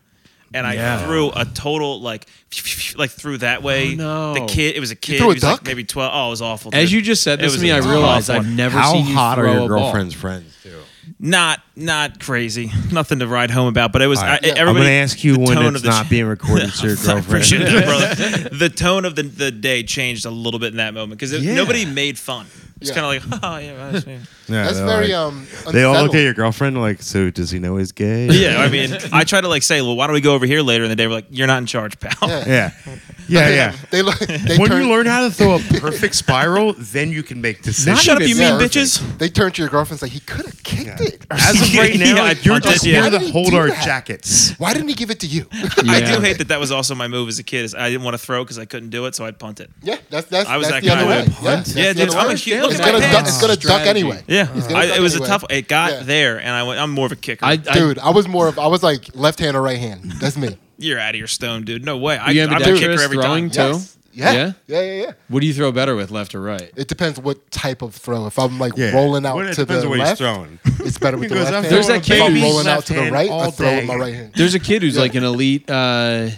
Speaker 3: And I threw a total like like threw that way.
Speaker 5: Oh, no.
Speaker 3: The kid it was a kid.
Speaker 6: threw a
Speaker 3: he was like,
Speaker 6: duck?
Speaker 3: maybe twelve. Oh, it was awful.
Speaker 5: As
Speaker 3: dude.
Speaker 5: you just said
Speaker 3: It
Speaker 5: this to
Speaker 3: was
Speaker 5: me,
Speaker 3: a
Speaker 5: I
Speaker 3: tough
Speaker 5: realized
Speaker 3: one.
Speaker 5: I've never
Speaker 8: How
Speaker 5: seen you
Speaker 8: hot
Speaker 5: throw
Speaker 8: are
Speaker 5: a
Speaker 8: your
Speaker 5: ball.
Speaker 8: girlfriend's friends too?
Speaker 3: not not crazy. Nothing to ride home about, but it was
Speaker 8: All
Speaker 3: I,
Speaker 8: right.
Speaker 3: everybody
Speaker 8: I'm gonna ask you
Speaker 3: the
Speaker 8: when
Speaker 3: tone
Speaker 8: it's
Speaker 3: of the
Speaker 8: not
Speaker 3: sh-
Speaker 8: being recorded to your
Speaker 3: Appreciate
Speaker 8: girlfriend.
Speaker 3: it, brother. the tone of the, the day changed a little bit in that moment because
Speaker 8: Yeah.
Speaker 3: nobody made fun. It's
Speaker 6: Yeah.
Speaker 3: kind of like, oh, yeah, that's me."
Speaker 8: Yeah,
Speaker 6: That's
Speaker 8: they're
Speaker 6: very
Speaker 8: like-
Speaker 6: um.
Speaker 4: They all look at
Speaker 6: unsettled.
Speaker 4: your girlfriend like, so does he know he's gay?
Speaker 3: yeah. I mean, I try to like say, well, why don't we go over here later in the day? We're like, you're not in charge, pal.
Speaker 6: Yeah.
Speaker 4: Yeah. Yeah, yeah.
Speaker 6: They look. They
Speaker 4: when
Speaker 6: turn,
Speaker 4: you learn how to throw a perfect spiral, then you can make decisions.
Speaker 3: Shut up, you
Speaker 5: even
Speaker 3: mean
Speaker 6: perfect.
Speaker 3: bitches.
Speaker 6: They turn to your girlfriends like he could have kicked it.
Speaker 4: As of right now,
Speaker 3: Yeah, I
Speaker 4: you're
Speaker 3: punched
Speaker 4: just
Speaker 3: it, yeah.
Speaker 4: here to
Speaker 6: Why did he
Speaker 4: hold
Speaker 6: do
Speaker 4: our
Speaker 6: that?
Speaker 4: jackets.
Speaker 6: Why didn't he give it to you?
Speaker 3: I
Speaker 5: Yeah.
Speaker 3: do hate that that was also my move as a kid. Is I didn't want to throw because I couldn't do it, so I'd punt it.
Speaker 6: yeah, that's that's.
Speaker 3: I was
Speaker 6: that's
Speaker 3: that
Speaker 6: the
Speaker 3: guy.
Speaker 6: other way.
Speaker 3: Punt?
Speaker 6: Yeah, that's
Speaker 3: Yeah,
Speaker 6: the
Speaker 3: dude,
Speaker 6: other
Speaker 3: I'm
Speaker 6: way.
Speaker 3: a huge- look
Speaker 6: It's
Speaker 3: at my
Speaker 6: gonna duck.
Speaker 3: pants.
Speaker 6: It's gonna duck
Speaker 5: Strategy.
Speaker 6: anyway.
Speaker 3: Yeah,
Speaker 6: He's gonna
Speaker 3: I,
Speaker 6: duck
Speaker 3: it was
Speaker 6: anyway.
Speaker 3: a tough. It got
Speaker 6: Yeah.
Speaker 3: there, and I went. I'm more of a kicker.
Speaker 5: I, I,
Speaker 6: Dude, I was more of I was like left hand or right hand. That's me.
Speaker 3: you're out of your stone, dude. No way. I,
Speaker 5: you
Speaker 3: I'm a
Speaker 5: ambidextrous
Speaker 3: kicker every
Speaker 5: throwing
Speaker 3: time.
Speaker 5: too.
Speaker 6: Yes.
Speaker 5: Yeah?
Speaker 6: Yeah. Yeah. Yeah. Yeah. yeah.
Speaker 5: What do you throw better with, left or right?
Speaker 6: It depends what type of throw. If I'm like
Speaker 4: Yeah.
Speaker 6: rolling out
Speaker 4: Well, it
Speaker 6: to
Speaker 4: depends on
Speaker 6: the
Speaker 4: what he's
Speaker 6: left,
Speaker 4: throwing.
Speaker 6: it's better with
Speaker 4: He
Speaker 6: the
Speaker 4: goes,
Speaker 6: left
Speaker 4: I'm
Speaker 6: hand.
Speaker 5: throwing There's that
Speaker 6: if I'm
Speaker 5: baby
Speaker 6: rolling out
Speaker 4: left
Speaker 6: to the
Speaker 4: hand
Speaker 6: right, I
Speaker 4: all
Speaker 6: throw with
Speaker 4: day.
Speaker 6: my right hand.
Speaker 5: There's a kid who's like an elite, uh,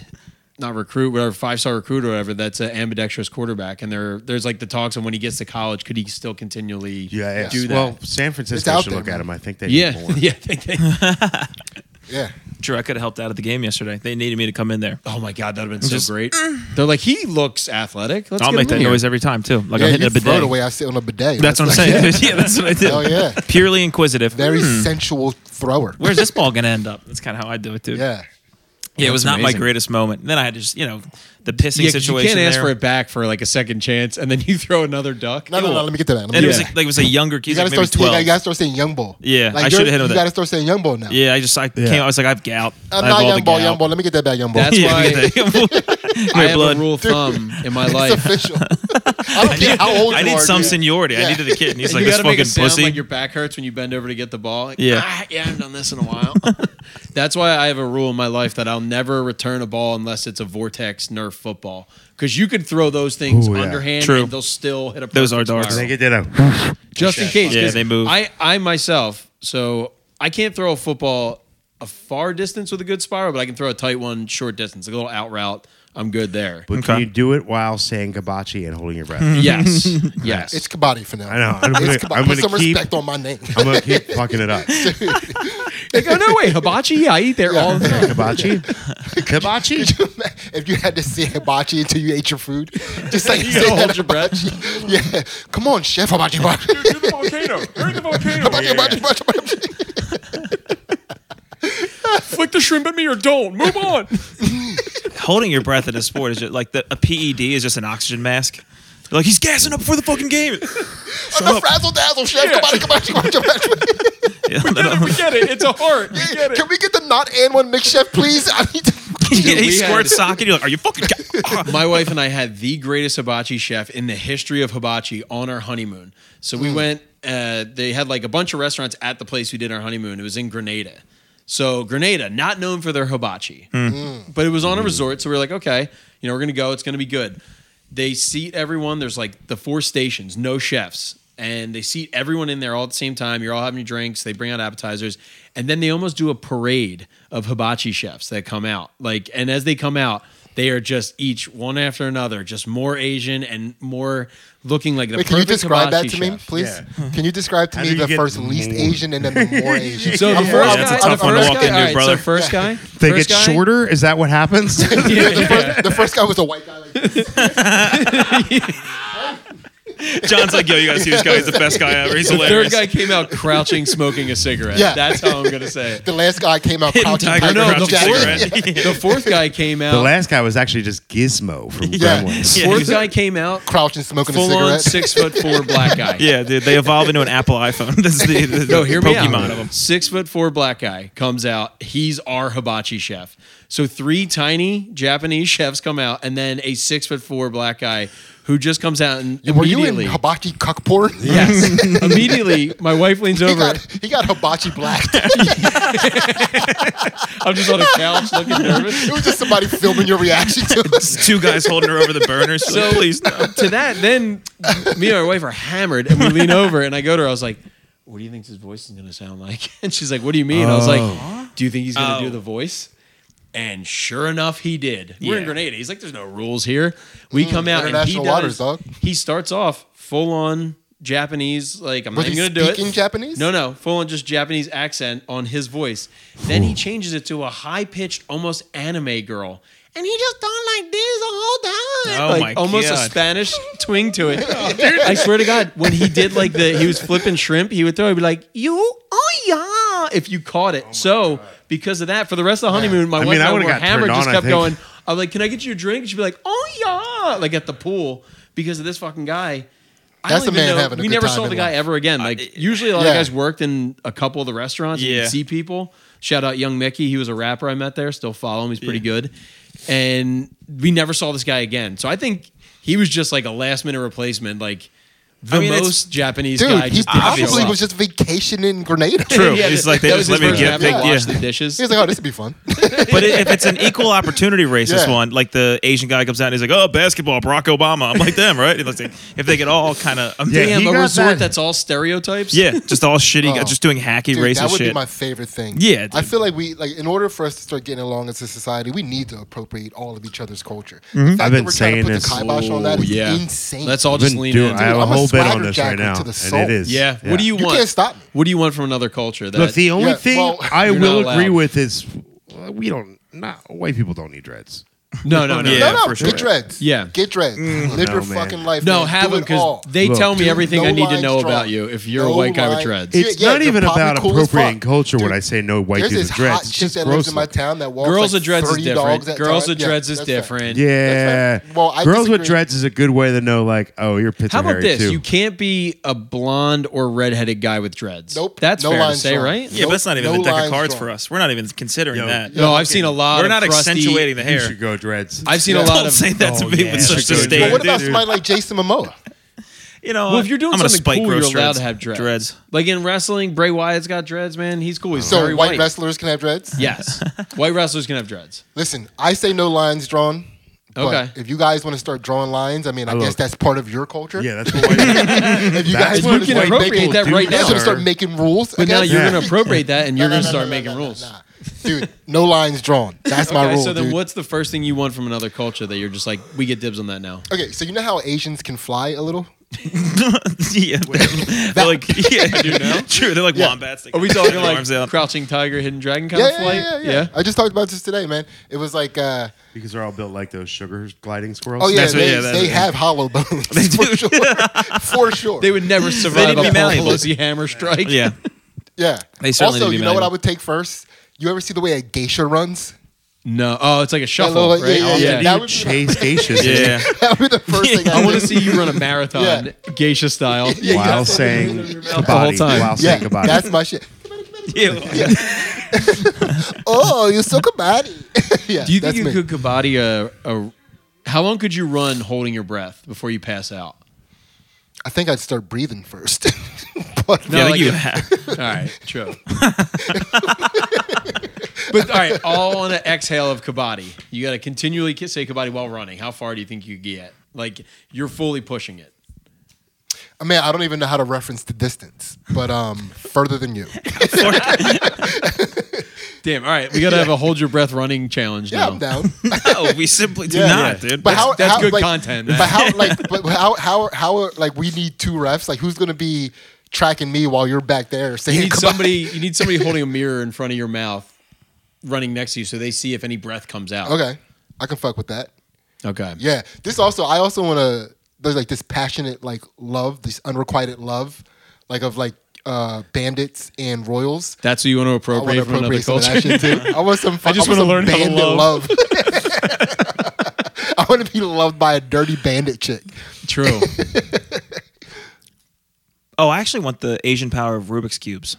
Speaker 5: not recruit, whatever, five star recruit or whatever. That's an ambidextrous quarterback, and there there's like the talks on when he gets to college, could he still continually
Speaker 4: Yeah, yeah.
Speaker 5: do that?
Speaker 4: Well, San Francisco
Speaker 6: out
Speaker 4: should
Speaker 6: there,
Speaker 4: look at
Speaker 6: man.
Speaker 4: him. I think they
Speaker 5: yeah,
Speaker 4: need more.
Speaker 5: yeah. I think they-
Speaker 6: Yeah.
Speaker 3: Drew, I could have helped out at the game yesterday. They needed me to come in there.
Speaker 5: oh my god, that'd have been
Speaker 3: Just-
Speaker 5: so great. They're like, he looks athletic. Let's
Speaker 3: I'll
Speaker 5: get
Speaker 3: make
Speaker 5: him
Speaker 3: that
Speaker 5: in here.
Speaker 3: noise every time too. Like
Speaker 6: yeah,
Speaker 3: I'm hitting
Speaker 6: you
Speaker 3: a bidet.
Speaker 6: throw it away. I sit on a bidet.
Speaker 3: That's what I'm saying.
Speaker 6: like-
Speaker 3: dude. Yeah, that's what I do.
Speaker 6: Hell yeah.
Speaker 3: Purely inquisitive.
Speaker 6: Very sensual thrower.
Speaker 3: Where's this ball gonna end up? That's kind of how I do it, dude.
Speaker 6: Yeah.
Speaker 3: Yeah, it was
Speaker 5: That's
Speaker 3: not my
Speaker 5: amazing.
Speaker 3: greatest moment. And then I had to just, you know, the pissing
Speaker 5: Yeah, 'cause you
Speaker 3: situation.
Speaker 5: can't ask
Speaker 3: there.
Speaker 5: for it back for like a second chance, and then you throw another duck.
Speaker 6: No, no,
Speaker 5: Ew.
Speaker 6: no. Let me get to that. Let me
Speaker 3: And it
Speaker 6: get to
Speaker 3: was
Speaker 6: that.
Speaker 3: like, like it was a younger kid,
Speaker 6: You
Speaker 3: like
Speaker 6: gotta
Speaker 3: maybe
Speaker 6: start. Saying,
Speaker 3: twelve.
Speaker 6: you gotta start saying young bull.
Speaker 3: Yeah,
Speaker 6: like
Speaker 3: I
Speaker 6: you're-
Speaker 3: should've hit him with
Speaker 6: You
Speaker 3: that.
Speaker 6: gotta start saying young bull now.
Speaker 3: yeah, I just I came. I was like, I've gout.
Speaker 6: I'm
Speaker 3: I have
Speaker 6: not
Speaker 3: all the
Speaker 6: young bull,
Speaker 3: gout.
Speaker 6: young bull. Let me get that back, young bull.
Speaker 5: That's
Speaker 3: Yeah,
Speaker 5: why-
Speaker 3: look at that.
Speaker 5: I
Speaker 3: My
Speaker 5: have
Speaker 3: blood.
Speaker 5: a rule of thumb in my
Speaker 6: it's
Speaker 5: life.
Speaker 6: official. I don't care how old you
Speaker 3: I need
Speaker 6: are,
Speaker 3: some
Speaker 6: dude.
Speaker 3: seniority. I
Speaker 6: Yeah.
Speaker 3: needed a kid, and he's
Speaker 5: And
Speaker 3: like
Speaker 5: you
Speaker 3: this
Speaker 5: gotta make
Speaker 3: fucking
Speaker 5: it sound
Speaker 3: pussy.
Speaker 5: like your back hurts when you bend over to get the ball. Like,
Speaker 3: Yeah.
Speaker 5: "Ah, yeah, I haven't done this in a while. That's why I have a rule in my life that I'll never return a ball unless it's a vortex nerf football. Because you could throw those things
Speaker 4: Ooh, yeah.
Speaker 5: underhand
Speaker 3: True.
Speaker 5: and they'll still hit a
Speaker 3: Those
Speaker 5: perfect
Speaker 3: are darts.
Speaker 5: spiral.
Speaker 4: They get that out.
Speaker 5: Just in case.
Speaker 3: Yeah,
Speaker 5: 'cause
Speaker 3: they move.
Speaker 5: I, I myself, so I can't throw a football a far distance with a good spiral, but I can throw a tight one short distance, like a little out route. I'm good there.
Speaker 4: But
Speaker 3: Okay.
Speaker 4: can you do it while saying kabachi and holding your breath?
Speaker 5: yes. Yes.
Speaker 6: It's Kabaddi for now.
Speaker 4: I know. I'm gonna,
Speaker 6: It's Kabaddi.
Speaker 4: I'm
Speaker 6: Put
Speaker 4: gonna
Speaker 6: some
Speaker 4: keep.
Speaker 6: respect on my name.
Speaker 4: I'm gonna keep fucking it up.
Speaker 5: they go, "Oh, no way, hibachi? Yeah, I eat there all the time.
Speaker 4: Kabachi, kabachi.
Speaker 6: Could you ima- if you had to say hibachi until you ate your food, just like you
Speaker 5: gotta
Speaker 6: say
Speaker 5: hold
Speaker 6: that
Speaker 5: your breath.
Speaker 6: hibachi. Yeah, come on, chef hibachi hibachi. Hibachi, hibachi, hibachi, hibachi.
Speaker 5: Flick the shrimp at me or don't. Move on.
Speaker 3: Holding your breath in a sport is just like the, a PED is just an oxygen mask. They're like he's gassing up before the fucking game.
Speaker 6: I'm a frazzle dazzle chef. Hibachi, hibachi, hibachi, hibachi.
Speaker 3: Yeah, I don't know.
Speaker 5: We get it. It's a heart. We get it.
Speaker 6: Can we get the not and one mix chef, please? I need to.
Speaker 3: Yeah, he
Speaker 5: we had-
Speaker 3: squirts sock, and you're like, "Are you fucking?" Ca-
Speaker 5: My wife and I had the greatest hibachi chef in the history of hibachi on our honeymoon. Mm. So we went. Uh, they had like a bunch of restaurants at the place we did our honeymoon. It was in Grenada. So Grenada, not known for their hibachi, but it was on a resort, so we are like, okay, you know, we're gonna go. It's gonna be good. They seat everyone. There's like the four stations, no chefs, and they seat everyone in there all at the same time. You're all having your drinks. They bring out appetizers, and then they almost do a parade of hibachi chefs that come out. Like, and as they come out. They are just each one after another, just more Asian and more looking like the
Speaker 6: Wait, can you
Speaker 5: perfect
Speaker 6: describe that to
Speaker 5: hibachi
Speaker 6: me,
Speaker 5: chef.
Speaker 6: please? Can you describe to
Speaker 4: How
Speaker 6: me
Speaker 4: do you
Speaker 6: the
Speaker 4: get
Speaker 6: first least
Speaker 4: more?
Speaker 6: Asian and then the more Asian?
Speaker 5: So the
Speaker 6: I'm
Speaker 5: first
Speaker 3: Yeah, that's
Speaker 5: guy,
Speaker 3: a tough
Speaker 5: the
Speaker 3: one to
Speaker 5: first
Speaker 3: walk
Speaker 5: guy,
Speaker 3: into,
Speaker 5: all right,
Speaker 3: brother.
Speaker 5: So first guy,
Speaker 4: They get
Speaker 5: first guy,
Speaker 4: shorter. Is that what happens?
Speaker 6: the, first, the first guy was a white guy. Like this.
Speaker 3: John's like, yo, you gotta see this guy. He's the best guy ever. He's
Speaker 5: The third
Speaker 3: hilarious.
Speaker 5: guy came out crouching, smoking a cigarette.
Speaker 6: Yeah.
Speaker 5: that's how I'm gonna say it.
Speaker 6: The last guy came out
Speaker 3: Hidden
Speaker 6: crouching
Speaker 3: tiger,
Speaker 6: tiger,
Speaker 5: No, the
Speaker 3: crouching
Speaker 6: Jack.
Speaker 3: cigarette.
Speaker 5: fourth, the fourth guy came out.
Speaker 4: the last guy was actually just Gizmo from
Speaker 6: Yeah.
Speaker 4: Gremlins.
Speaker 3: Yeah.
Speaker 5: fourth guy came out,
Speaker 6: crouching smoking a
Speaker 5: full on
Speaker 6: cigarette.
Speaker 5: six foot four black guy.
Speaker 3: Yeah, dude, they evolve into an Apple iPhone. this is the, the,
Speaker 5: No,
Speaker 3: the
Speaker 5: hear me
Speaker 3: Pokemon
Speaker 5: out.
Speaker 3: of them.
Speaker 5: Six foot four black guy comes out. He's our hibachi chef. So three tiny Japanese chefs come out, and then a six foot four black guy who just comes out and
Speaker 6: Were you in
Speaker 5: immediately.
Speaker 6: hibachi cuck porn?
Speaker 5: yes, immediately my wife leans
Speaker 6: He
Speaker 5: over.
Speaker 6: got, he got hibachi blacked.
Speaker 5: I'm just on a couch looking nervous.
Speaker 6: it was just somebody filming your reaction to it.
Speaker 3: Two guys holding her over the burner. So
Speaker 5: So-
Speaker 3: please, no.
Speaker 5: to that, then me and my wife are hammered, and we lean over, and I go to her. I was like, "What do you think his voice is going to sound like?" And she's like, "What do you mean?" I was like, "Do you think he's going to
Speaker 3: Oh.
Speaker 5: do the voice?" And sure enough, he did. We're in
Speaker 3: Yeah.
Speaker 5: Grenada. He's like, "There's no rules here." We come out and he
Speaker 6: Hmm. international
Speaker 5: does.
Speaker 6: waters, dog.
Speaker 5: He starts off full on Japanese. Like I'm
Speaker 6: Was
Speaker 5: not even
Speaker 6: he
Speaker 5: going to do it.
Speaker 6: speaking Japanese?
Speaker 5: No, no, full on just Japanese accent on his voice. Then he changes it to a high pitched, almost anime girl. And he just done like this the whole time.
Speaker 3: Oh
Speaker 5: like,
Speaker 3: my
Speaker 5: almost a
Speaker 3: God.
Speaker 5: Spanish twing to it. I swear to God, when he did like the, he was flipping shrimp, he would throw, he'd be like, you, oh yeah, if you caught it. so because of that, for the rest of the honeymoon, my
Speaker 4: I
Speaker 5: wife
Speaker 4: mean,
Speaker 5: and
Speaker 4: I
Speaker 5: I
Speaker 4: would've
Speaker 5: were
Speaker 4: got
Speaker 5: hammered,
Speaker 4: turned
Speaker 5: just
Speaker 4: on, I
Speaker 5: kept
Speaker 4: think.
Speaker 5: going, I'm like, can I get you a drink? She'd be like, oh yeah, like at the pool because of this fucking guy. I
Speaker 6: That's
Speaker 5: don't even
Speaker 6: a man
Speaker 5: know-
Speaker 6: having a
Speaker 5: We
Speaker 6: good
Speaker 5: never
Speaker 6: time
Speaker 5: saw
Speaker 6: in
Speaker 5: the guy
Speaker 6: life.
Speaker 5: ever again. Like usually, a lot
Speaker 6: yeah.
Speaker 5: of guys worked in a couple of the restaurants. and
Speaker 3: Yeah.
Speaker 5: you'd see people. Shout out Young Mickey. He was a rapper I met there. Still follow him. He's pretty good. And we never saw this guy again. So I think he was just like a last minute replacement. Like the
Speaker 3: I mean, it's-
Speaker 5: most Japanese
Speaker 6: Dude,
Speaker 5: guy.
Speaker 6: he
Speaker 5: just didn't show
Speaker 6: probably
Speaker 5: up.
Speaker 6: was just vacationing in Grenada.
Speaker 3: True. He's like, they
Speaker 5: that
Speaker 3: just let
Speaker 5: was his
Speaker 3: me
Speaker 5: first
Speaker 3: get
Speaker 5: job to
Speaker 3: big.
Speaker 5: wash
Speaker 3: Yeah.
Speaker 5: the dishes.
Speaker 6: He was like, oh, this would be fun.
Speaker 3: But i- if it's an equal opportunity race, this
Speaker 6: Yeah.
Speaker 3: one, like the Asian guy comes out and he's like, oh, basketball, Barack Obama. I'm like, them, right? It's like, if they get all kind of.
Speaker 4: Yeah,
Speaker 3: Yeah.
Speaker 5: Damn,
Speaker 4: he
Speaker 5: a
Speaker 4: got
Speaker 5: resort
Speaker 4: that-
Speaker 5: that's all stereotypes.
Speaker 3: just all shitty, guys,
Speaker 6: Oh.
Speaker 3: just doing hacky,
Speaker 6: Dude,
Speaker 3: racist
Speaker 6: that would
Speaker 3: shit.
Speaker 6: be my favorite thing.
Speaker 3: Yeah,
Speaker 6: I
Speaker 3: dude.
Speaker 6: feel like we like in order for us to start getting along as a society, we need to appropriate all of each other's culture. The fact
Speaker 4: I've
Speaker 6: that
Speaker 4: been
Speaker 6: we're trying to
Speaker 4: saying
Speaker 6: put
Speaker 4: this.
Speaker 6: The kibosh on that is
Speaker 5: Oh, yeah.
Speaker 6: insane.
Speaker 5: Let's all
Speaker 4: I've been
Speaker 5: just lean
Speaker 4: doing-
Speaker 5: in.
Speaker 4: I have
Speaker 6: Dude,
Speaker 4: a
Speaker 6: I'm a
Speaker 4: whole bit on
Speaker 6: swagger
Speaker 4: this right
Speaker 6: jacker
Speaker 4: now,
Speaker 6: to the
Speaker 4: and
Speaker 6: soul.
Speaker 4: it is.
Speaker 5: Yeah. What do you,
Speaker 6: You
Speaker 5: want?
Speaker 6: can't stop me.
Speaker 5: What do you want from another culture? That
Speaker 4: Look, the only
Speaker 6: Yeah,
Speaker 4: thing
Speaker 6: well-
Speaker 4: I
Speaker 5: You're
Speaker 4: will
Speaker 5: not
Speaker 4: agree
Speaker 5: allowed.
Speaker 4: with is uh, we don't. Not white people don't need dreads.
Speaker 5: no, no, no,
Speaker 3: Yeah.
Speaker 5: no.
Speaker 6: no, no,
Speaker 3: for
Speaker 6: get
Speaker 3: sure.
Speaker 6: dreads.
Speaker 5: Yeah.
Speaker 6: get dreads. Live
Speaker 4: No,
Speaker 6: your
Speaker 4: man.
Speaker 6: fucking life.
Speaker 5: No,
Speaker 6: man.
Speaker 5: have
Speaker 6: Do
Speaker 5: them
Speaker 6: it all.
Speaker 5: because they
Speaker 4: Look,
Speaker 5: tell me
Speaker 6: Dude,
Speaker 5: everything
Speaker 6: no
Speaker 5: I need to
Speaker 6: lines
Speaker 5: know
Speaker 6: drawn.
Speaker 5: about you if you're
Speaker 6: No
Speaker 5: a white guy with
Speaker 6: line-
Speaker 5: dreads.
Speaker 6: Yeah,
Speaker 4: It's
Speaker 6: yeah,
Speaker 4: not
Speaker 6: they're
Speaker 4: even
Speaker 6: probably
Speaker 4: about
Speaker 6: cool as
Speaker 4: appropriating
Speaker 6: fuck.
Speaker 4: culture when
Speaker 6: Dude,
Speaker 4: I say no white
Speaker 6: There's
Speaker 4: kids
Speaker 6: this
Speaker 4: with dreads.
Speaker 6: hot
Speaker 4: It's
Speaker 6: chick
Speaker 4: just
Speaker 6: that lives in my
Speaker 4: gross looking.
Speaker 6: town that walks
Speaker 5: Girls
Speaker 6: like
Speaker 5: with dreads is
Speaker 6: 30 dogs
Speaker 5: different.
Speaker 6: at
Speaker 5: Girls
Speaker 6: time.
Speaker 5: with
Speaker 6: Yeah,
Speaker 5: dreads is
Speaker 6: that's fair.
Speaker 5: different.
Speaker 4: Yeah.
Speaker 6: That's right. Well, I
Speaker 4: Girls with
Speaker 6: disagree.
Speaker 4: dreads is a good way to know, like, oh, your pits
Speaker 5: How
Speaker 4: are
Speaker 5: about
Speaker 4: hairy,
Speaker 5: this?
Speaker 4: too.
Speaker 5: You can't be a blonde or redheaded guy with dreads.
Speaker 6: Nope.
Speaker 5: That's
Speaker 6: No
Speaker 5: fair to
Speaker 6: lines
Speaker 5: say,
Speaker 6: drawn.
Speaker 5: right?
Speaker 3: yeah, but that's not even
Speaker 6: No
Speaker 3: the deck of
Speaker 6: lines
Speaker 3: cards
Speaker 6: drawn.
Speaker 3: for us. We're not even considering
Speaker 4: Yo.
Speaker 3: that.
Speaker 5: No, I've seen a lot.
Speaker 3: We're
Speaker 5: of
Speaker 3: not
Speaker 5: crusty-
Speaker 3: accentuating the
Speaker 4: you
Speaker 3: hair.
Speaker 4: should go dreads.
Speaker 5: I've seen a
Speaker 3: Don't
Speaker 5: lot of.
Speaker 3: say that to
Speaker 4: Oh,
Speaker 3: me
Speaker 4: yeah,
Speaker 3: with
Speaker 4: that's
Speaker 3: such
Speaker 4: a good
Speaker 3: disdain.
Speaker 6: But what
Speaker 3: dude.
Speaker 6: about somebody like Jason Momoa?
Speaker 3: You know,
Speaker 5: Well, if you're doing
Speaker 3: I'm gonna
Speaker 5: something
Speaker 3: spike
Speaker 5: cool, you're
Speaker 3: gross
Speaker 5: allowed
Speaker 3: dreads.
Speaker 5: to have dreads.
Speaker 3: dreads.
Speaker 5: Like in wrestling, Bray Wyatt's got dreads, man. He's cool. He's
Speaker 6: So
Speaker 5: very
Speaker 6: white
Speaker 5: white.
Speaker 6: wrestlers can have dreads.
Speaker 5: yes, white wrestlers can have dreads.
Speaker 6: Listen, I say no lines drawn. But
Speaker 5: Okay.
Speaker 6: If you guys want to start drawing lines, I mean, I,
Speaker 4: look.
Speaker 6: guess that's part of your culture.
Speaker 4: yeah, that's what white
Speaker 6: If
Speaker 4: That's
Speaker 6: you guys
Speaker 4: what
Speaker 6: want
Speaker 4: you
Speaker 6: to
Speaker 4: can
Speaker 6: start
Speaker 5: appropriate
Speaker 6: making,
Speaker 5: that right
Speaker 6: you guys
Speaker 5: now.
Speaker 6: wanna start making rules. I
Speaker 5: But now
Speaker 6: guess?
Speaker 5: you're
Speaker 4: Yeah.
Speaker 5: going to appropriate that, and you're
Speaker 6: No,
Speaker 5: going
Speaker 6: no,
Speaker 5: to start
Speaker 6: no, no,
Speaker 5: making
Speaker 6: no, no,
Speaker 5: rules.
Speaker 6: nah. Dude, no lines drawn. That's my
Speaker 5: Okay,
Speaker 6: rule.
Speaker 5: so then
Speaker 6: dude.
Speaker 5: what's the first thing you want from another culture that you're just like, we get dibs on that now?
Speaker 6: Okay, so you know how Asians can fly a little?
Speaker 3: yeah, they're like yeah, True, they're like
Speaker 6: Yeah. Oh.
Speaker 3: wombats. They
Speaker 5: Are we
Speaker 3: got
Speaker 5: talking
Speaker 3: their
Speaker 5: like
Speaker 3: arms out.
Speaker 5: crouching tiger, hidden dragon kind
Speaker 6: Yeah,
Speaker 5: of
Speaker 6: yeah,
Speaker 5: flight?
Speaker 6: yeah, yeah, yeah. I just talked about this today, man. It was like, uh,
Speaker 4: because they're all built like those sugar gliding squirrels.
Speaker 6: oh yeah,
Speaker 3: That's what-
Speaker 6: they,
Speaker 3: yeah, that's
Speaker 6: they
Speaker 3: what-
Speaker 6: have hollow bones for sure, for sure.
Speaker 5: They would never survive
Speaker 3: need to be
Speaker 5: a Paul
Speaker 3: malleable.
Speaker 5: Pelosi hammer strike.
Speaker 3: Yeah,
Speaker 6: yeah.
Speaker 3: They certainly
Speaker 6: also,
Speaker 3: need to be
Speaker 6: you know what
Speaker 3: malleable.
Speaker 6: I would take first? You ever see the way a geisha runs?
Speaker 5: No. Oh, it's like a
Speaker 6: That
Speaker 5: shuffle,
Speaker 6: little-
Speaker 5: right? Yeah.
Speaker 6: yeah, yeah, yeah. That
Speaker 4: you
Speaker 6: would be-
Speaker 4: chase geishas
Speaker 3: yeah.
Speaker 6: that would be the first thing
Speaker 5: I
Speaker 6: I
Speaker 5: want to
Speaker 6: would
Speaker 5: see you run a marathon,
Speaker 6: Yeah.
Speaker 5: geisha style.
Speaker 6: Yeah.
Speaker 4: while saying
Speaker 5: The whole
Speaker 4: kabaddi,
Speaker 5: time.
Speaker 4: while
Speaker 6: Yeah,
Speaker 4: saying kabaddi.
Speaker 6: that's my shit.
Speaker 3: yeah.
Speaker 6: Oh, you're so kabaddi. yeah,
Speaker 5: Do you think
Speaker 6: that's
Speaker 5: you
Speaker 6: me.
Speaker 5: could kabaddi a, a? How long could you run holding your breath before you pass out?
Speaker 6: I think I'd start breathing first. but
Speaker 3: yeah, I
Speaker 5: No,
Speaker 3: think
Speaker 5: like
Speaker 3: you
Speaker 5: if-
Speaker 3: have.
Speaker 5: All right, true. But all right, all on an exhale of kabaddi. You got to continually ki- say kabaddi while running. How far do you think you could get? Like you're fully pushing it.
Speaker 6: I mean, I don't even know how to reference the distance, but um, further than you.
Speaker 5: Damn. All right, we got to have a hold your breath running challenge
Speaker 6: Yeah,
Speaker 5: now.
Speaker 6: I'm down.
Speaker 3: No, we simply do
Speaker 6: Yeah.
Speaker 3: not, dude.
Speaker 6: But how,
Speaker 5: that's
Speaker 6: how,
Speaker 5: good
Speaker 6: like,
Speaker 5: content, man.
Speaker 6: But how, like, but how, how, how, like, we need two refs. Like, who's gonna be tracking me while you're back there saying
Speaker 5: You need
Speaker 6: kabaddi?
Speaker 5: somebody. You need somebody holding a mirror in front of your mouth, running next to you, so they see if any breath comes out.
Speaker 6: Okay, I can fuck with that.
Speaker 5: Okay.
Speaker 6: Yeah. This also, I also want to. There's like this passionate like love, this unrequited love, like of like uh bandits and royals.
Speaker 5: That's what you want to
Speaker 6: I want to
Speaker 5: appropriate from another
Speaker 6: appropriate some of
Speaker 5: culture.
Speaker 6: that shit too. I want some. I
Speaker 5: just
Speaker 6: want
Speaker 5: wanna learn
Speaker 6: some
Speaker 5: how to
Speaker 6: bandit
Speaker 5: love.
Speaker 6: love. I want to be loved by a dirty bandit chick.
Speaker 5: True.
Speaker 3: oh, I actually want the Asian power of Rubik's cubes.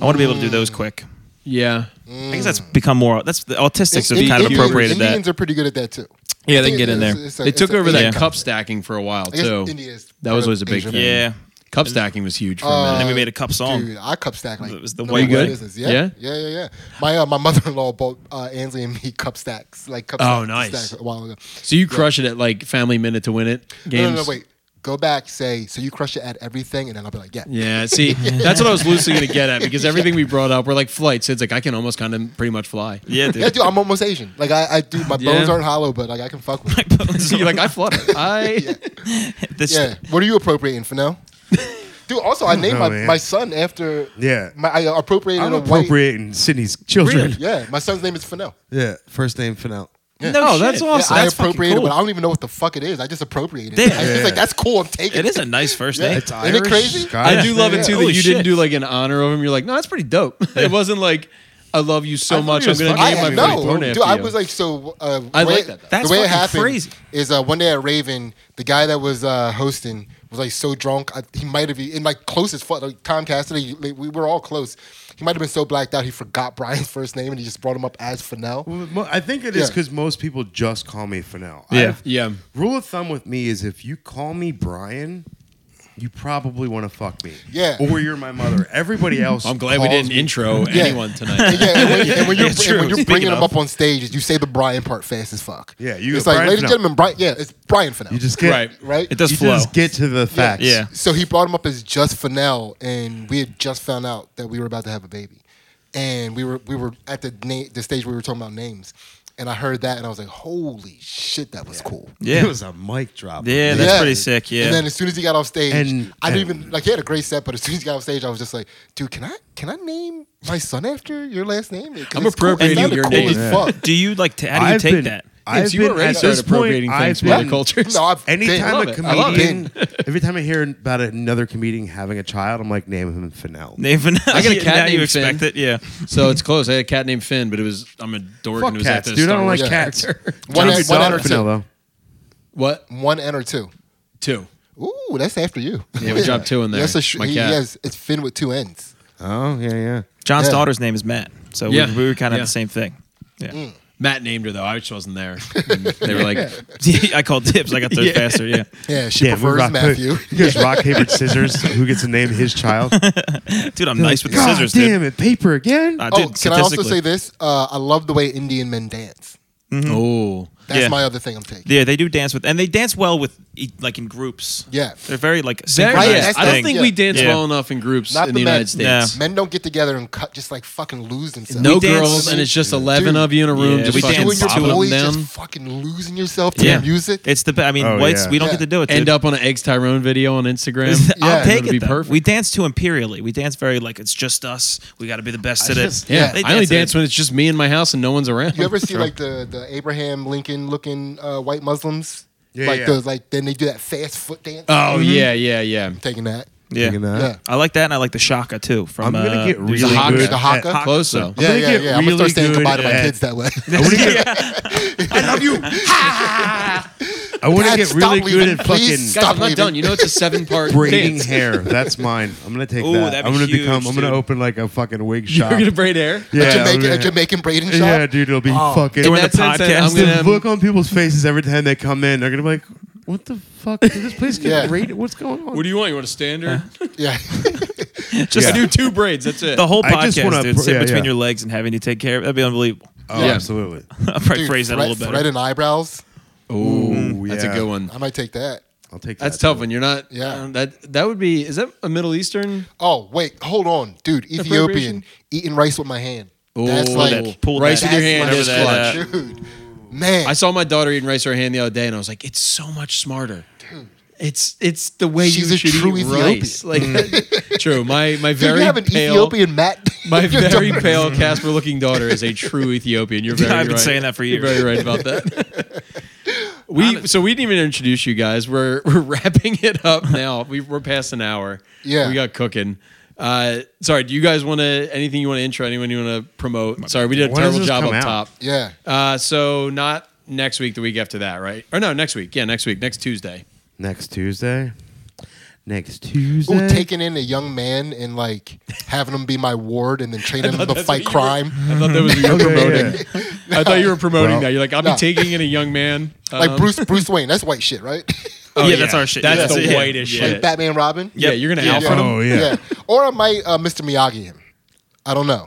Speaker 3: I want to be able to do those quick.
Speaker 5: Yeah.
Speaker 6: Mm,
Speaker 3: I guess that's become more. That's the autistics have
Speaker 6: Indians-
Speaker 3: kind of appropriated
Speaker 6: Indians,
Speaker 3: that.
Speaker 6: are pretty good at that too.
Speaker 5: Yeah, they
Speaker 6: I
Speaker 5: can
Speaker 6: think
Speaker 5: get in there.
Speaker 6: it's- it's a-
Speaker 5: they
Speaker 6: it's
Speaker 5: took
Speaker 6: a-
Speaker 5: over that
Speaker 3: yeah.
Speaker 5: cup stacking for a while
Speaker 6: I guess
Speaker 5: too.
Speaker 6: India is Uh,
Speaker 5: that was
Speaker 6: part
Speaker 5: always a
Speaker 6: of
Speaker 5: big
Speaker 6: Asia.
Speaker 5: thing.
Speaker 3: yeah,
Speaker 5: Cup stacking was huge for a
Speaker 3: and then
Speaker 5: minute.
Speaker 3: we made a cup song.
Speaker 6: Dude, I cup stack like
Speaker 3: It was the
Speaker 6: no
Speaker 3: white
Speaker 6: matter what
Speaker 5: good?
Speaker 6: it is. Yeah,
Speaker 5: Yeah?
Speaker 6: yeah, yeah, yeah. My uh, my mother in law bought uh, Ansley and me cup stacks like cup.
Speaker 5: Oh,
Speaker 6: stacks to
Speaker 5: nice.
Speaker 6: stack a while ago.
Speaker 5: So you crush it at like family minute to win it
Speaker 6: No,
Speaker 5: games.
Speaker 6: no, no, wait. Go back, say, so you crush it at everything, and then I'll be like, yeah.
Speaker 5: Yeah, see, that's what I was loosely gonna get at because everything we brought up, we're like flights. It's like I can almost kind of pretty much fly.
Speaker 3: Yeah,
Speaker 6: Yeah,
Speaker 3: dude.
Speaker 6: dude, I'm almost Asian. Like, I, I do, my
Speaker 5: Yeah.
Speaker 6: bones aren't hollow, but like, I can fuck with it.
Speaker 5: You're like I flutter. I
Speaker 3: This-
Speaker 6: Yeah. What are you appropriating for now? Dude, also, I named
Speaker 4: know,
Speaker 6: my,
Speaker 4: man.
Speaker 6: my son after.
Speaker 4: Yeah.
Speaker 6: My, I appropriated
Speaker 4: I'm
Speaker 6: a white-
Speaker 4: appropriating Sydney's children.
Speaker 6: Yeah, my son's name is Fennel.
Speaker 2: Yeah, first name Fennel.
Speaker 3: No,
Speaker 5: Oh, that's
Speaker 3: shit.
Speaker 5: awesome.
Speaker 6: yeah, I
Speaker 5: That's fucking
Speaker 6: appropriated,
Speaker 5: cool.
Speaker 6: but I don't even know what the fuck it is. I just appropriated.
Speaker 3: Damn.
Speaker 6: it. I was just like, that's cool. I'm taking
Speaker 3: It
Speaker 6: it.
Speaker 3: is a nice first
Speaker 6: Yeah.
Speaker 3: name.
Speaker 6: It's Isn't it crazy?
Speaker 5: I do love it too that
Speaker 3: Holy
Speaker 5: you didn't
Speaker 3: shit.
Speaker 5: do like an honor of him. You're like, no, that's pretty dope. It wasn't like I love you so
Speaker 4: thought
Speaker 5: much.
Speaker 4: he
Speaker 5: I'm
Speaker 4: was
Speaker 5: gonna
Speaker 4: fucking
Speaker 5: name my
Speaker 6: I
Speaker 4: with
Speaker 5: no,
Speaker 4: you.
Speaker 6: no,
Speaker 5: porn after
Speaker 6: dude. I
Speaker 5: you."
Speaker 6: was like, so. Uh,
Speaker 5: I
Speaker 6: way-
Speaker 5: like that, though.
Speaker 3: That's
Speaker 6: the way it
Speaker 3: fucking
Speaker 6: happened
Speaker 3: crazy.
Speaker 6: is uh, one day at Raven, the guy that was uh, hosting was like so drunk. I, he might have in like close as fuck. Like Tom Cassidy, like, we were all close. He might have been so blacked out he forgot Brian's first name and he just brought him up as Fennel.
Speaker 4: Well, mo- I think it is
Speaker 6: Yeah.
Speaker 4: because most people just call me Fennel.
Speaker 3: Yeah.
Speaker 5: yeah.
Speaker 4: Rule of thumb with me is if you call me Brian, you probably want to fuck me.
Speaker 6: Yeah.
Speaker 4: Or you're my mother. Everybody else.
Speaker 5: I'm glad we
Speaker 4: calls
Speaker 5: didn't
Speaker 4: me-
Speaker 5: intro
Speaker 6: Yeah.
Speaker 5: anyone tonight.
Speaker 6: Yeah, and when, and when you're,
Speaker 3: Yeah,
Speaker 6: and
Speaker 3: true.
Speaker 6: when you're
Speaker 3: Speaking
Speaker 6: bringing him
Speaker 3: of.
Speaker 6: up on stage, you say the Brian part fast as fuck.
Speaker 4: Yeah, you
Speaker 6: It's
Speaker 4: go,
Speaker 6: like,
Speaker 4: "Brian
Speaker 6: ladies and
Speaker 4: Fennel."
Speaker 6: gentlemen, Brian. Yeah, it's Brian Fennel.
Speaker 4: You just get
Speaker 5: Right.
Speaker 6: right.
Speaker 3: It does
Speaker 4: you
Speaker 3: flow.
Speaker 4: just get to the facts.
Speaker 3: yeah.
Speaker 6: So he brought him up as just Fennel, and we had just found out that we were about to have a baby, and we were we were at the na- the stage where we were talking about names, and I heard that, and I was like, "Holy shit, that was cool!"
Speaker 3: Yeah.
Speaker 4: It was a mic drop.
Speaker 3: Yeah, that's pretty sick. Yeah.
Speaker 6: And then as soon as he got off stage,
Speaker 4: And-
Speaker 6: I didn't
Speaker 4: and-
Speaker 6: even like he had a great set, but as soon as he got off stage, I was just like, "Dude, can I can I name my son after your last name?" 'Cause
Speaker 5: I'm
Speaker 6: it's cool. It
Speaker 5: appropriating
Speaker 6: sounded
Speaker 5: your
Speaker 6: cool
Speaker 5: name.
Speaker 6: as
Speaker 5: Yeah.
Speaker 6: fuck.
Speaker 3: do you like? To, how do you
Speaker 4: I've
Speaker 3: take
Speaker 4: been-
Speaker 3: that?
Speaker 5: Yes,
Speaker 4: I've
Speaker 5: you
Speaker 4: been
Speaker 5: already
Speaker 4: at
Speaker 5: started
Speaker 4: this point.
Speaker 5: appropriating
Speaker 4: I've
Speaker 5: things from other
Speaker 4: been-
Speaker 5: cultures.
Speaker 6: No, I've
Speaker 4: Anytime
Speaker 5: Love
Speaker 4: a
Speaker 5: it. I love it.
Speaker 4: comedian, every time I hear about another comedian having a child, I'm like, name him Fennel.
Speaker 3: Name for now.
Speaker 5: I got a cat
Speaker 3: now you
Speaker 5: named
Speaker 3: expect
Speaker 5: Finn.
Speaker 3: it. Yeah.
Speaker 5: so it's close. I had a cat named Finn, but it was I'm a dork
Speaker 4: Fuck
Speaker 5: and it was
Speaker 4: cats,
Speaker 5: after the
Speaker 4: dude.
Speaker 5: Star
Speaker 4: I don't
Speaker 5: Wars
Speaker 6: like cats.
Speaker 5: character.
Speaker 6: One
Speaker 4: John's
Speaker 6: and-
Speaker 4: daughter
Speaker 6: one and or
Speaker 4: Fennel,
Speaker 6: two.
Speaker 4: though.
Speaker 5: What?
Speaker 6: One and or two.
Speaker 5: Two.
Speaker 6: Ooh, that's after you.
Speaker 5: Yeah, we dropped two in there.
Speaker 6: That's a sh-
Speaker 5: My
Speaker 6: he,
Speaker 5: cat.
Speaker 6: yes, it's Finn with two ends.
Speaker 4: Oh yeah, yeah.
Speaker 3: John's
Speaker 6: Yeah.
Speaker 3: daughter's name is Matt, so
Speaker 5: Yeah.
Speaker 3: we, we were kind of
Speaker 5: Yeah.
Speaker 3: the same thing. Yeah.
Speaker 5: Matt named her though. I just wasn't there. And they were like,
Speaker 3: I called tips. I got there faster. Yeah.
Speaker 6: Yeah, she
Speaker 4: Yeah, we
Speaker 6: prefers
Speaker 4: rock-
Speaker 6: Matthew.
Speaker 4: You guys rock paper scissors. Who gets to name his child?
Speaker 3: Dude, I'm nice with the
Speaker 4: God
Speaker 3: scissors,
Speaker 4: damn
Speaker 3: dude.
Speaker 4: it, paper again.
Speaker 3: Uh,
Speaker 6: Oh,
Speaker 3: dude,
Speaker 6: can I also
Speaker 3: statistically-
Speaker 6: say this? Uh, I love the way Indian men dance.
Speaker 3: Mm-hmm.
Speaker 5: "Oh,
Speaker 6: That's
Speaker 3: Yeah.
Speaker 6: my other thing I'm taking.
Speaker 3: Yeah, they do dance with, and they dance well with, e- like in groups.
Speaker 6: Yeah.
Speaker 3: they're very like.
Speaker 5: There-
Speaker 3: synchronized
Speaker 5: yeah, I don't
Speaker 3: thing.
Speaker 5: think we dance
Speaker 3: Yeah.
Speaker 5: well enough in groups
Speaker 6: Not
Speaker 5: in the
Speaker 6: the
Speaker 5: United
Speaker 3: men.
Speaker 5: States.
Speaker 6: Men don't get together and cut, just like fucking lose themselves.
Speaker 5: No
Speaker 3: We dance-
Speaker 5: girls, and it's just eleven
Speaker 6: Dude.
Speaker 5: of you in a room.
Speaker 3: Yeah,
Speaker 5: just
Speaker 3: we
Speaker 5: fucking
Speaker 6: you and
Speaker 3: dance
Speaker 6: your
Speaker 3: bopping
Speaker 5: bopping
Speaker 6: boys
Speaker 5: them down.
Speaker 6: just fucking losing yourself to
Speaker 3: Yeah,
Speaker 6: the music.
Speaker 3: It's the. be- I mean,
Speaker 4: Oh,
Speaker 3: whites.
Speaker 4: yeah.
Speaker 3: We don't
Speaker 6: Yeah.
Speaker 3: get to do it.
Speaker 5: End
Speaker 3: dude.
Speaker 5: up on an eggs Tyrone video on Instagram.
Speaker 3: I'll
Speaker 6: Yeah.
Speaker 3: take
Speaker 5: That'd
Speaker 3: it.
Speaker 5: be
Speaker 3: though.
Speaker 5: perfect.
Speaker 3: We dance too imperially. We dance very like it's just us. We got to be the best at it.
Speaker 5: yeah,
Speaker 3: They
Speaker 5: I only
Speaker 3: at
Speaker 5: dance
Speaker 3: it.
Speaker 5: when it's just me in my house and no one's around.
Speaker 6: you ever see like the, the Abraham Lincoln looking uh, white Muslims?
Speaker 4: Yeah,
Speaker 6: like
Speaker 4: yeah.
Speaker 6: those, like then they do that fast foot dance.
Speaker 5: Oh
Speaker 3: Mm-hmm.
Speaker 5: yeah, yeah, yeah.
Speaker 6: taking that.
Speaker 3: Yeah.
Speaker 4: Thinking that.
Speaker 6: Yeah.
Speaker 3: I like that, and I like the shaka too. From
Speaker 4: I'm gonna
Speaker 3: uh,
Speaker 4: get
Speaker 3: New
Speaker 4: really
Speaker 3: Zealand.
Speaker 6: Haka-
Speaker 4: good.
Speaker 6: the Haka?
Speaker 4: at-
Speaker 5: Close though.
Speaker 6: Yeah,
Speaker 4: gonna
Speaker 6: yeah,
Speaker 4: get
Speaker 6: yeah. I'm gonna start
Speaker 4: really
Speaker 6: saying goodbye
Speaker 4: good
Speaker 6: to my
Speaker 4: at-
Speaker 6: kids that way.
Speaker 4: I want to get. I love you. I want to
Speaker 6: Dad,
Speaker 4: get
Speaker 6: stop
Speaker 4: really
Speaker 6: leaving,
Speaker 4: good at
Speaker 6: please.
Speaker 4: fucking
Speaker 5: Guys,
Speaker 6: Stop
Speaker 5: I'm not
Speaker 6: leaving.
Speaker 5: done. You know it's a seven part
Speaker 4: braiding
Speaker 5: dance.
Speaker 4: hair. That's mine. I'm gonna take
Speaker 3: Ooh,
Speaker 4: that.
Speaker 3: that'd
Speaker 4: I'm
Speaker 3: be
Speaker 4: gonna become.
Speaker 3: huge,
Speaker 4: I'm gonna
Speaker 3: dude.
Speaker 4: open like a fucking wig shop.
Speaker 5: You're gonna braid hair.
Speaker 4: yeah, I'm
Speaker 6: Jamaican,
Speaker 4: gonna-
Speaker 6: a Jamaican braiding shop.
Speaker 4: Yeah, dude, it'll be fucking.
Speaker 3: During
Speaker 5: In
Speaker 3: the
Speaker 5: that sense,
Speaker 3: podcast,
Speaker 5: I'm
Speaker 4: the
Speaker 5: gonna-
Speaker 4: look on people's faces every time they come in, they're gonna be like, "What the fuck? Did this place get
Speaker 6: Yeah.
Speaker 4: raided? What's going on?"
Speaker 5: What do you want? You want a standard?
Speaker 6: Yeah.
Speaker 3: Just
Speaker 5: I do two braids. That's it.
Speaker 3: the whole
Speaker 4: I just
Speaker 3: podcast,
Speaker 4: wanna
Speaker 3: dude.
Speaker 4: pr-
Speaker 3: Sit
Speaker 4: yeah,
Speaker 3: between
Speaker 4: yeah.
Speaker 3: your legs and having to take care of That'd be unbelievable.
Speaker 4: Oh,
Speaker 5: Yeah.
Speaker 4: absolutely.
Speaker 3: I'll probably
Speaker 6: Dude,
Speaker 3: phrase that a
Speaker 6: thread-
Speaker 3: little better.
Speaker 6: Thread and eyebrows.
Speaker 4: Ooh,
Speaker 5: Mm-hmm. That's a
Speaker 4: yeah.
Speaker 5: good one.
Speaker 6: I might take that.
Speaker 4: I'll take that.
Speaker 5: That's tough when you're not.
Speaker 6: Yeah.
Speaker 5: um, that that would be. Is that a Middle Eastern?
Speaker 6: Oh wait, hold on, dude. Ethiopian
Speaker 5: Appropriation?
Speaker 6: eating rice with my hand.
Speaker 5: Ooh,
Speaker 6: that's like
Speaker 3: that. Pull
Speaker 5: rice
Speaker 3: that.
Speaker 5: with your
Speaker 6: that's
Speaker 5: hand.
Speaker 6: my
Speaker 3: Remember
Speaker 5: Remember that?
Speaker 3: that,
Speaker 6: squad, dude. Man,
Speaker 5: I saw my daughter eating rice with her hand the other day, and I was like, "It's so much smarter." It's it's the way
Speaker 6: She's
Speaker 5: you
Speaker 6: a
Speaker 5: should
Speaker 6: true
Speaker 5: eat
Speaker 6: Ethiopian. Mm.
Speaker 5: rice. Like, true. My my
Speaker 6: dude,
Speaker 5: very
Speaker 6: you have an
Speaker 5: pale,
Speaker 6: Ethiopian mat.
Speaker 5: my
Speaker 6: Your
Speaker 5: very
Speaker 6: daughter-
Speaker 5: pale Casper looking daughter is a true Ethiopian. You're very
Speaker 3: I've been
Speaker 5: right.
Speaker 3: saying that for
Speaker 5: You're
Speaker 3: years.
Speaker 5: very right about that. we so we didn't even introduce you guys. We're we're wrapping it up now. We, we're past an hour.
Speaker 6: Yeah.
Speaker 5: we got cooking. Uh, sorry. Do you guys want to anything you want to intro? Anyone you want to promote? Sorry, we did a
Speaker 4: When does
Speaker 5: terrible
Speaker 4: this
Speaker 5: job
Speaker 4: come
Speaker 5: up
Speaker 4: out?
Speaker 5: top.
Speaker 6: Yeah,
Speaker 5: Uh, so not next week, the week after that, right? Or no, next week. Yeah, next week, next Tuesday.
Speaker 4: Next Tuesday. Next Tuesday.
Speaker 6: Ooh, taking in a young man and like having him be my ward and then training him to
Speaker 5: that's
Speaker 6: fight
Speaker 5: what you were-
Speaker 6: crime.
Speaker 5: I thought that was what you were
Speaker 4: Okay,
Speaker 5: promoting. I thought you were promoting
Speaker 4: Well,
Speaker 5: that. You're like, I'll
Speaker 6: no.
Speaker 5: be taking in a young man.
Speaker 6: Like
Speaker 5: Um,
Speaker 6: Bruce Bruce Wayne. That's white shit, right?
Speaker 3: Oh,
Speaker 5: Oh,
Speaker 3: yeah, that's our shit.
Speaker 5: That's
Speaker 3: Yeah.
Speaker 5: the
Speaker 3: Yeah.
Speaker 5: whitest
Speaker 3: Yeah.
Speaker 5: shit.
Speaker 6: Batman Robin.
Speaker 5: Yeah, you're gonna
Speaker 3: Yeah.
Speaker 5: alpha him.
Speaker 4: Oh, yeah.
Speaker 6: Or I might uh, Mr. Miyagi him. I don't know.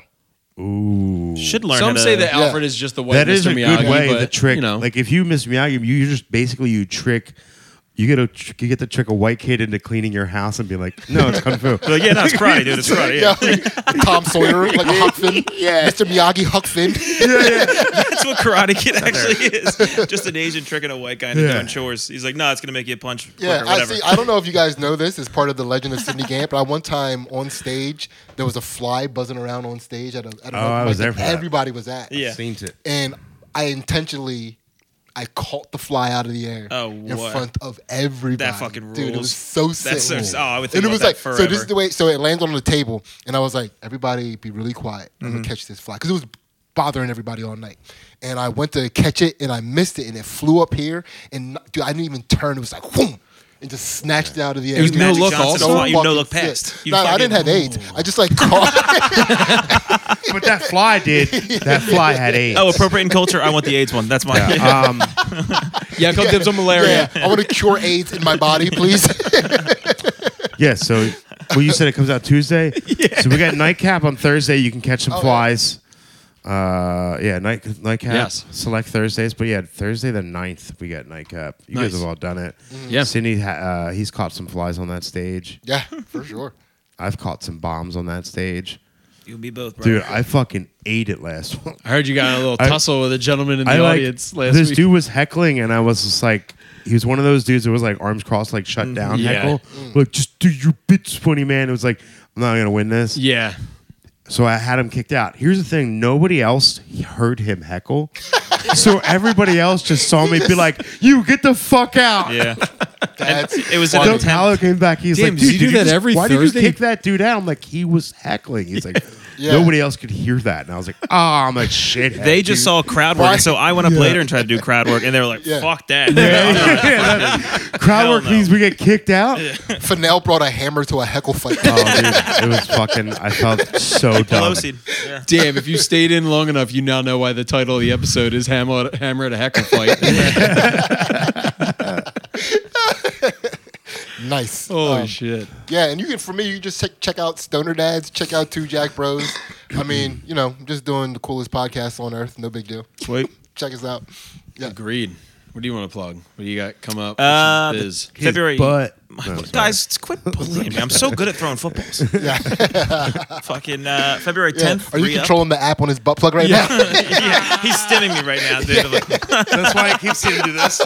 Speaker 4: Ooh.
Speaker 3: Should learn.
Speaker 5: Some
Speaker 3: how to,
Speaker 5: say that
Speaker 6: Yeah.
Speaker 5: Alfred is just the white
Speaker 4: That
Speaker 5: Mr.
Speaker 4: is a
Speaker 5: Miyagi,
Speaker 4: good way
Speaker 5: but,
Speaker 4: to trick.
Speaker 5: You know,
Speaker 4: Like if you Miss Miyagi, you just basically you trick. You get a tr- you get to trick a white kid into cleaning your house and be like, no, it's kung fu.
Speaker 3: Like, yeah, no, it's karate, dude. It's karate. Yeah.
Speaker 6: Yeah, like Tom Sawyer, like Huck Finn. Yeah. Mr. Miyagi, Huck Finn.
Speaker 3: That's what Karate Kid actually is. Just an Asian tricking a white guy into
Speaker 4: Yeah.
Speaker 3: doing chores. He's like, no, it's gonna make you punch.
Speaker 6: Yeah,
Speaker 3: quicker,
Speaker 6: I
Speaker 3: whatever.
Speaker 6: see. I don't know if you guys know this. It's part of the legend of Sidney Gamp. But I one time on stage, there was a fly buzzing around on stage at a, at a
Speaker 4: Oh, I was
Speaker 6: mic
Speaker 4: there for that.
Speaker 6: everybody was at.
Speaker 3: Yeah.
Speaker 4: Seen it.
Speaker 6: and I intentionally. I caught the fly out of the air
Speaker 3: Oh,
Speaker 6: in
Speaker 3: what?
Speaker 6: front of everybody.
Speaker 3: That fucking
Speaker 6: Dude, it
Speaker 3: rules.
Speaker 6: was so sick.
Speaker 3: That's so- oh, I would think
Speaker 6: and it
Speaker 3: about
Speaker 6: was
Speaker 3: that
Speaker 6: like, so this
Speaker 3: forever.
Speaker 6: is the way. So it lands on the table, and I was like, everybody, be really quiet. I'm
Speaker 5: Mm-hmm.
Speaker 6: gonna catch this fly because it was bothering everybody all night. And I went to catch it, and I missed it, and it flew up here, and dude, I didn't even turn. It was like, whoom, and just snatched it out of the air.
Speaker 5: was
Speaker 6: Dude,
Speaker 5: no
Speaker 3: Magic
Speaker 5: look
Speaker 3: Johnson
Speaker 5: also?
Speaker 3: was like, you no
Speaker 6: fucking
Speaker 3: look
Speaker 6: sick.
Speaker 3: past. You
Speaker 6: No, I didn't
Speaker 3: fucking-
Speaker 6: have AIDS. I just like caught.
Speaker 4: But that fly did. That fly had AIDS.
Speaker 3: Oh, appropriating culture. I want the AIDS one. That's mine.
Speaker 4: Um,
Speaker 5: yeah, come dibs on malaria.
Speaker 6: yeah, I want to cure AIDS in my body, please.
Speaker 4: yeah. So, well, you said it comes out Tuesday. So we got nightcap on Thursday. You can catch some flies. Uh, yeah, night nightcap.
Speaker 5: Yes.
Speaker 4: Select Thursdays, but yeah, Thursday the 9th, we got nightcap. You
Speaker 5: Nice. Mm.
Speaker 4: guys have all done it.
Speaker 5: Yeah.
Speaker 4: Sydney, ha- uh, he's caught some flies on that stage.
Speaker 6: yeah, for sure.
Speaker 4: I've caught some bombs on that stage.
Speaker 3: You and me both, bro.
Speaker 4: Dude, I fucking ate it last one.
Speaker 5: I heard you got in a little
Speaker 4: I-
Speaker 5: tussle with a gentleman in the
Speaker 4: I like
Speaker 5: audience last
Speaker 4: this
Speaker 5: week.
Speaker 4: dude was heckling, and I was just like, he was one of those dudes that was like arms crossed, like shut down
Speaker 5: Mm-hmm. Yeah. Mm.
Speaker 4: heckle, like just do your bits, funny man. It was like I'm not gonna win this,
Speaker 5: yeah,
Speaker 4: so I had him kicked out. Here's the thing: nobody else heard him heckle, so everybody else just saw me be like, "You get the fuck out."
Speaker 3: Yeah.
Speaker 6: That's
Speaker 3: It was an
Speaker 4: So
Speaker 3: attempt.
Speaker 4: Tyler came back. He's
Speaker 5: Damn,
Speaker 4: like,
Speaker 5: does
Speaker 4: "Dude,
Speaker 5: he
Speaker 4: did
Speaker 5: do
Speaker 4: you
Speaker 5: that
Speaker 4: just-
Speaker 5: every
Speaker 4: Why
Speaker 5: Thursday?"
Speaker 4: did you kick that dude out?" I'm like, "He was heckling." He's like,
Speaker 6: Yeah.
Speaker 4: "Nobody else could hear that." And I was like, "Ah, I'm a shithead."
Speaker 3: They just
Speaker 4: dude."
Speaker 3: saw crowd work, so I went up later and tried to do crowd work, and they were like,
Speaker 6: Yeah.
Speaker 3: "Fuck that!"
Speaker 4: Yeah, that- crowd
Speaker 3: Hell
Speaker 4: work
Speaker 3: no.
Speaker 4: means we get kicked out.
Speaker 6: Fennell brought a hammer to a heckle fight.
Speaker 4: Oh, dude, it was fucking. I felt so dumb.
Speaker 3: Pelosi. "Oh, Yeah.
Speaker 5: damn! If you stayed in long enough, you now know why the title of the episode is "Hammer Hammer at a Heckle Fight."
Speaker 6: nice.
Speaker 5: Holy
Speaker 6: Um,
Speaker 5: shit!
Speaker 6: Yeah, and you can for me, you just check, check out Stoner Dads, check out Two Jack Bros. I mean, you know, just doing the coolest podcast on earth. No big deal.
Speaker 3: Sweet.
Speaker 6: Check us out. Yeah,
Speaker 5: Agreed. What do you want to plug? What do you got come up?
Speaker 3: Uh,
Speaker 5: What's your biz?
Speaker 3: February.
Speaker 4: butt.
Speaker 3: Guys, just quit bullying me. I'm so good at throwing footballs.
Speaker 6: yeah.
Speaker 3: Fucking uh, February
Speaker 6: yeah.
Speaker 3: 10th.
Speaker 6: Are you
Speaker 3: re-up.
Speaker 6: controlling the app on his butt plug right now?
Speaker 3: yeah, he's stimming me right now, dude. I'm like,
Speaker 4: That's why I keep seeing him do this.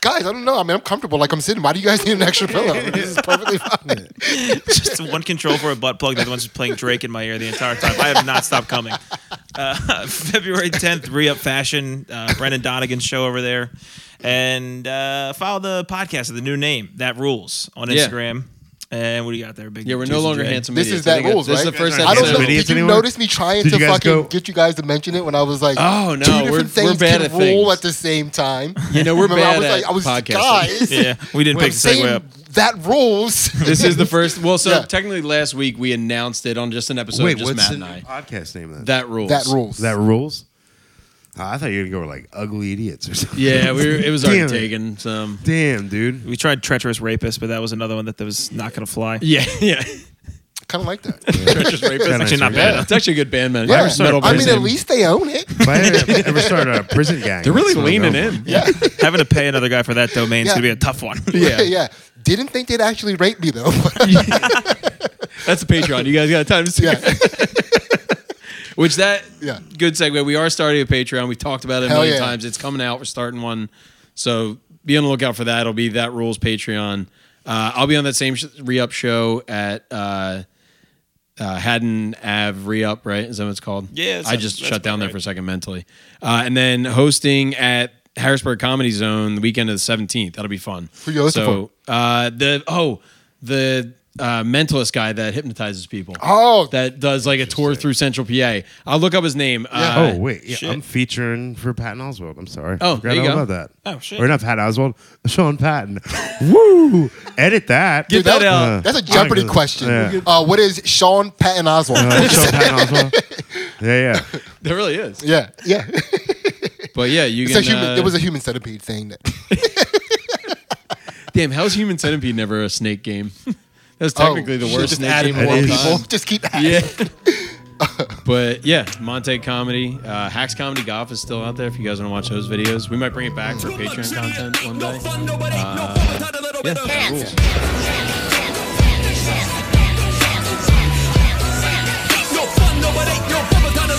Speaker 6: guys, I don't know. I mean, I'm comfortable. Like I'm sitting. Why do you guys need an extra pillow? This is perfectly fine.
Speaker 3: just one control for a butt plug. The other one's just playing Drake in my ear the entire time. I have not stopped coming. Uh, February 10th, Re Up Fashion, uh, Brendan Donegan show over there. And uh, follow the podcast of the new name, That Rules, on
Speaker 5: Yeah.
Speaker 3: Instagram. And what do you got there, Big
Speaker 5: Yeah, we're
Speaker 3: Jason
Speaker 5: no longer
Speaker 3: J?
Speaker 5: handsome.
Speaker 6: This
Speaker 5: idiots.
Speaker 6: is
Speaker 5: I
Speaker 6: that
Speaker 5: think it's-
Speaker 6: rules,
Speaker 5: This is
Speaker 6: right?
Speaker 5: the first
Speaker 6: I
Speaker 5: episode.
Speaker 6: don't know.
Speaker 4: Idiots
Speaker 6: Did you
Speaker 4: anymore?
Speaker 6: notice me trying
Speaker 4: Did
Speaker 6: to
Speaker 4: you guys
Speaker 6: fucking
Speaker 4: go-
Speaker 6: get you guys to mention it when I was like,
Speaker 5: Oh, no,
Speaker 6: two
Speaker 5: we're-
Speaker 6: different
Speaker 5: we're
Speaker 6: things
Speaker 5: bad
Speaker 6: can
Speaker 5: at
Speaker 6: roll
Speaker 5: things.
Speaker 6: at the same time.
Speaker 5: You know, we're
Speaker 6: Remember,
Speaker 5: bad
Speaker 6: I was
Speaker 5: at
Speaker 6: like, I was
Speaker 5: podcasting.
Speaker 6: guys.
Speaker 3: Yeah, we didn't
Speaker 6: when
Speaker 3: pick
Speaker 6: I'm
Speaker 3: the segue
Speaker 6: saying
Speaker 3: up.
Speaker 6: That rules.
Speaker 5: This is the first. Well, so
Speaker 6: Yeah.
Speaker 5: technically last week we announced it on just an episode, of just Matt and I.
Speaker 4: podcast name? Then?
Speaker 5: That rules.
Speaker 6: that rules.
Speaker 4: that rules. Oh, I thought you were gonna go like ugly idiots or something.
Speaker 5: Yeah, we were, it was already
Speaker 4: Damn
Speaker 5: taken. So
Speaker 4: Damn, dude.
Speaker 3: We tried treacherous rapist, but that was another one that, that was not going to fly.
Speaker 5: yeah, yeah.
Speaker 6: Kind of like that.
Speaker 3: That's actually not bad.
Speaker 5: It's actually a good band, man.
Speaker 6: yeah.
Speaker 5: Metal
Speaker 6: I mean,
Speaker 5: Prison.
Speaker 6: at least they own it.
Speaker 4: If I had ever started a prison gang,
Speaker 5: they're really
Speaker 4: it's not
Speaker 5: leaning
Speaker 4: over.
Speaker 5: in. Yeah,
Speaker 3: Having to pay another guy for that domain is
Speaker 6: Yeah.
Speaker 3: going to be a tough one.
Speaker 5: Yeah.
Speaker 6: yeah. Didn't think they'd actually rape me though.
Speaker 5: that's the Patreon. You guys got time to see.
Speaker 6: yeah.
Speaker 5: Which that
Speaker 6: Yeah.
Speaker 5: good segue. We are starting a Patreon. We've talked about it a
Speaker 6: Hell
Speaker 5: million
Speaker 6: yeah.
Speaker 5: times. It's coming out. We're starting one, so be on the lookout for that. It'll be that rules Patreon. Uh, I'll be on that same sh- re-up show at uh, uh, Haddon Ave re-up. Right? Is that what it's called?
Speaker 3: Yeah, it's-
Speaker 5: I just
Speaker 3: that's
Speaker 5: shut down
Speaker 3: about
Speaker 5: there
Speaker 3: right.
Speaker 5: for a second mentally, uh, and then hosting at Harrisburg Comedy Zone the weekend of the seventeenth. That'll be fun.
Speaker 6: Who you hosting
Speaker 5: so, Uh, the oh the uh, mentalist guy that hypnotizes people
Speaker 6: Oh,
Speaker 5: that does like a tour through Central PA. I'll look up his name. Uh,
Speaker 4: Oh wait, yeah, I'm featuring for Patton Oswald. I'm sorry.
Speaker 5: Oh,
Speaker 4: Forgot
Speaker 5: there you
Speaker 4: all
Speaker 5: go.
Speaker 4: about that.
Speaker 3: Oh, shit.
Speaker 4: Or not Patton Oswald, Sean Patton. Woo! Edit that.
Speaker 5: Get that out.
Speaker 6: that's a Jeopardy question.
Speaker 4: Yeah.
Speaker 6: Uh, what is Sean Patton Oswald?
Speaker 5: Uh-huh.
Speaker 4: Uh, Sean Patton Oswald. Yeah, yeah.
Speaker 5: there really is.
Speaker 6: yeah, yeah.
Speaker 5: But yeah, you
Speaker 6: It's a
Speaker 5: can.
Speaker 6: human,
Speaker 5: uh,
Speaker 6: it was a human centipede thing. That,
Speaker 5: damn. How's Human Centipede never a snake game? That's technically the
Speaker 6: shit,
Speaker 5: worst
Speaker 6: Oh. Just
Speaker 5: snake
Speaker 6: adding
Speaker 5: game
Speaker 6: more
Speaker 5: of all
Speaker 4: It is.
Speaker 6: people.
Speaker 5: time.
Speaker 6: Just keep adding.
Speaker 5: Yeah. but yeah, Monte Comedy, uh, Hacks Comedy Golf is still out there. If you guys want to watch those videos, we might bring it back for Patreon content one day.
Speaker 1: Uh,
Speaker 8: Yeah.